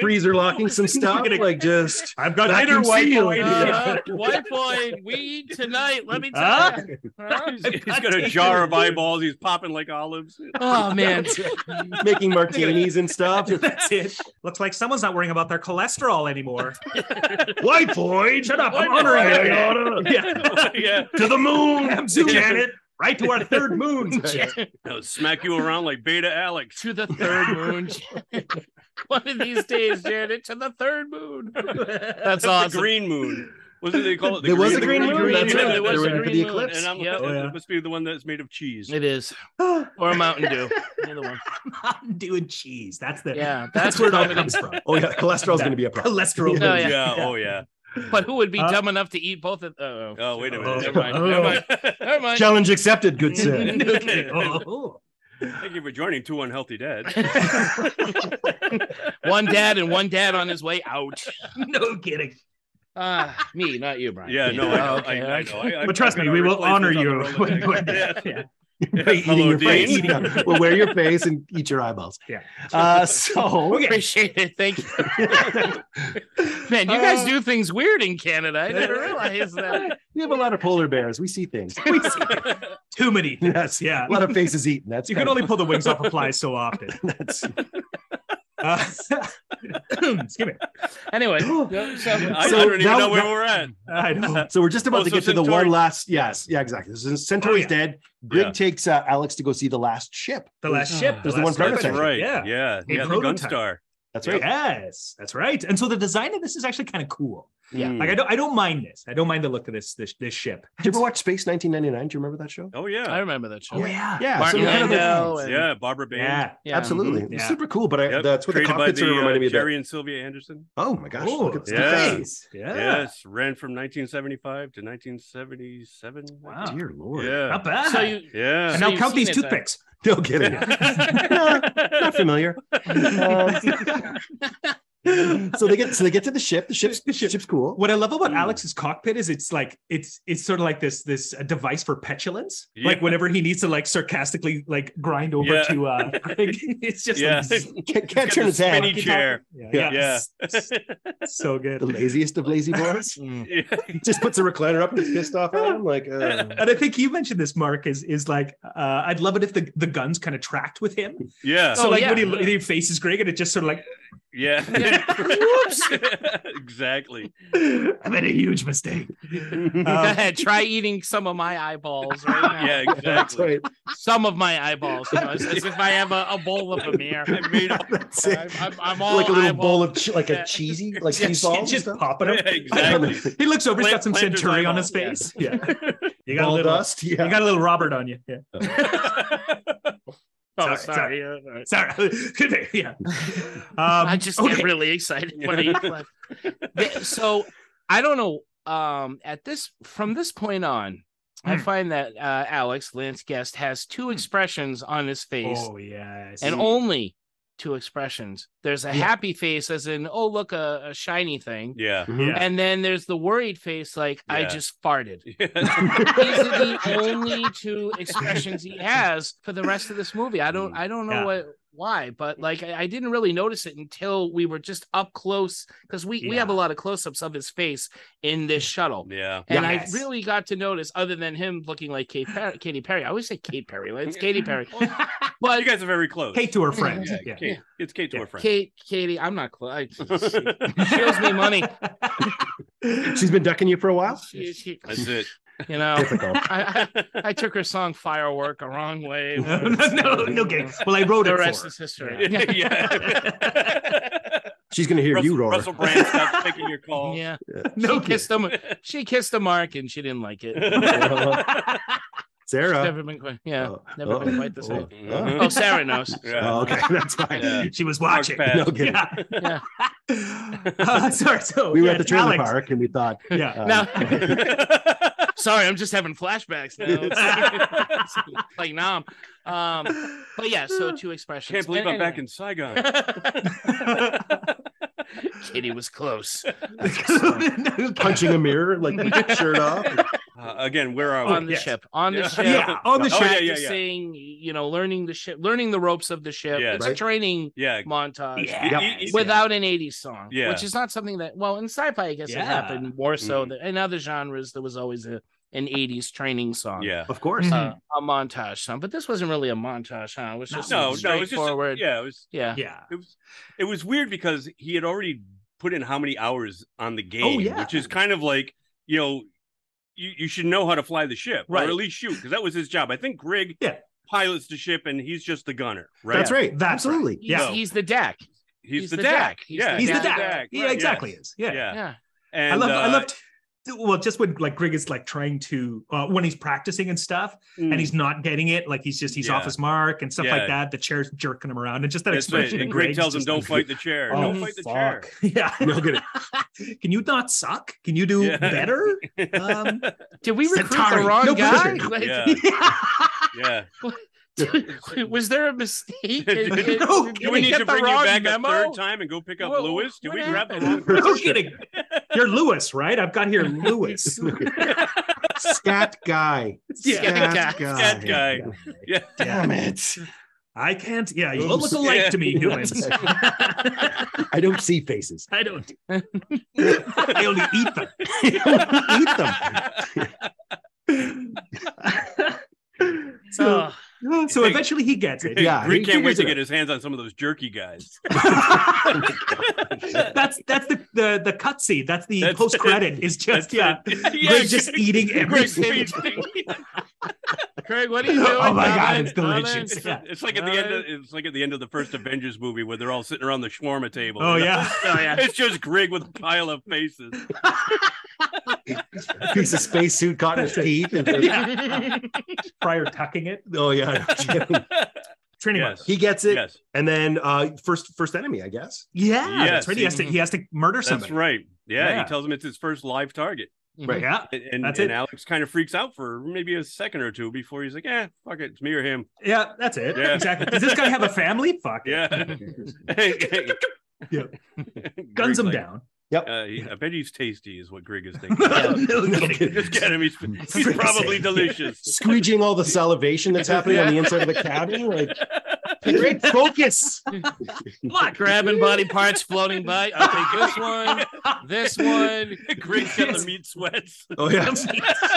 S1: Freezer locking some stuff,
S2: Gonna-
S1: like just
S2: I've got
S1: Vacuum
S2: lighter white
S1: seal.
S2: boy.
S3: Uh, white boy, we eat tonight. Let me tell
S2: Huh?
S3: you. Huh?
S4: He's, he's got a jar of eyeballs. He's popping like olives.
S3: Oh man,
S1: making martinis and stuff.
S2: That's it. Looks like someone's not worrying about their cholesterol anymore. White boy, shut up. I'm
S4: White
S2: honoring
S4: boy.
S2: you, Your Honor. Yeah.
S4: yeah.
S2: to the moon, Janet. Right to our third moon.
S4: I'll smack you around like Beta Alex.
S3: to the third moon. Janet. One of these days, Janet, to the third moon. That's
S4: The
S3: awesome.
S4: green moon. Wasn't they call it? The
S1: There was a
S4: the
S1: green moon, that's
S4: yeah,
S1: right.
S4: there was
S1: They
S4: a
S1: were in for
S4: green
S1: the
S3: moon.
S1: eclipse.
S4: And I'm
S3: Yep. Oh,
S2: Yeah.
S4: it must be the one that's made of cheese.
S3: It is, or Mountain Dew. Either one.
S2: Mountain Dew and cheese. That's the
S3: Yeah,
S2: that's where it all comes from.
S1: Oh yeah, cholesterol's going to be a problem.
S2: Cholesterol.
S3: Oh,
S4: yeah.
S3: yeah.
S4: Oh yeah.
S3: But who would be
S2: Uh,
S3: dumb enough to eat both of? Oh,
S4: Oh wait a minute.
S2: Oh.
S4: Never mind.
S2: Oh.
S4: Never mind.
S3: never mind.
S1: Challenge accepted. Good sir.
S2: Oh, oh.
S4: Thank you for joining Two Unhealthy Dads.
S3: one dad and one dad on his way out.
S2: no kidding.
S3: Uh, me, not you, Brian.
S4: Yeah. No.
S3: Me.
S4: I know.
S3: Oh, okay,
S4: I, I know. I- I-
S2: But trust
S4: I've
S2: me,
S4: got
S2: we
S4: a
S2: will honor you.
S4: replacement on the Rolodex. Yeah.
S1: By
S4: Yeah,
S1: eating
S4: hello,
S1: your face.
S2: Dean.
S1: Yeah, We'll wear your face and eat your eyeballs.
S2: Yeah.
S1: Uh,
S4: Oh,
S1: so
S3: Appreciate it. Thank you. Man, you guys do things weird in Canada. I never realized that.
S1: we have a lot of polar bears. We see things.
S2: We see too many. Yes, yeah.
S1: A lot of faces eaten. That's
S2: You can only pull the wings off a fly so often.
S1: that's
S2: Uh, excuse me.
S3: Anyway,
S1: so,
S4: I, I don't even
S1: now-
S4: know where
S1: now-
S4: we're at.
S2: I know.
S1: so we're just about
S4: Oh,
S1: to
S4: so
S1: get to the
S4: Centauri- Oh,
S1: one last. Yes, yeah, exactly. So Centauri's
S2: yeah.
S1: dead. Greg
S4: Yeah.
S1: takes uh, Alex to go see the last ship.
S2: The
S4: Uh,
S2: last ship.
S1: There's the
S2: last
S1: one
S2: ship.
S1: prototype.
S4: That's right.
S2: Yeah.
S4: Yeah. Yeah.
S2: A
S4: yeah the
S2: prototype.
S4: Gunstar.
S1: That's right.
S2: Yes, that's right. And so the design of this is actually kind of cool.
S3: Yeah.
S4: Hmm.
S2: Like I don't, I don't mind this. I don't mind the look of this this this ship.
S1: Did you ever watch Space 1999? Do you remember that show?
S4: Oh
S3: I
S4: yeah.
S3: remember that show.
S2: Oh yeah,
S1: Yeah,
S3: Martin
S1: so kind of-
S3: Landau and-
S4: Yeah. Barbara Bain.
S2: yeah.
S3: Yeah.
S1: Absolutely,
S2: Mhm.
S1: It's
S2: Yeah.
S1: super cool. But I,
S4: Mm-hmm. Yep.
S1: that's what the
S4: Created by
S1: cockpits
S4: the
S1: are reminding me
S4: uh,
S1: of. that.
S4: Jerry and Sylvia Anderson.
S1: Oh my gosh!
S2: Oh,
S1: look at- look at
S4: yeah.
S1: that.
S2: nice. Yeah.
S4: Yes, ran from 1975 to 1977.
S2: Wow.
S1: Dear lord!
S4: Yeah.
S2: Not bad.
S3: So you
S4: Yeah.
S2: and
S3: so
S2: now
S3: you've
S2: count these
S3: seen it then.
S2: toothpicks.
S1: No kidding. No, not familiar. Um, so they get so they get to the ship. The ship's the
S2: The ship.
S1: ship's cool.
S2: What I love about
S4: Mm.
S2: Alex's cockpit is it's like it's it's sort of like this this uh, device for petulance. Like
S4: Yeah.
S2: whenever he needs to like sarcastically like grind over
S4: Yeah.
S2: to uh it's just
S4: Yeah.
S2: like, zzz,
S1: Can't,
S4: got
S1: can't turn
S4: the
S1: its head.
S4: spinny chair.
S2: yeah,
S4: Yeah.
S2: so good.
S1: The laziest of lazy boys.
S3: Mm.
S4: Yeah.
S1: Just puts a recliner up and is pissed off at him. Like,
S3: Um,
S1: uh,
S2: And I think you mentioned this, Mark, is is like uh, I'd love it if the, the guns kind of tracked with him.
S4: Yeah.
S2: So
S3: Oh,
S2: like
S3: yeah.
S2: when, he, when he faces Greg and it just sort of like
S4: Yeah.
S3: Whoops.
S4: exactly.
S2: I made a huge mistake.
S3: Go
S2: Um,
S3: ahead, try eating some of my eyeballs right now.
S4: Yeah,
S1: that's
S4: exactly.
S1: right.
S3: Some of my eyeballs. You know, it's as if I have a, a bowl of them here.
S4: I made up.
S1: That's
S3: I'm,
S1: it.
S3: I'm, I'm all
S1: Like a little
S3: eyeball-
S1: bowl of che- like
S3: Yeah.
S1: a cheesy like
S2: Yeah,
S1: cheese
S2: shit
S1: balls. and
S2: just
S1: stuff.
S2: popping
S4: Yeah,
S2: up.
S4: exactly.
S2: He looks over, he's got
S4: Plant-
S2: some
S4: planter's
S2: centurion on his
S4: eyeball,
S2: face. Yeah. you got a
S1: Ball
S2: little
S1: dust.
S2: you
S1: Yeah.
S2: got a little Robert on you. Yeah.
S3: Oh,
S2: Sorry,
S3: sorry.
S2: sorry.
S3: Yeah, all right.
S2: Sorry. Good day. Yeah. Um,
S3: I just
S2: okay.
S3: get really excited when I eat clef. Yeah, so I don't know. Um, at this from this point on, I
S2: Hmm.
S3: find that uh, Alex Lance Guest has two expressions on his face,
S2: Oh yes.
S3: and only two expressions. There's a
S1: Yeah.
S3: happy face, as in, "Oh, look, a, a shiny thing,"
S4: Yeah.
S1: Mhm.
S3: and then there's the worried face, like, "I
S4: Yeah.
S3: just farted."
S4: Yeah.
S3: These are the only two expressions he has for the rest of this movie. I don't, I don't know
S2: Yeah.
S3: what why, but like I, I didn't really notice it until we were just up close because we, we have a
S2: Yeah.
S3: lot of close ups of his face in this shuttle.
S4: Yeah.
S3: And
S2: Yes.
S3: I really got to notice, other than him looking like Kate Perry, Katy Perry. I always say Kate Perry, right? It's Katy Perry. But
S4: You guys are very close.
S2: Kate to her friend.
S4: Yeah,
S2: Yeah.
S4: Kate- It's Kate to
S2: Yeah.
S4: her friend.
S3: Kate, Katie, I'm not close. She owes me money.
S1: She's been ducking you for a while. oh,
S3: She- she-
S4: That's it.
S3: you know,
S1: Typical.
S3: I, I, I took her song Firework a wrong way.
S2: no, no, no, okay. Well, I wrote
S3: The
S2: it
S3: rest
S2: for her.
S3: is history.
S4: yeah.
S1: She's gonna hear you
S4: Russell,
S1: roar.
S4: Russell Brand stopped taking your call.
S3: Yeah.
S2: No
S3: She kissed him. She kissed the mark and she didn't like it.
S4: Mm-hmm.
S2: kidding.
S1: Sarah.
S3: Never been quite. Yeah.
S1: Oh,
S3: never
S1: oh,
S3: been quite the same.
S4: Mhm.
S1: Oh,
S3: Oh, Sarah knows.
S4: Yeah.
S1: oh, okay, that's fine.
S4: Yeah.
S2: she was
S4: Mark
S2: watching.
S4: Patton.
S1: No kidding.
S2: Yeah. Uh, sorry. So
S1: We were at
S2: yeah,
S1: the trailer
S2: Alex.
S1: park and we thought,
S2: Yeah.
S1: uh,
S3: Now, sorry, I'm just having flashbacks now. It's like nom. Um,
S1: Uh,
S3: but yeah, so two expressions.
S4: Can't believe I'm back in Saigon.
S3: Kitty was close.
S1: punching a mirror, like shirt off.
S4: Uh, again, where are we?
S3: on the
S2: yes.
S3: ship. On the
S4: Yeah.
S3: ship.
S2: yeah, on the
S4: Oh,
S2: ship.
S4: yeah, yeah, yeah.
S3: Practicing, you know, learning the ship, learning the ropes of the ship.
S4: Yeah.
S3: it's a
S1: Right.
S3: training
S4: Yeah.
S1: Uh,
S3: montage.
S2: Yeah.
S4: You- you- you-
S3: without an 80s song
S4: Yeah.
S3: which is not something that well in sci-fi i guess
S2: Yeah.
S3: it happened more so
S4: Mhm.
S3: than in other genres there was always a an 80s training song
S4: Yeah.
S1: Of course.
S3: uh, a montage song but this wasn't really a montage huh it was
S2: Mm-hmm. No.
S3: just
S4: No, no, it was just a,
S3: straightforward
S4: yeah, it was
S3: yeah.
S2: Yeah.
S4: it was it was weird because he had already put in how many hours on the game,
S2: Oh, yeah.
S4: which is kind of like you know you, you should know how to fly the ship
S3: Right.
S4: or at least shoot because that was his job. I think Grig
S2: Yeah.
S4: pilots the ship and he's just the gunner, right?
S1: That's right.
S2: That's
S1: Absolutely.
S3: He's,
S2: Yeah.
S3: he's the deck
S4: He's,
S3: He's
S4: the,
S3: the deck.
S4: deck.
S3: He's
S4: yeah,
S3: the
S2: He's
S3: Yeah,
S2: the
S3: yeah,
S2: dad.
S4: He
S2: He exactly is. Yeah.
S4: Yeah.
S3: yeah
S4: And,
S2: I love. I
S4: uh,
S2: love. well, just when like Grig is like trying to uh, when he's practicing and stuff, and he's not getting it. Like he's just he's
S4: Mm. Yeah.
S2: off his mark and stuff
S4: Yeah.
S2: like that. The chair's jerking him around, and just that
S4: that's right.
S2: expression.
S4: And
S2: of
S4: Grig
S2: Greg's
S4: tells him,
S2: just
S4: "Don't
S2: like,
S4: fight the chair.
S2: "Oh,
S4: don't fight the chair."
S2: Yeah.
S1: No kidding.
S2: Can you not suck? Can you do
S4: Yeah.
S2: better? Um,
S3: did we recruit
S2: Centauri.
S3: the wrong
S2: No
S3: guy
S2: pressure.
S3: Like,
S4: Yeah. Yeah.
S3: was there a mistake in- in-
S2: No,
S3: did
S4: Do we need
S3: get
S4: to
S3: the
S4: bring you
S3: wrong
S4: back
S3: memo?
S4: a third time and go pick up
S3: Whoa,
S4: Lewis? Did
S3: what
S4: we grab the wrong
S3: happened?
S2: no kidding. You're Lewis, right? I've got here Lewis.
S1: Scat guy.
S2: Yeah.
S3: Scat
S4: Scat guy. Yeah.
S1: Damn it.
S2: I can't. Yeah, you
S1: Oops.
S2: look alike
S4: Yeah.
S2: to me, humans.
S1: I don't see faces.
S2: I don't. I only eat them.
S1: Eat them.
S2: so,
S3: Oh,
S2: so eventually he gets it.
S1: Yeah,
S4: Green
S1: he
S4: can't
S1: figures
S4: wait to
S1: it
S4: get his hands on some of those jerky guys.
S2: that's that's the the the cutscene. That's the
S4: That's-
S2: post credit. Is just yeah,
S4: yeah,
S2: Greg's just eating
S4: Greg's
S2: everything.
S4: eating-
S3: Craig, what are you doing?
S2: Oh my God,
S3: Robin?
S2: it's delicious.
S4: It's,
S2: Yeah.
S4: it's like at the end. Of, it's like at the end of the first Avengers movie where they're all sitting around the shawarma table.
S2: Oh
S4: you know?
S2: yeah,
S3: Oh, yeah.
S4: It's just Grig with a pile of faces.
S1: Piece of spacesuit caught in his teeth. And,
S2: yeah. Prior tucking it.
S1: oh yeah.
S2: Training
S4: Yes.
S1: he gets it.
S4: yes,
S1: And then uh first first enemy, I guess.
S2: Yeah,
S4: Yes. mm-hmm.
S2: that's right. He has to he has to murder
S4: that's
S2: somebody.
S4: right. Yeah,
S2: Yeah.
S4: he tells him it's his first live target,
S3: right.
S2: Yeah,
S4: and, and,
S2: That's
S4: and
S2: it.
S4: Alex kind of freaks out for maybe a second or two before he's like, "Eh, fuck it, it's me or him."
S2: yeah, that's it.
S4: Yeah.
S2: Exactly. Does this guy have a family? Fuck. it.
S4: Yeah,
S2: Yeah.
S4: Grig's
S2: Guns him
S4: like,
S2: down.
S4: Uh, he, I bet he's tasty, is what Grig is thinking.
S2: No kidding.
S4: Just get him. He's, he's
S2: Frick
S4: probably
S2: sake.
S4: delicious.
S1: Squeegeeing all the salivation that's happening on the inside of the cabin. Like great focus.
S2: Look,
S3: Grabbing body parts floating by. I'll take this one, this one.
S4: Grig's got the meat sweats.
S1: Oh yeah.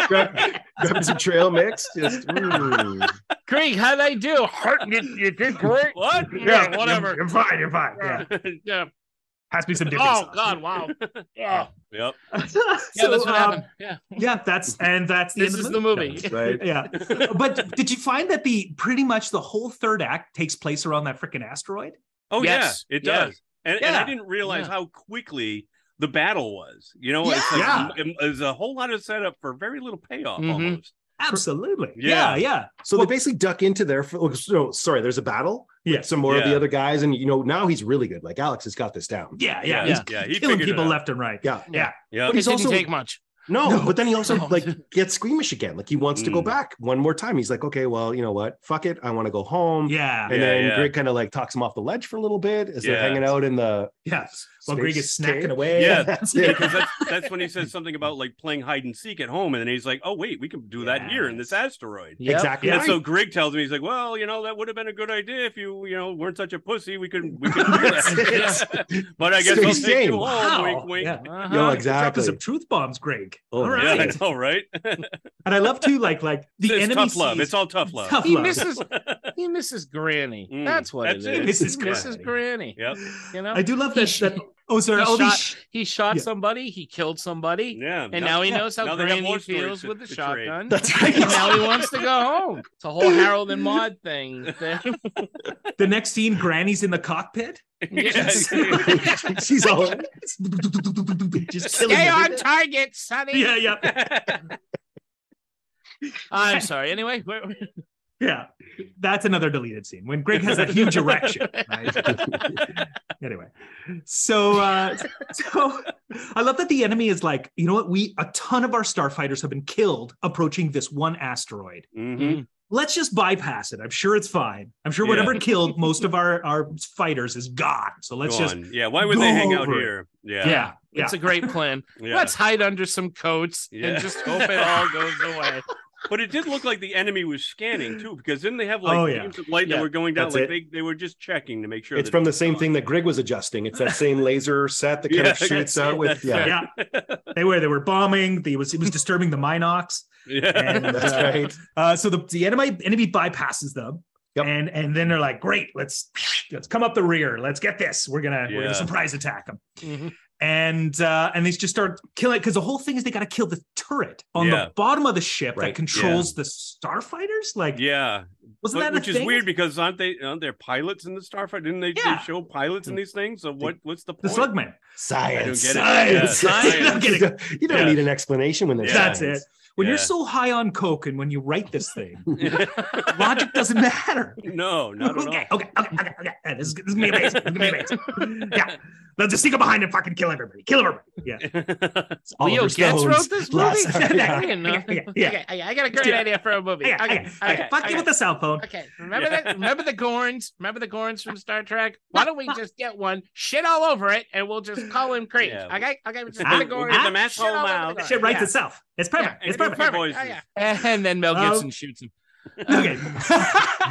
S1: grab, grab some trail mix. Just mm.
S3: Craig, how'd I do? Heart, you, you did great.
S4: What?
S3: Yeah, whatever.
S2: You're fine. You're fine. Yeah.
S3: Yeah.
S2: Has to be some dipping
S3: Oh
S2: sauce.
S3: God! Wow. Yeah.
S4: Yep.
S2: So,
S3: Yeah, that's what
S2: um,
S3: happened. Yeah.
S2: Yeah, that's and that's the
S3: This
S2: end
S3: is
S2: of
S3: the movie.
S1: right.
S2: Yeah. But did you find that the pretty much the whole third act takes place around that freaking asteroid?
S4: Oh
S3: Yes.
S4: yeah, it
S3: Yeah.
S4: does. And, and I
S2: Yeah.
S4: didn't realize
S3: Yeah.
S4: how quickly the battle was. You know, it's like,
S2: Yeah.
S4: it- it's a whole lot of setup for very little payoff
S3: Mhm.
S4: almost.
S2: Absolutely. Yeah,
S4: Yeah.
S2: yeah.
S1: So they basically duck into there. For, oh, so, sorry, there's a battle. with
S2: Yeah.
S1: Some more of
S4: Yeah.
S1: the other guys, and you know now he's really good. Like Alex has got this down.
S2: Yeah, yeah.
S4: yeah.
S2: He's
S4: yeah, he
S2: killing
S4: figured it
S2: people
S4: out.
S2: left and right.
S1: Yeah.
S2: Yeah.
S4: Yeah.
S3: It
S1: he's
S3: didn't
S1: also-
S3: take much.
S1: No,
S2: No.
S1: but then he also
S3: No.
S1: like gets squeamish again. Like he wants to go
S4: Mm.
S1: back one more time. He's like, okay, well, you know what? Fuck it. I want to go home.
S2: Yeah.
S1: And then
S4: Yeah, yeah.
S1: Greg kind of like talks him off the ledge for a little bit as they're
S4: Yeah.
S1: hanging out in the
S2: Yeah. While Greg is
S1: space
S2: snacking
S1: cave.
S2: away.
S4: Yeah.
S1: That's it.
S4: Yeah, because that's that's when he says something about like playing hide and seek at home, and then he's like, "Oh wait, we can do that here in this asteroid."
S3: Yep.
S1: Exactly.
S4: And so Greg tells me he's like, "Well, you know, that would have been a good idea if you, you know, weren't such a pussy. We could, we could do
S1: That's
S4: that. but I guess
S1: So
S4: I'll
S1: he's
S4: take
S1: saying,
S4: you home.
S2: Wow.
S4: Wink, wink.
S2: Yeah.
S3: Uh-huh.
S1: Yo,
S2: Dropping
S1: exactly.
S2: some truth bombs, Greg.
S1: Oh,
S2: all
S1: yeah.
S4: Yeah,
S2: right.
S4: that's all right.
S2: And I love too, like, like the
S4: it's
S2: enemy
S4: tough love.
S2: sees-
S4: It's all tough love.
S2: Tough
S3: He
S2: love.
S3: misses. he misses Granny.
S4: Mm,
S3: that's what
S4: that's
S3: it
S4: it.
S3: is.
S2: Misses
S3: He misses Granny.
S4: Yep.
S3: You know,
S2: I do love
S3: He
S2: that.
S3: sh-
S2: that oh, sorry.
S3: he
S2: all these
S3: shot-
S2: sh-
S3: he shot
S2: Yeah.
S3: somebody. He killed somebody,
S4: Yeah.
S3: and now he
S2: yeah.
S3: knows how
S4: Now they have
S3: Granny
S4: more stories
S3: feels
S4: to-
S3: with the
S4: to trade.
S3: shotgun.
S1: That's
S3: and now he
S1: right.
S3: wants to go home. It's a whole Harold and Maude thing. There-
S2: the next scene, Granny's in the cockpit.
S3: Yes.
S4: Mm-hmm.
S1: She's all
S2: Just killing
S3: Stay on
S2: everything.
S3: target, Sonny. Uh,
S2: Yeah, yeah,
S3: I'm sorry. Anyway, where-
S2: yeah. That's another deleted scene when Greg has a huge erection. right? Anyway, so uh, so I love that the enemy is like, you know what? We a ton of our starfighters have been killed approaching this one asteroid.
S4: Mhm.
S2: Let's just bypass it. I'm sure it's fine. I'm sure
S4: Yeah.
S2: whatever killed most of our our fighters is gone. So let's
S4: Go
S2: just
S4: on. yeah. Why would
S2: go
S4: they hang out
S2: over it.
S4: here? Yeah.
S2: yeah yeah.
S3: it's a great plan.
S4: Yeah.
S3: Let's hide under some coats
S4: Yeah.
S3: and just hope it all goes away.
S4: But it did look like the enemy was scanning too, because didn't they have like
S2: Oh, yeah.
S4: beams of light
S3: Yeah,
S4: that were going down?
S1: that's
S4: like
S1: it.
S4: they, they were just checking to make sure.
S1: It's
S4: that-
S1: from the same thing that Greg was adjusting. It's that same laser set that kind
S4: Yeah,
S1: of shoots
S4: that's-
S1: out with
S4: that's
S1: yeah.
S4: it.
S2: yeah. They were they were bombing. They was it was disturbing the Minox.
S4: Yeah.
S2: And,
S1: That's
S2: uh,
S1: right.
S2: Uh, so the, the enemy enemy bypasses them.
S1: Yep.
S2: And and then they're like, great, let's let's come up the rear. Let's get this. We're gonna we're
S4: Yeah.
S2: gonna surprise attack them.
S3: Mhm.
S2: And uh, and they just start killing because the whole thing is they gotta kill the turret on
S4: Yeah.
S2: the bottom of the ship that
S1: Right,
S2: controls the starfighters. Like,
S4: Yeah.
S2: wasn't
S4: But-
S2: that a
S4: which is
S2: thing?
S4: weird because aren't they aren't there pilots in the Starfighter? Didn't they, they
S2: Yeah.
S4: show pilots in these things? So what what's the
S2: The
S4: point?
S2: slugman.
S1: Science.
S4: get it.
S1: Science.
S4: Yeah, science.
S2: I don't get it.
S1: You don't- You don't
S4: Yeah.
S1: need an explanation when there's
S4: Yeah.
S2: That's
S1: science.
S2: it. When you're
S4: Yeah.
S2: so high on coke and when you write this thing, logic doesn't matter.
S4: no, not at all.
S2: okay, okay, okay, okay, okay. Yeah, This is, this is gonna be amazing. This is gonna be amazing. Yeah. Let's just sneak up behind and fucking kill everybody. Kill everybody. Yeah.
S1: It's
S3: Leo
S1: Oliver
S3: Getz
S1: Stone's
S3: wrote this movie.
S1: last-
S2: Yeah.
S3: I didn't know.
S2: Okay, yeah.
S3: Okay, I- I got a great
S2: Yeah.
S3: idea for a movie.
S2: Okay, okay, okay. Fuck you with the cell phone.
S3: Okay, remember
S4: Yeah.
S3: that? Remember the Gorns? Remember the Gorns from Star Trek? Why don't we just get one, shit all over it, and we'll just call him Craig?
S4: Yeah.
S3: Okay, okay, we'll just
S4: We'll
S3: get a
S4: get
S3: Gorn.
S2: the
S3: shit
S4: masshole
S3: all over the
S4: mouth.
S3: Gorn.
S2: Shit writes
S3: Yeah.
S2: itself. It's
S3: Yeah,
S2: perfect. It's
S3: and
S2: perfect.
S3: it's
S4: Voices.
S3: Oh, yeah. And then Mel
S2: Oh.
S3: Gibson shoots him.
S2: Okay.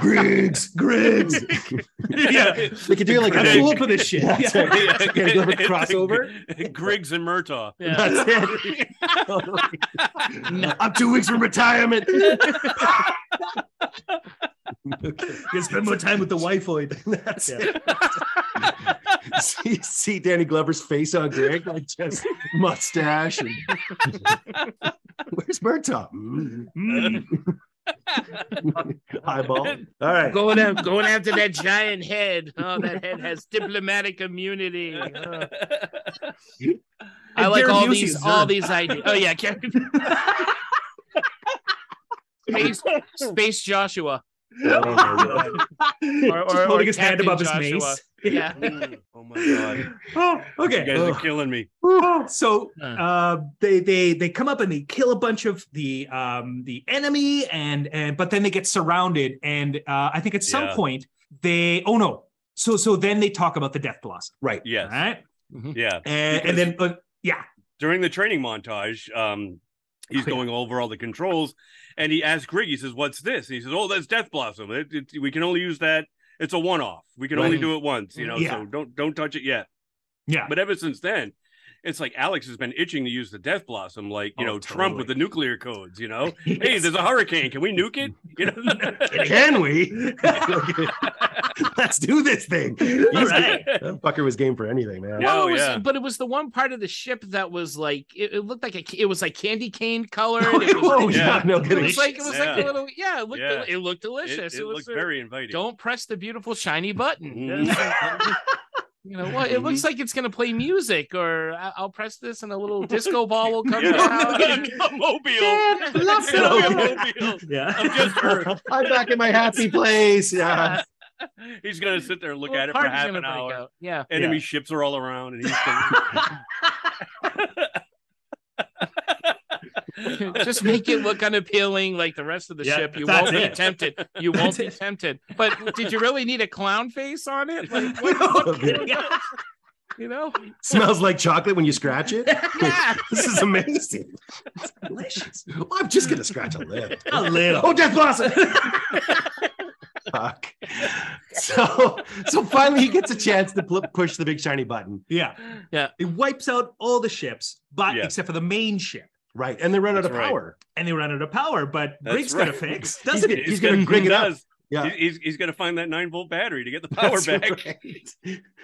S1: Griggs. Griggs.
S2: yeah.
S1: We could do like a
S2: I'm
S4: Greg.
S2: cool
S1: full
S2: for this shit.
S1: Yeah,
S2: Yeah.
S1: that's right.
S4: Yeah,
S1: It's like a little
S4: it's like
S1: crossover.
S4: Griggs and Murtaugh.
S3: Yeah.
S1: I'm two weeks from retirement.
S2: You spend more time with the wifoid.
S1: That's
S2: Yeah.
S1: it. see, see Danny Glover's face on Greg, like just mustache. And... Where's Murtaugh? Mm,
S2: Mm.
S1: eyeball. All right.
S3: going out, going after that giant head. Oh, that head has diplomatic immunity. Oh. I
S2: And
S3: like
S2: Gary
S3: all
S2: Busey's
S3: these,
S2: Zurb.
S3: all these ideas. Oh yeah, Gary- space, space Joshua,
S1: Oh,
S3: or, or,
S2: Just
S3: or
S2: holding his hand
S3: Captain
S2: above his
S3: Joshua.
S2: mace.
S3: Yeah.
S4: oh my god.
S2: Oh,
S4: You
S2: okay.
S4: guys
S1: Ugh.
S4: are killing me.
S2: So
S3: Uh.
S2: uh, they they they come up and they kill a bunch of the um, the enemy and and but then they get surrounded and uh, I think at some
S4: Yeah.
S2: point they oh no so so then they talk about the death blossom
S1: Right.
S4: Yes.
S2: right
S4: Yeah.
S2: and, and then but yeah
S4: During the training montage, um, he's
S2: Oh, yeah.
S4: going over all the controls and he asks Grigg, he says, What's this? And he says, Oh, that's Death Blossom. It, it- we can only use that. It's a one off. We can only
S3: Right.
S4: do it once, you know,
S2: Yeah.
S4: so don't don't touch it yet.
S2: yeah
S4: But ever since then, it's like Alex has been itching to use the death blossom, like you
S2: Oh,
S4: know Trump with
S2: totally.
S4: the nuclear codes. You know, hey,
S2: Yes.
S4: there's a hurricane. Can we nuke it? You know,
S1: Can we? Let's do this thing.
S2: All right.
S1: That fucker was game for anything, man.
S4: Yeah.
S3: Well,
S4: Oh,
S3: it was,
S4: yeah.
S3: but it was the one part of the ship that was like it, it looked like a, it was like candy cane colored.
S2: Oh,
S3: it was,
S2: oh,
S3: like,
S1: yeah, no
S3: it
S1: kidding.
S3: was like it was like
S4: Yeah.
S3: a little yeah. It looked
S4: Yeah.
S3: it looked
S4: it,
S3: delicious.
S4: it,
S3: It, was
S4: looked very inviting.
S3: don't press the beautiful shiny button.
S4: Mhm.
S3: you know what? It
S4: mm-hmm.
S3: looks like it's gonna play music, or I- I'll press this and a little disco ball will come
S4: Yeah.
S3: down.
S4: I'm mobile.
S3: Yeah, bless
S4: Yeah,
S3: it.
S4: I'm mobile.
S2: yeah
S4: I'm just Earth.
S1: I'm back in my happy place. Yeah.
S4: He's gonna sit there and look
S3: Well,
S4: at it for
S3: party's
S4: half
S3: gonna
S4: an
S3: break
S4: hour.
S3: out. Yeah.
S4: Enemy
S2: Yeah.
S4: ships are all around, and he's
S3: just make it look unappealing like the rest of the
S2: Yeah,
S3: ship. You
S2: that's
S3: won't
S2: it.
S3: be tempted. You won't
S2: That's
S3: be
S2: it.
S3: tempted. But did you really need a clown face on it? Like,
S2: No,
S3: what,
S2: I'm kidding.
S3: you know?
S1: Smells like chocolate when you scratch it.
S3: Yeah.
S1: This is amazing.
S2: Delicious.
S1: Well, I'm just gonna scratch a little.
S2: A little.
S1: Oh, Death Blossom. Fuck. So, so finally, he gets a chance to pl- push the big shiny button,
S2: Yeah.
S3: Yeah.
S2: It wipes out all the ships, but
S4: Yeah.
S2: except for the main ship.
S1: right? And they run out
S4: That's
S1: of
S4: right.
S1: power.
S2: And they run out of power, but
S4: That's
S2: Briggs gonna
S4: right.
S2: fix, doesn't
S1: He's
S2: it?
S1: gonna bring it up.
S4: does.
S1: Yeah.
S4: He's, he's going to find that nine volt battery to get the power
S1: That's
S4: back.
S1: right.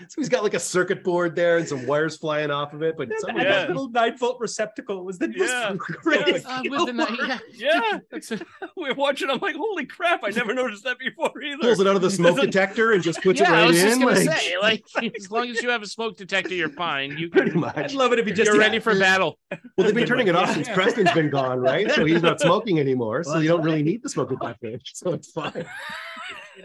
S1: So he's got like a circuit board there and some wires flying off of it, but
S2: And
S1: somebody
S4: Yeah.
S2: that little nine volt receptacle was the
S4: Yeah.
S2: most greatest
S3: Uh,
S2: in
S3: with
S2: the
S3: the night,
S2: world.
S3: yeah.
S4: Yeah,
S3: That's it.
S4: we're watching. I'm like, holy crap! I never noticed that before either.
S1: pulls it out of the smoke
S4: Doesn't-
S1: detector and just puts
S3: yeah,
S1: it right
S3: I was
S1: in.
S3: just gonna
S1: like,
S3: say, like, as long as you have a smoke detector, you're fine. You
S1: pretty
S3: can,
S2: I'd
S1: much.
S2: love it if he just
S3: you're ready for battle.
S1: Well, they've been turning it off since Preston's been gone, right? So he's not smoking anymore. So
S2: Well,
S1: you don't really need the smoke detector. So it's fine.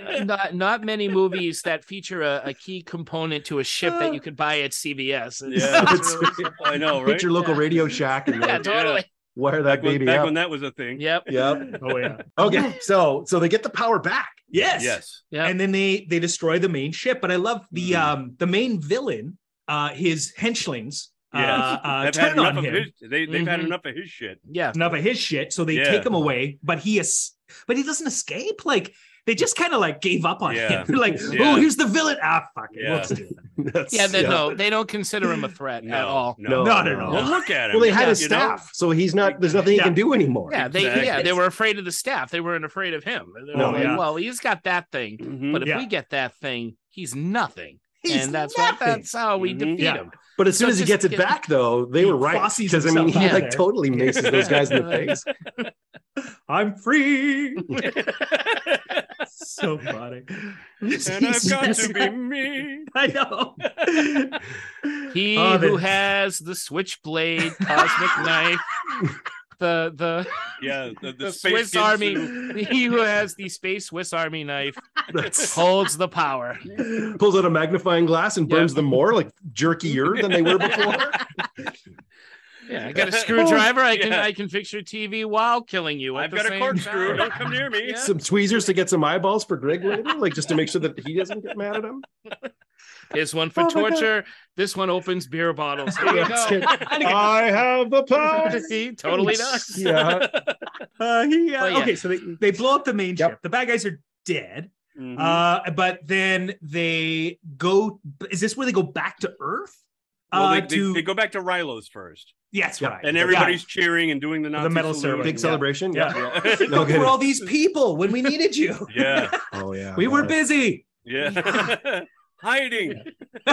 S3: Uh, Not not many movies that feature a, a key component to a ship that you could buy at CVS. It's-
S4: Yeah.
S3: it's really-
S4: I know, right?
S1: Hit your local
S3: Yeah.
S1: radio shack and
S3: yeah,
S1: like,
S3: totally.
S1: wire that
S4: back when,
S1: baby
S4: back
S1: up.
S4: when that was a thing.
S3: Yep.
S1: Yep.
S2: Oh yeah.
S1: Okay. So so they get the power back.
S2: Yes.
S4: Yes.
S3: Yeah.
S2: And then they they destroy the main ship. But I love the
S4: Mm.
S2: um the main villain, uh his henchlings uh,
S4: Yes.
S2: uh
S4: They've had
S2: turn
S4: enough
S2: on
S4: of
S2: him.
S4: his. They, they've had
S3: Mhm.
S4: enough of his shit.
S3: Yeah.
S2: enough of his shit, so they
S4: Yeah.
S2: take him away. But he is, but he doesn't escape. Like they just kind of like gave up on
S4: Yeah.
S2: him. They're like,
S4: Yeah.
S2: oh, here's the villain. Ah, fuck it.
S4: Yeah.
S2: Let's do it.
S1: That's,
S3: Yeah, they, no, they don't consider him a threat at all.
S4: No.
S2: Not at
S4: Well,
S2: all.
S4: look at him.
S1: Well, they had
S3: Yeah,
S1: his
S4: you know?
S1: staff, so he's not. There's nothing he
S2: Yeah.
S1: can do anymore.
S3: Yeah, they yeah,
S4: Exactly.
S3: they were afraid of the staff. They weren't afraid of him. They were
S1: No,
S3: like,
S2: yeah.
S3: well, he's got that thing.
S4: Mhm.
S3: But if
S2: Yeah.
S3: we get that thing, he's nothing.
S2: He's
S3: and that's
S2: nothing.
S3: what that's how we
S4: Mhm.
S3: defeat
S2: Yeah.
S3: him.
S1: But as soon
S3: So
S1: as he
S3: just
S1: gets it
S3: get-
S1: back, though, they
S2: He
S1: were right.
S2: fossies
S1: Because I mean,
S2: himself
S1: he
S3: out
S1: like
S2: there.
S1: totally maces those guys in the face.
S2: I'm free. so funny.
S4: and I've got to be me.
S2: I know.
S3: He
S2: Oh,
S3: who
S2: the-
S3: has the switchblade, cosmic knife, the the,
S4: Yeah, the, the,
S3: the
S4: space
S3: Swiss
S4: kids
S3: Army,
S4: who-
S3: he who has the space Swiss Army knife
S1: That's-
S3: holds the power.
S1: pulls out a magnifying glass and burns
S3: Yeah.
S1: them more like jerkier than they were before.
S3: Yeah, I got a screwdriver. I can
S4: Yeah.
S3: I can fix your TV while killing you. at
S4: I've
S3: the
S4: got a
S3: same
S4: corkscrew.
S3: time.
S4: Don't come near me.
S3: Yeah.
S1: Some tweezers to get some eyeballs for Greg later, like just to make sure that he doesn't get mad at him.
S3: Here's one for
S1: Oh my God.
S3: torture. This one opens beer bottles. Here you
S1: That's
S3: go.
S1: it. I have the power.
S3: he totally does.
S1: Yeah.
S2: Uh, he, uh,
S3: But yeah.
S2: Okay, so they, they blow up the main
S1: Yep. Mm-hmm.
S2: ship. The bad guys are dead.
S4: Mhm.
S2: Uh, but then they go. Is this where they go back to Earth?
S4: well, they,
S2: uh,
S4: they-
S2: to
S4: they go back to Rylos first,
S2: yes,
S1: Yeah.
S2: right.
S4: and
S2: Yeah.
S4: everybody's cheering and doing the Nazi
S2: medal
S4: salute.
S1: Big
S2: ceremony.
S1: celebration. Yeah. No
S4: Yeah.
S2: Look for
S1: kidding.
S2: all these people when we needed you.
S4: Yeah.
S1: Oh yeah.
S2: We were
S1: Yeah.
S2: busy.
S4: Yeah. Hiding.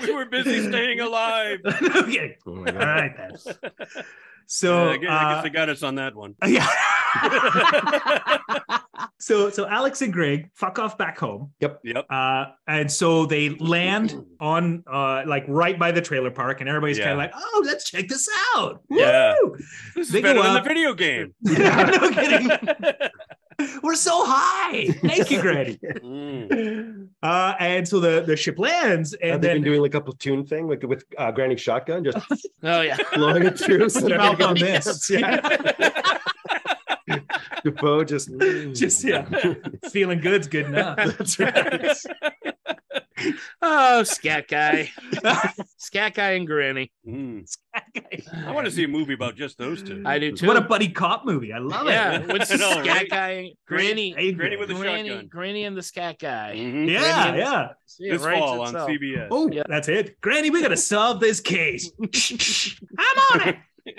S4: we were busy staying alive.
S2: okay.
S1: Oh, my
S2: All
S1: God.
S2: right then. So
S4: Yeah, I, guess, I guess
S2: uh,
S4: they got us on that one.
S2: yeah. so so Alex and Greg fuck off back home.
S4: Yep.
S2: Uh, and so they land on uh like right by the trailer park, and everybody's
S4: Yeah.
S2: kind of like, oh, let's check this out.
S4: Yeah.
S2: Woo!
S4: This is
S2: They go
S4: better than the
S2: up-
S4: video game.
S2: no kidding. We're so high. Thank you, Granny.
S4: Mm.
S2: Uh, and so the, the ship lands, and
S1: Have they
S2: then
S1: been doing like a platoon thing, like with uh, Granny's shotgun, just
S3: Oh yeah.
S1: blowing it through. So that
S2: Mouth on
S1: everybody
S2: this.
S1: gets-
S3: Oh,
S1: yeah. Defoe just
S2: just yeah, feeling good's good enough.
S1: That's right.
S3: Oh, scat guy, scat guy, and Granny.
S4: Mm. I
S2: what
S4: want to see a movie about just those
S2: Mm-hmm.
S4: two.
S3: I do too.
S2: a buddy cop movie! I love
S3: yeah,
S2: it.
S3: what's the
S4: I know,
S3: scat
S4: right?
S3: guy, and Granny,
S2: Hey,
S4: Granny with a
S3: Granny,
S4: shotgun.
S3: Granny, and the scat guy.
S4: Mhm.
S2: yeah,
S3: Granny.
S2: yeah.
S3: See, it
S4: This
S3: writes
S4: fall on
S3: itself.
S4: CBS.
S2: Oh,
S3: Yeah.
S2: that's it, Granny. We gotta solve this case. I'm on it.
S4: Oh.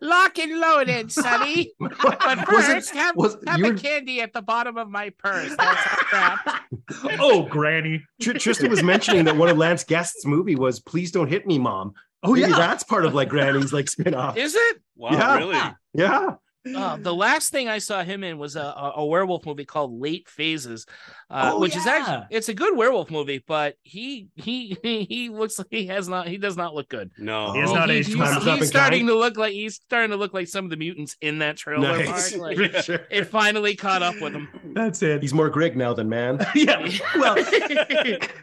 S3: Lock and loaded, Sonny. But
S1: Was it-
S3: first, have,
S1: was-
S3: have
S1: you
S3: a
S1: were-
S3: candy at the bottom of my purse. That's a crap.
S2: Oh, Granny.
S1: Tr- Tristan was mentioning that one of Lance Guest's movie was "Please Don't Hit Me, Mom."
S2: Oh
S1: Maybe
S2: yeah.
S1: that's part of like Granny's like spinoff.
S3: Is it?
S4: Wow,
S1: Yeah.
S4: really?
S1: Yeah,
S3: Uh, the last thing I saw him in was a, a, a werewolf movie called Late Phases, uh,
S2: Oh,
S3: which is
S2: yeah.
S3: actually it's a good werewolf movie, but he he he looks like he has not he does not look good.
S4: No.
S2: He has
S1: Oh.
S2: not
S3: He-
S2: aged
S3: he's,
S1: Time's
S2: well.
S1: up
S3: he's
S1: and
S3: starting
S1: counting.
S3: to look like he's starting to look like some of the mutants in that trailer.
S1: nice.
S3: Park. Like,
S1: For sure.
S3: it finally caught up with him.
S2: That's it.
S1: He's more Grig now than man.
S2: yeah. Well,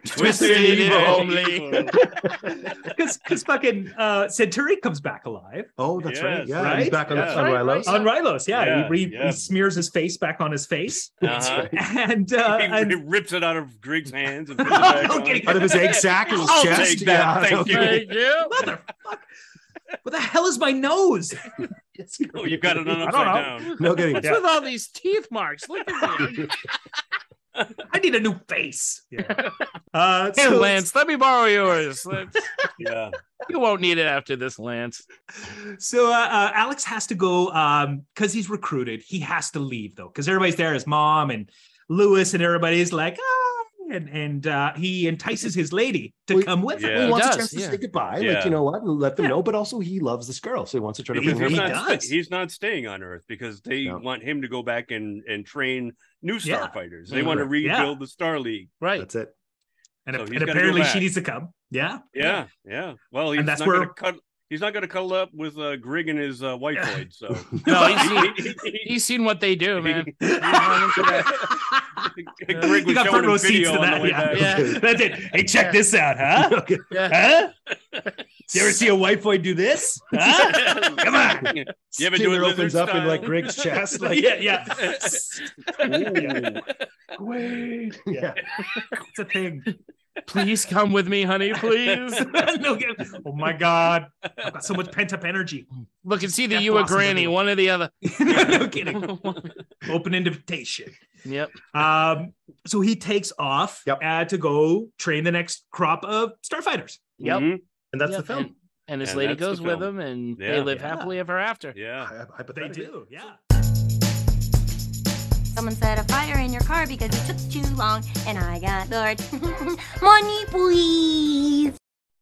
S3: Twisted evil only.
S4: Uh-huh.
S2: because fucking uh, Centuri comes back alive
S1: Oh, that's right.
S4: Yes,
S1: Yeah,
S2: right?
S1: he's back on
S4: Yeah.
S1: the on
S5: Right,
S1: Rylos.
S5: right.
S2: on Rylos. Yeah,
S4: Yeah,
S2: he, he,
S4: yeah.
S2: he smears his face back on his face,
S1: That's
S4: Uh-huh.
S1: right.
S2: and uh,
S4: he, he
S2: and
S4: rips it out of Grig's hands. And puts it back
S2: No
S4: on.
S2: kidding.
S1: Out of his egg sack and his
S4: I'll
S1: chest.
S4: take that, thank you.
S3: Thank you.
S2: motherfuck, what the hell is my nose?
S4: Oh, you've got it on
S2: I don't
S4: upside
S2: know.
S4: down.
S1: No kidding.
S3: What's with all these teeth marks? Look at me.
S2: I need a new face. Yeah. Uh,
S3: Here,
S2: so-
S3: Lance, let me borrow yours. Let's-
S4: Yeah.
S3: You won't need it after this, Lance.
S2: So uh, uh, Alex has to go because he's recruited. He has to leave though because everybody's there. His mom and Lewis and everybody's like, ah, and and uh, he entices his lady to
S1: Well,
S2: come with
S1: he
S2: him.
S3: Yeah.
S1: wants
S3: does,
S1: a chance to
S3: yeah.
S1: say goodbye,
S4: Yeah.
S1: like you know what, and let them
S2: Yeah.
S1: know. But also, he loves this girl, so he wants to try to
S4: Because
S1: bring her
S4: he's,
S2: he
S1: back.
S4: not sta-
S2: does.
S4: he's not staying on Earth because they
S1: No.
S4: want him to go back and, and train new
S2: Yeah.
S4: starfighters. They want to
S2: Yeah.
S4: rebuild the Star League.
S3: Right.
S1: That's it.
S2: And,
S4: So he's
S2: and
S4: gotta go
S2: apparently she
S4: back.
S2: needs to come. Yeah.
S4: Yeah, yeah. Well, he's
S2: that's
S4: not
S2: where-
S4: gonna cut. He's not gonna cuddle up with uh, Grig and his uh, white
S2: Yeah.
S4: Floyd. So
S3: No, he's seen,
S4: he, he, he,
S3: he's seen what they do, man.
S4: Grig
S2: You
S4: was
S2: got front
S4: showing
S2: row
S4: him
S2: seats
S4: video
S2: to
S4: on
S2: that,
S4: the way
S2: yeah.
S4: back.
S3: Yeah.
S2: That's it. Hey, check this out, huh?
S1: Okay.
S3: Yeah.
S2: Huh? You ever see a white boy do this? Huh? Come on.
S4: You ever do
S1: Stinger
S4: it lizard
S1: opens up in
S4: style?
S1: like Greg's chest, like
S2: yeah, yeah. It's
S1: ooh, wait, yeah.
S2: a thing.
S3: Please come with me, honey. Please.
S2: No, get- oh my god, I've got so much pent up energy.
S3: Look and see the
S2: Step
S3: you or
S2: blossom
S3: granny,
S2: everywhere.
S3: one or the other.
S2: no kidding. Open invitation.
S3: yep.
S2: Um, so he takes off
S1: Yep.
S2: uh, to go train the next crop of starfighters.
S3: Yep.
S4: Mhm.
S1: And that's
S3: Yep.
S1: the film.
S3: And, and this
S4: And
S3: lady
S4: that's the
S3: goes with him,
S4: film.
S3: and
S4: Yeah.
S3: they live
S2: Yeah.
S3: happily ever after.
S4: Yeah.
S1: but
S2: They do, yeah.
S6: Someone set a fire in your car because it took too long and I got bored. Money, please.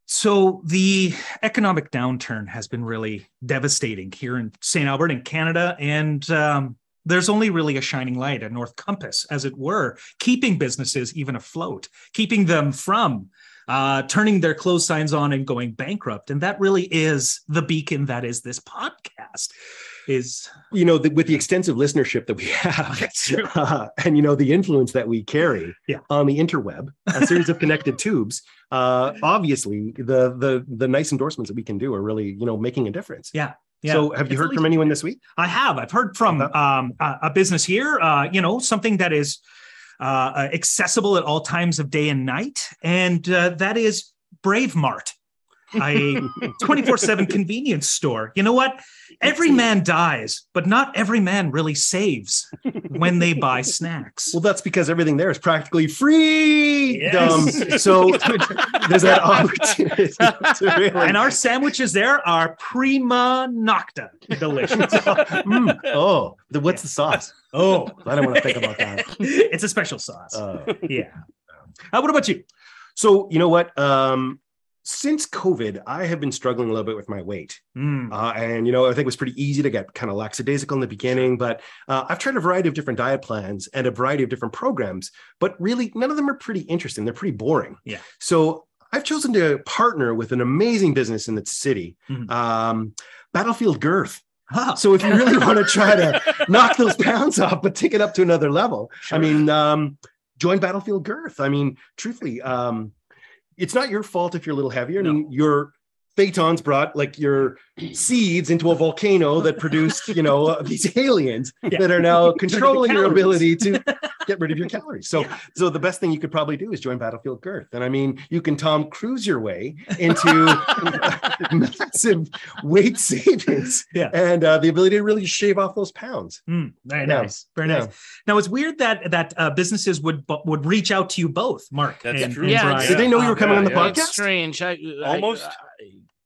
S2: So the economic downturn has been really devastating here in St. Albert in Canada, and um, there's only really a shining light, a north compass, as it were, keeping businesses even afloat, keeping them from uh, turning their close signs on and going bankrupt. And that really is the beacon that is this podcast. Is
S1: You know, the, with the extensive listenership that we have, uh, and you know the influence that we carry
S2: Yeah.
S1: on the interweb, a series of connected tubes. Uh, obviously, the the the nice endorsements that we can do are really you know making a difference.
S2: Yeah. Yeah.
S1: So, have you
S2: It's
S1: heard
S2: like-
S1: from anyone this week?
S2: I have. I've heard from
S1: Okay.
S2: um, a, a business here. Uh, you know, something that is uh, uh, accessible at all times of day and night, and uh, that is Brave Mart, a twenty-four-seven convenience store. You know what? Every man dies, but not every man really saves when they buy snacks.
S1: Well, that's because everything there is practically free.
S2: Yes.
S1: So there's that opportunity to really.
S2: and our sandwiches there are prima nocta, delicious.
S1: Mm, oh, the, what's the sauce?
S2: oh,
S1: I don't want to think about that.
S2: it's a special sauce.
S1: Uh,
S2: yeah. Uh, what about you?
S1: so you know what? Um, since COVID, I have been struggling a little bit with my weight.
S2: Mm.
S1: Uh, and, you know, I think it was pretty easy to get kind of lackadaisical in the beginning, but uh, I've tried a variety of different diet plans and a variety of different programs, but really none of them are pretty interesting. They're pretty boring.
S2: Yeah.
S1: So I've chosen to partner with an amazing business in the city,
S2: Mhm.
S1: um, Battlefield Girth.
S2: Huh.
S1: So if you really want to try to knock those pounds off, but take it up to another level, I mean, um, join Battlefield Girth. I mean, truthfully, um, it's not your fault if you're a little heavier. I mean, your Phaetons brought like your seeds into a volcano that produced, you know, uh, these aliens
S2: Yeah.
S1: that are now controlling your
S2: Calories.
S1: ability to get rid of your calories. So,
S2: Yeah.
S1: so the best thing you could probably do is join Battlefield Girth, and I mean, you can Tom Cruise your way into massive weight savings
S2: Yeah.
S1: and uh, the ability to really shave off those pounds.
S2: Mm, very
S1: Yeah.
S2: nice. Very
S1: Yeah.
S2: nice. Now it's weird that that uh, businesses would bu- would reach out to you both, Mark.
S4: That's
S2: and,
S4: true.
S2: and
S3: Yeah,
S2: Brian.
S3: it's- Did they
S1: know you were coming
S4: on the
S1: podcast?
S3: It's strange. I, I-
S4: Almost.
S3: I-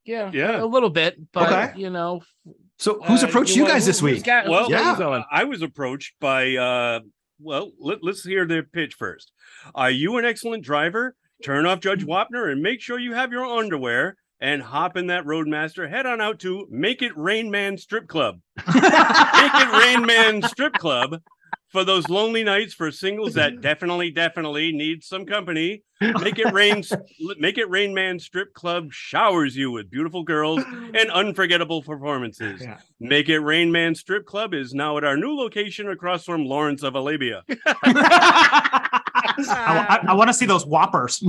S3: yeah.
S4: Yeah.
S3: A little bit, but
S1: Okay.
S3: you know,
S1: So, who's
S3: uh,
S1: approached you
S3: want-
S1: guys
S3: who-
S1: this
S3: who's
S1: week?
S3: got- who's
S4: Well,
S3: got
S1: yeah.
S3: you going?
S4: I was approached by. Uh, well, let, let's hear their pitch first. Are you an excellent driver? Turn off Judge Wapner and make sure you have your underwear and hop in that Roadmaster. Head on out to Make It Rain Man Strip Club. Make It Rain Man Strip Club. for those lonely nights for singles that definitely, definitely need some company. Make it rain, make it rain. Man strip club showers you with beautiful girls and unforgettable performances.
S2: Yeah.
S4: Make it rain. Man strip club is now at our new location across from Lawrence of Arabia.
S2: I, want to see those whoppers.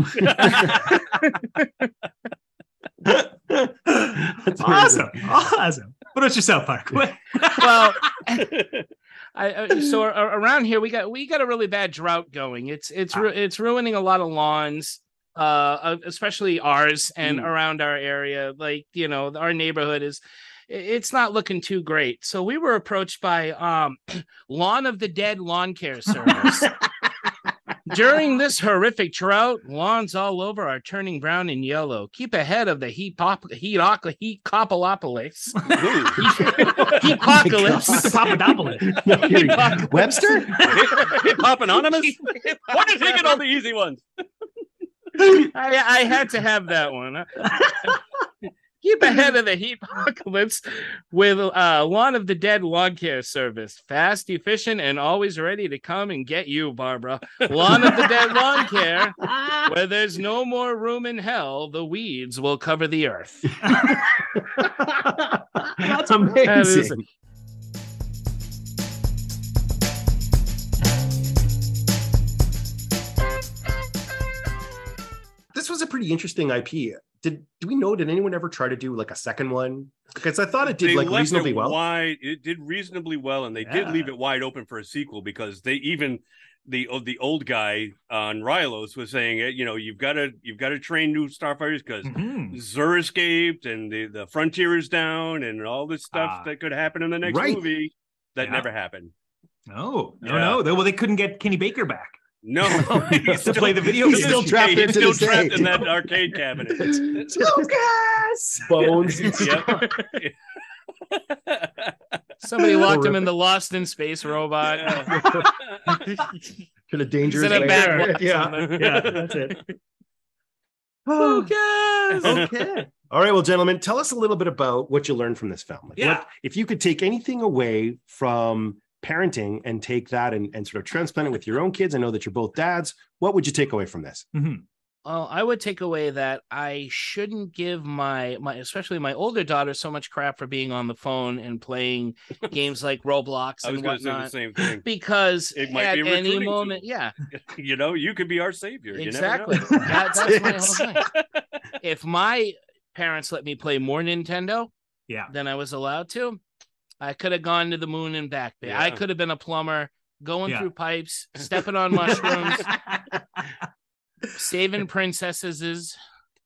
S2: awesome. Awesome. What about yourself, Park? What-
S3: well, I, I so a- a- around here we got we got a really bad drought going. It's it's
S4: Ah.
S3: ru- it's ruining a lot of lawns, uh, uh, especially ours and
S4: Mm.
S3: around our area. Like you know, our neighborhood is i- it's not looking too great. So we were approached by um, Lawn of the Dead Lawn Care Service. During this horrific drought, lawns all over are turning brown and yellow. Keep ahead of the heat pop heat oc- heat copopolis.
S4: Ooh. Oh
S2: Mr. Papadopoulos.
S1: No, here you go. Webster?
S4: Hip Hop Anonymous. Why did they get all the easy ones?
S3: I, I had to have that one. Keep ahead of the heat apocalypse with uh, Lawn of the Dead Lawn Care Service. Fast, efficient, and always ready to come and get you, Barbara. Lawn of the Dead Lawn Care, where there's no more room in hell, the weeds will cover the earth.
S2: That's
S1: amazing.
S3: That is-
S1: This was a pretty interesting IP. Did do we know? Did anyone ever try to do like a second one? Because I thought it did like
S4: left
S1: reasonably
S4: it
S1: well.
S4: Wide, it did reasonably well, and they did leave it wide open for a sequel because they even the oh, the old guy on Rylos was saying, eh, you know, you've got to you've got to train new starfighters because
S2: Mhm.
S4: Zur escaped and the the frontier is down and all this stuff
S2: Ah.
S4: that could happen in the next
S1: Right.
S4: movie that
S2: Yeah.
S4: never happened.
S2: No, no,
S4: Yeah.
S2: no. They- Well, they couldn't get Kenny Baker back.
S4: No,
S2: He's to play the video
S4: to
S1: He's
S2: game.
S1: still
S4: this
S1: trapped
S4: day,
S1: there
S4: he's
S1: to
S4: still
S1: this
S4: trapped
S1: day.
S4: in that arcade cabinet.
S2: Lucas!
S1: Bones.
S4: yep.
S3: Somebody locked him in the Lost in Space robot.
S4: uh,
S1: To the dangerous.
S3: He's in a
S1: lair.
S3: back
S1: yeah.
S2: Yeah, that's it.
S3: Lucas!
S1: okay. All right, well, gentlemen, tell us a little bit about what you learned from this film. Like,
S2: Yeah.
S1: what- if you could take anything away from parenting and take that and, and sort of transplant it with your own kids, I know that you're both dads. What would you take away from this?
S2: Mhm.
S3: Well, Uh, I would take away that I shouldn't give my my especially my older daughter so much crap for being on the phone and playing games like Roblox
S4: I
S3: and
S4: was going to say the
S3: whatnot.
S4: same thing.
S3: Because
S4: It might
S3: at
S4: be a
S3: any
S4: recruiting
S3: moment, yeah,
S4: You know, you could be our savior. You never know.
S3: exactly. That- that's my
S1: That's
S3: whole thing. If my parents let me play more Nintendo
S2: Yeah.
S3: than I was allowed to, I could have gone to the moon and back. babe. I
S4: Yeah.
S3: could have been a plumber, going
S2: Yeah.
S3: through pipes, stepping on mushrooms, saving princesses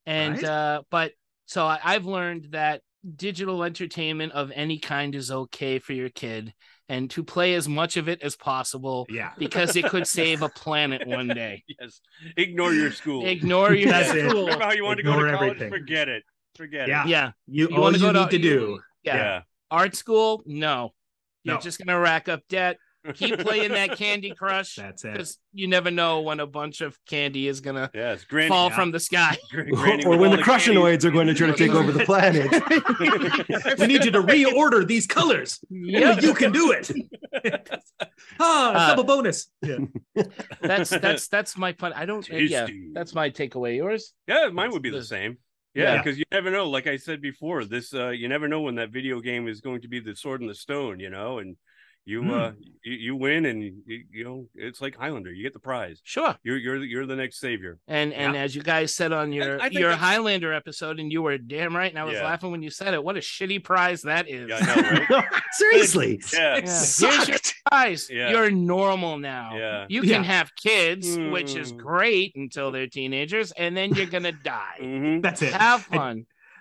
S3: and
S2: Right.
S3: uh but so I, i've learned that digital entertainment of any kind is okay for your kid and to play as much of it as possible
S2: yeah.
S3: because it could save a planet one day
S4: Yes. Ignore your school.
S3: ignore your
S2: That's it.
S3: school
S4: Remember how you wanted to go to
S2: Ignore
S4: college?
S2: everything.
S4: Forget it. Forget
S2: Yeah.
S4: it.
S3: yeah
S2: You,
S3: You
S2: all
S3: wanna
S2: you
S3: go to-
S2: need to do.
S3: yeah, art school no you're
S2: No.
S3: just gonna rack up debt keep playing that candy crush
S2: That's it.
S3: because you never know when a bunch of candy is gonna
S4: Yes. Granny.
S3: fall
S2: yeah.
S3: from the sky
S4: Granny with
S1: or when
S4: all
S1: the
S4: candy.
S1: crushinoids are going to try to take over the planet.
S2: we need you to reorder these colors.
S3: Yep.
S2: You can do it. ah,
S3: Uh,
S2: double bonus. Yeah.
S3: that's that's that's my fun. I don't. uh, Yeah,
S4: Tasty.
S3: that's my takeaway. Yours?
S4: Yeah, mine would be the
S3: That's-
S4: same. Yeah,
S2: Yeah.
S4: because you never know. Like I said before, this uh, you never know when that video game is going to be the sword and the stone, you know, and you uh you, you win and you, you know it's like Highlander, you get the prize.
S3: Sure.
S4: You're you're the- you're the next savior.
S3: And and as you guys said on your
S4: I think
S3: your
S4: that's-
S3: Highlander episode, and you were damn right, and I was
S4: Yeah.
S3: laughing when you said it. What a shitty prize that is!
S4: Yeah, I know, right?
S1: Seriously.
S4: Yeah.
S2: It
S3: Yeah. Here's your
S2: sucked.
S3: prize.
S4: Yeah.
S3: You're normal now.
S4: Yeah.
S3: You
S2: Yeah.
S3: can have kids, which is
S4: Mm.
S3: great until they're teenagers, and then you're gonna die.
S4: Mhm.
S2: That's it.
S3: have fun.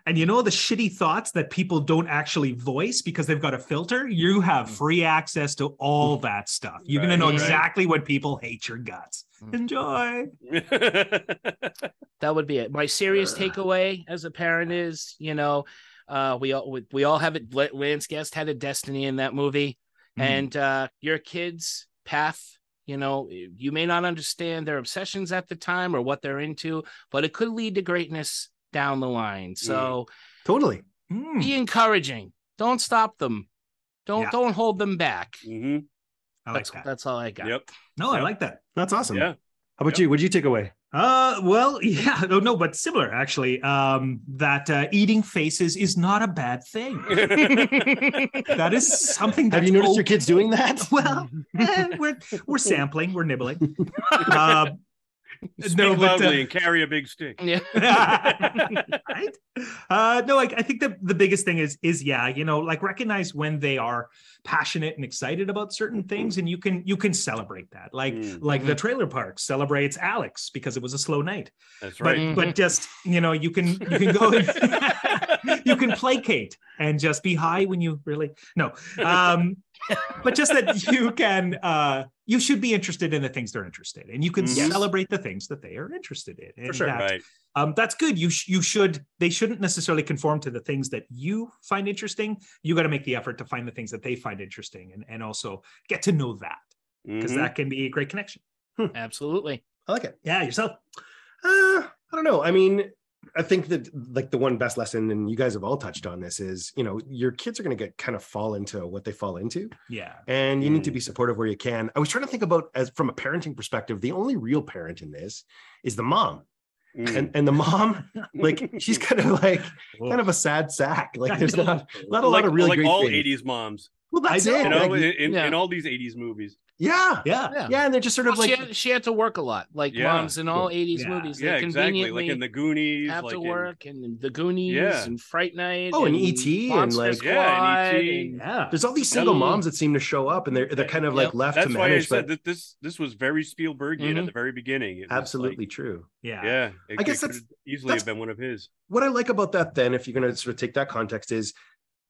S2: And you know the shitty thoughts that people don't actually voice because they've got a filter? You have free access to all that stuff. You're going
S4: Right,
S2: to know
S3: Mm. right.
S2: exactly when people hate your guts.
S3: Mm.
S2: Enjoy.
S3: that would be it. My serious
S2: Ugh.
S3: takeaway as a parent is, you know, uh, we all we, we all have it. L- Lance Guest had a destiny in that movie,
S2: Mm.
S3: and uh, your kid's path. You know, you may not understand their obsessions at the time or what they're into, but it could lead to greatness down the line. So
S1: Totally.
S2: Mm.
S3: be encouraging. Don't stop them. Don't
S2: Yeah.
S3: don't hold them back.
S4: Mhm.
S2: I like
S3: That's,
S2: that.
S3: that's all I got.
S4: Yep.
S2: No, I
S4: yeah.
S2: like that.
S1: That's awesome.
S4: Yeah.
S5: How about you? What'd you take away?
S2: Uh, well, yeah, no, no, but similar actually. Um, that uh, eating faces is not a bad thing. That is something.
S5: Have you
S2: that's
S5: noticed your kids doing that?
S2: Well, eh, we're we're sampling, we're nibbling. Uh,
S4: Speak
S2: no, but,
S4: loudly
S2: uh,
S4: and carry a big stick.
S3: Yeah.
S2: right? Uh, no, like I think the the biggest thing is is yeah, you know, like recognize when they are passionate and excited about certain things, and you can you can celebrate that. Like
S5: Hmm.
S4: Mm.
S2: like the trailer park celebrates Alex because it was a slow night,
S4: That's
S2: but
S4: right.
S2: but just you know you can you can go and you can placate and just be high when you really no, um, but just that you can. Uh, you should be interested in the things they're interested in. You can
S4: Mm-hmm. Yes.
S2: celebrate the things that they are interested in.
S4: For
S2: and
S4: sure.
S2: that-
S4: Right.
S2: um, that's good. You sh- you should they shouldn't necessarily conform to the things that you find interesting. You got to make the effort to find the things that they find interesting, and and also get to know that because
S4: Mhm.
S2: that can be a great connection.
S3: Absolutely.
S1: I like it.
S2: Yeah, yourself.
S1: Uh, I don't know. I mean, I think that like the one best lesson, and you guys have all touched on this, is you know your kids are going to get kind of fall into what they fall into,
S2: Yeah.
S1: and you need to
S4: Mm.
S1: be supportive where you can. I was trying to think about as from a parenting perspective, the only real parent in this is the mom,
S4: Mm.
S1: and and the mom like she's kind of like kind of a sad sack. Like there's not not a
S4: Mm-hmm. like,
S1: lot of really
S4: like
S1: great
S4: all
S1: things.
S4: 80s moms,
S1: Well, that's
S2: I know.
S1: it.
S4: you know,
S1: Like,
S4: in, in,
S3: yeah.
S4: in all these 80s movies.
S1: yeah,
S2: Yeah.
S3: Yeah.
S1: yeah, and they're just sort of
S3: Well, she,
S1: like
S3: had, she had to work a lot, like
S4: Yeah.
S3: moms in all 80s
S2: Yeah.
S3: movies. They
S4: yeah, exactly. Like
S3: conveniently
S4: in the Goonies,
S3: have
S4: like
S3: to
S4: in-
S3: work and the Goonies
S4: Yeah.
S3: and Fright Night.
S1: Oh,
S2: E
S1: and E.T. and,
S3: Monster
S1: like-
S3: Squad
S4: Yeah, and E E.T..
S3: and-
S2: Yeah.
S1: there's all these single moms that seem to show up, and they're they're kind of like
S3: Yep.
S1: left
S4: That's
S1: to
S4: why I
S1: manage. But
S4: said that this this was very Spielbergian
S3: Mhm.
S4: at the very beginning. It was like-
S1: absolutely true.
S2: Yeah.
S4: yeah, it,
S1: I guess
S4: it
S1: that's-
S4: could easily
S1: that's-
S4: have been one of his.
S1: what I like about that then, if you're going to sort of take that context, is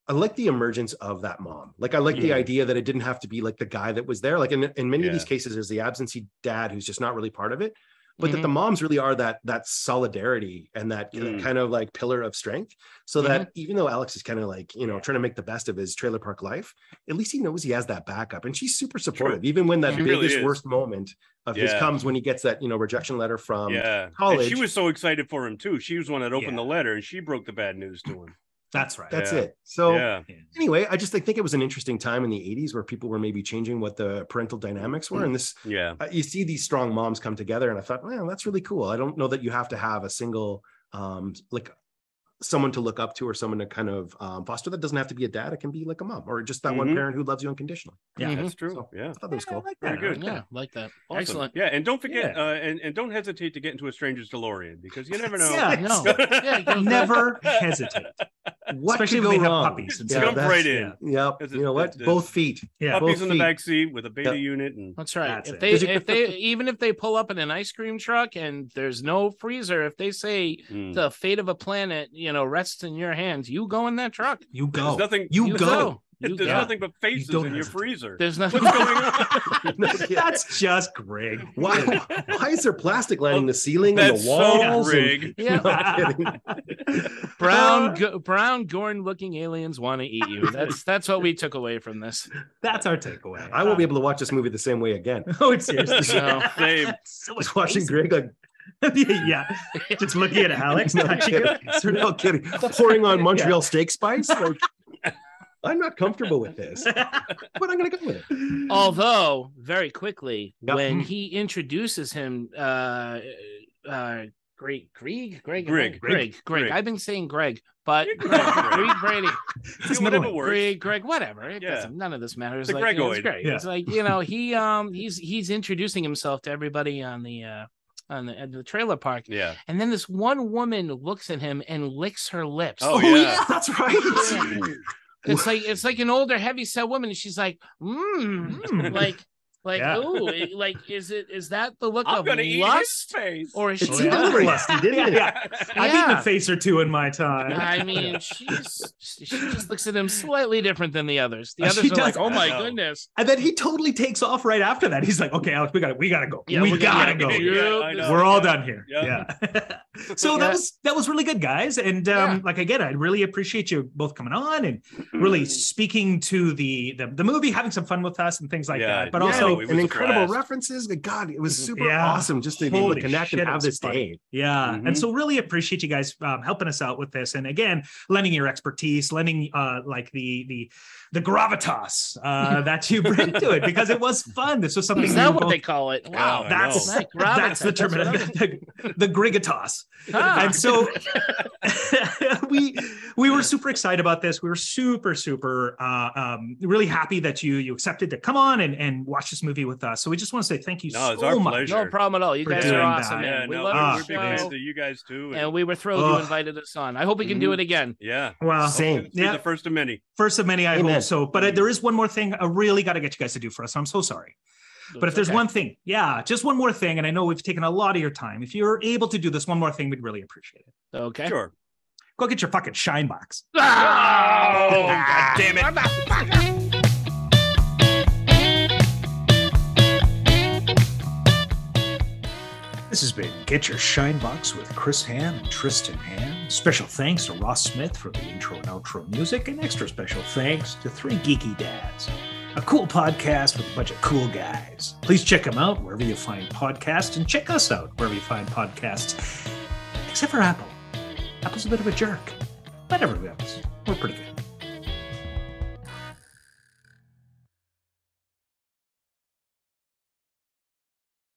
S1: I like the emergence of that mom. Like I like the
S4: Yeah.
S1: idea that it didn't have to be like the guy that was there. Like in, in many of these
S4: Yeah.
S1: cases, there's the absentee dad who's just not really part of it, but that
S3: Mhm.
S1: the moms really are that that solidarity and that you know,
S4: Mm.
S1: kind of like pillar of strength. So that even though Alex is kind of like you know trying to make the best of his trailer park life, at least he knows he has that backup, and she's super supportive, even when that
S4: She really
S1: biggest
S4: is.
S1: worst moment of his
S4: Yeah.
S1: comes when he gets that you know rejection letter from
S4: yeah, and
S1: um, college-
S4: she was so excited for him too. She was the one that opened
S2: Yeah.
S4: the letter, and she broke the bad news to him.
S2: That's right.
S1: that's
S4: Yeah.
S1: it. So
S4: yeah,
S1: anyway, I just like, think it was an interesting time in the 80s where people were maybe changing what the parental dynamics
S2: Mm.
S1: were. And this,
S4: yeah,
S1: uh, you see these strong moms come together. And I thought, well, that's really cool. I don't know that you have to have a single, um, like someone to look up to or someone to kind of um, foster. That doesn't have to be a dad. It can be like a mom or just that one
S2: Mm-hmm.
S4: Mhm.
S1: parent who loves you unconditionally.
S2: Yeah.
S3: Mhm.
S4: that's true.
S1: So-
S4: yeah.
S1: I thought that was cool.
S2: I like
S4: Very
S2: that.
S4: good.
S3: Yeah, like that.
S4: Awesome.
S3: Excellent.
S4: Yeah, and don't forget,
S2: Yeah.
S4: uh, and and don't hesitate to get into a stranger's DeLorean because you never know.
S2: Yeah.
S3: No. Yeah, go-
S2: Never hesitate.
S1: What
S2: Especially
S1: could go
S2: when they have
S1: wrong?
S2: puppies. and
S1: Yeah,
S2: stuff.
S4: Jump
S1: that's-
S4: right in.
S1: Yep.
S4: It's-
S1: You know what?
S4: it's- it's-
S1: Both feet.
S2: Yeah.
S4: Puppies
S1: both
S4: in the
S1: feet.
S4: back seat with a beta
S1: Yeah.
S4: unit, and
S3: That's right.
S2: That's
S3: if
S2: it.
S3: they,
S1: Did you-
S3: if they, even if they pull up in an ice cream truck and there's no freezer, if they say
S4: Mm.
S3: the fate of a planet, you know, rests in your hands, you go in that truck.
S2: You
S4: there's
S2: go.
S4: nothing.
S2: you
S3: You
S2: go.
S3: go. You
S4: There's
S3: go.
S4: nothing but faces in
S2: don't
S4: your
S2: hesitate.
S4: freezer.
S3: There's nothing.
S4: What's going on?
S1: No, yeah.
S2: That's just Greg.
S1: Why, why is there plastic lining the ceiling and
S4: That's
S1: the
S4: so
S1: walls? and-
S4: rigged.
S3: Yeah.
S1: No, kidding.
S3: Brown, go- brown, Gorn-looking aliens want to eat you. That's that's what we took away from this.
S2: That's our takeaway.
S1: I won't be able to watch this movie the same way again.
S2: Oh, it's seriously.
S3: No.
S4: Same.
S2: So
S1: Just watching
S2: amazing.
S1: Greg like
S2: yeah, just looking at Alex.
S1: no
S2: touching her.
S1: kidding, no kidding, pouring on Montreal steak spice. Like, I'm not comfortable with this, but I'm gonna go with it.
S3: Although, very quickly,
S1: Yeah.
S3: when
S2: Mm.
S3: he introduces him, uh, uh, Greg, Greg, Greg,
S4: Greg,
S3: Greg,
S4: Greg,
S3: Greg,
S4: Greg.
S3: I've been saying Greg, but
S4: You're Greg,
S3: Greg Brady,
S2: Just
S4: whatever
S2: middling.
S4: works.
S3: Greg, Greg, whatever. It
S4: Yeah.
S3: doesn't, none of this matters.
S4: The
S3: like, you know, it's
S4: Gregoid.
S3: great.
S2: Yeah.
S3: It's like you know, he um, he's he's introducing himself to everybody on the uh, on the, at the trailer park,
S4: Yeah.
S3: and then this one woman looks at him and licks her lips.
S4: Oh, yeah.
S1: that's right.
S3: It's like it's like an older heavyset woman. And she's like, mmm,
S2: Mm.
S3: like, like,
S2: Yeah.
S3: ooh, it- like, is it is that the look
S4: I'm
S3: of
S4: gonna eat his
S3: lust,
S4: face.
S3: or is she?
S1: It
S2: Oh,
S1: seemed a little rusty, didn't it?
S2: Yeah. I've eaten a
S3: Yeah.
S2: face or two in my time.
S3: I mean, she's she just looks at him slightly different than the others. The
S2: Uh,
S3: others
S2: she
S3: are like,
S2: does.
S3: oh my
S4: Oh.
S3: goodness,
S2: and then he totally takes off right after that. He's like, "Okay, Alex, we got to, we got to go.
S3: Yeah,
S2: we,
S3: we're
S2: gotta
S3: gonna-
S2: go.
S3: yeah, We're
S4: I know.
S2: We're all
S4: Yeah.
S2: done here."
S4: Yeah.
S2: Yeah. so that
S3: Yeah.
S2: was that was really good, guys. And um, like again, I really appreciate you both coming
S3: Mm.
S2: on and really speaking to the the, the movie, having some fun with us and things like
S4: Yeah.
S2: that. But
S1: Yeah,
S2: also,
S4: no, it was
S1: and incredible
S4: the best.
S1: references. God, it was super
S2: Yeah.
S1: awesome just to be able to
S2: Holy
S1: connect
S2: shit,
S1: and
S2: it
S1: have
S2: was
S1: this
S2: funny.
S1: day.
S2: Yeah.
S4: Mhm.
S3: Mm-hmm.
S2: And so really appreciate you guys um, helping us out with this. And again, lending your expertise, lending uh, like the, the, the gravitas uh, that you bring to it because it was fun. This was something
S3: Is
S2: we
S3: that
S2: were
S3: what
S2: both-
S3: they call it?
S4: Wow,
S3: Wow.
S4: I
S2: that's,
S3: know.
S2: that's the
S3: That's what I
S2: terminology, the, the grigatas.
S3: Ah.
S2: And so we we were super excited about this. We were super super uh, um, really happy that you you accepted to come on and, and watch this movie with us. So we just want to say thank you
S4: No, it's
S2: so
S4: our
S2: much.
S4: pleasure.
S3: no problem at all. You
S2: For
S3: guys
S2: doing
S3: are
S2: that.
S3: awesome, man.
S4: Yeah,
S3: we
S4: no,
S3: love
S2: Ah,
S4: we're
S3: your
S4: big fans
S3: show,
S4: of you guys too. And,
S3: and we were thrilled you
S2: Ugh.
S3: invited us on. I hope we can do
S2: Mm-hmm.
S4: Mhm.
S3: it again.
S4: yeah.
S2: Wow.
S1: Same.
S4: Hopefully this will be
S2: Yeah.
S4: the first of many.
S2: First of many, I
S1: Amen.
S2: hope so. But uh, there is one more thing I really got to get you guys to do for us. I'm so sorry. But if there's
S3: Okay.
S2: one thing, yeah, just one more thing. And I know we've taken a lot of your time. If you're able to do this one more thing, we'd really appreciate it.
S3: okay.
S4: Sure.
S2: Go get your fucking shine box.
S3: Oh, God damn it.
S2: This has been Get Your Shine Box with Chris Ham and Tristan Ham. Special thanks to Ross Smith for the intro and outro music, and extra special thanks to Three Geeky Dads, a cool podcast with a bunch of cool guys. Please check them out wherever you find podcasts, and check us out wherever you find podcasts, except for Apple. Apple's a bit of a jerk, but everyone else, we're pretty good.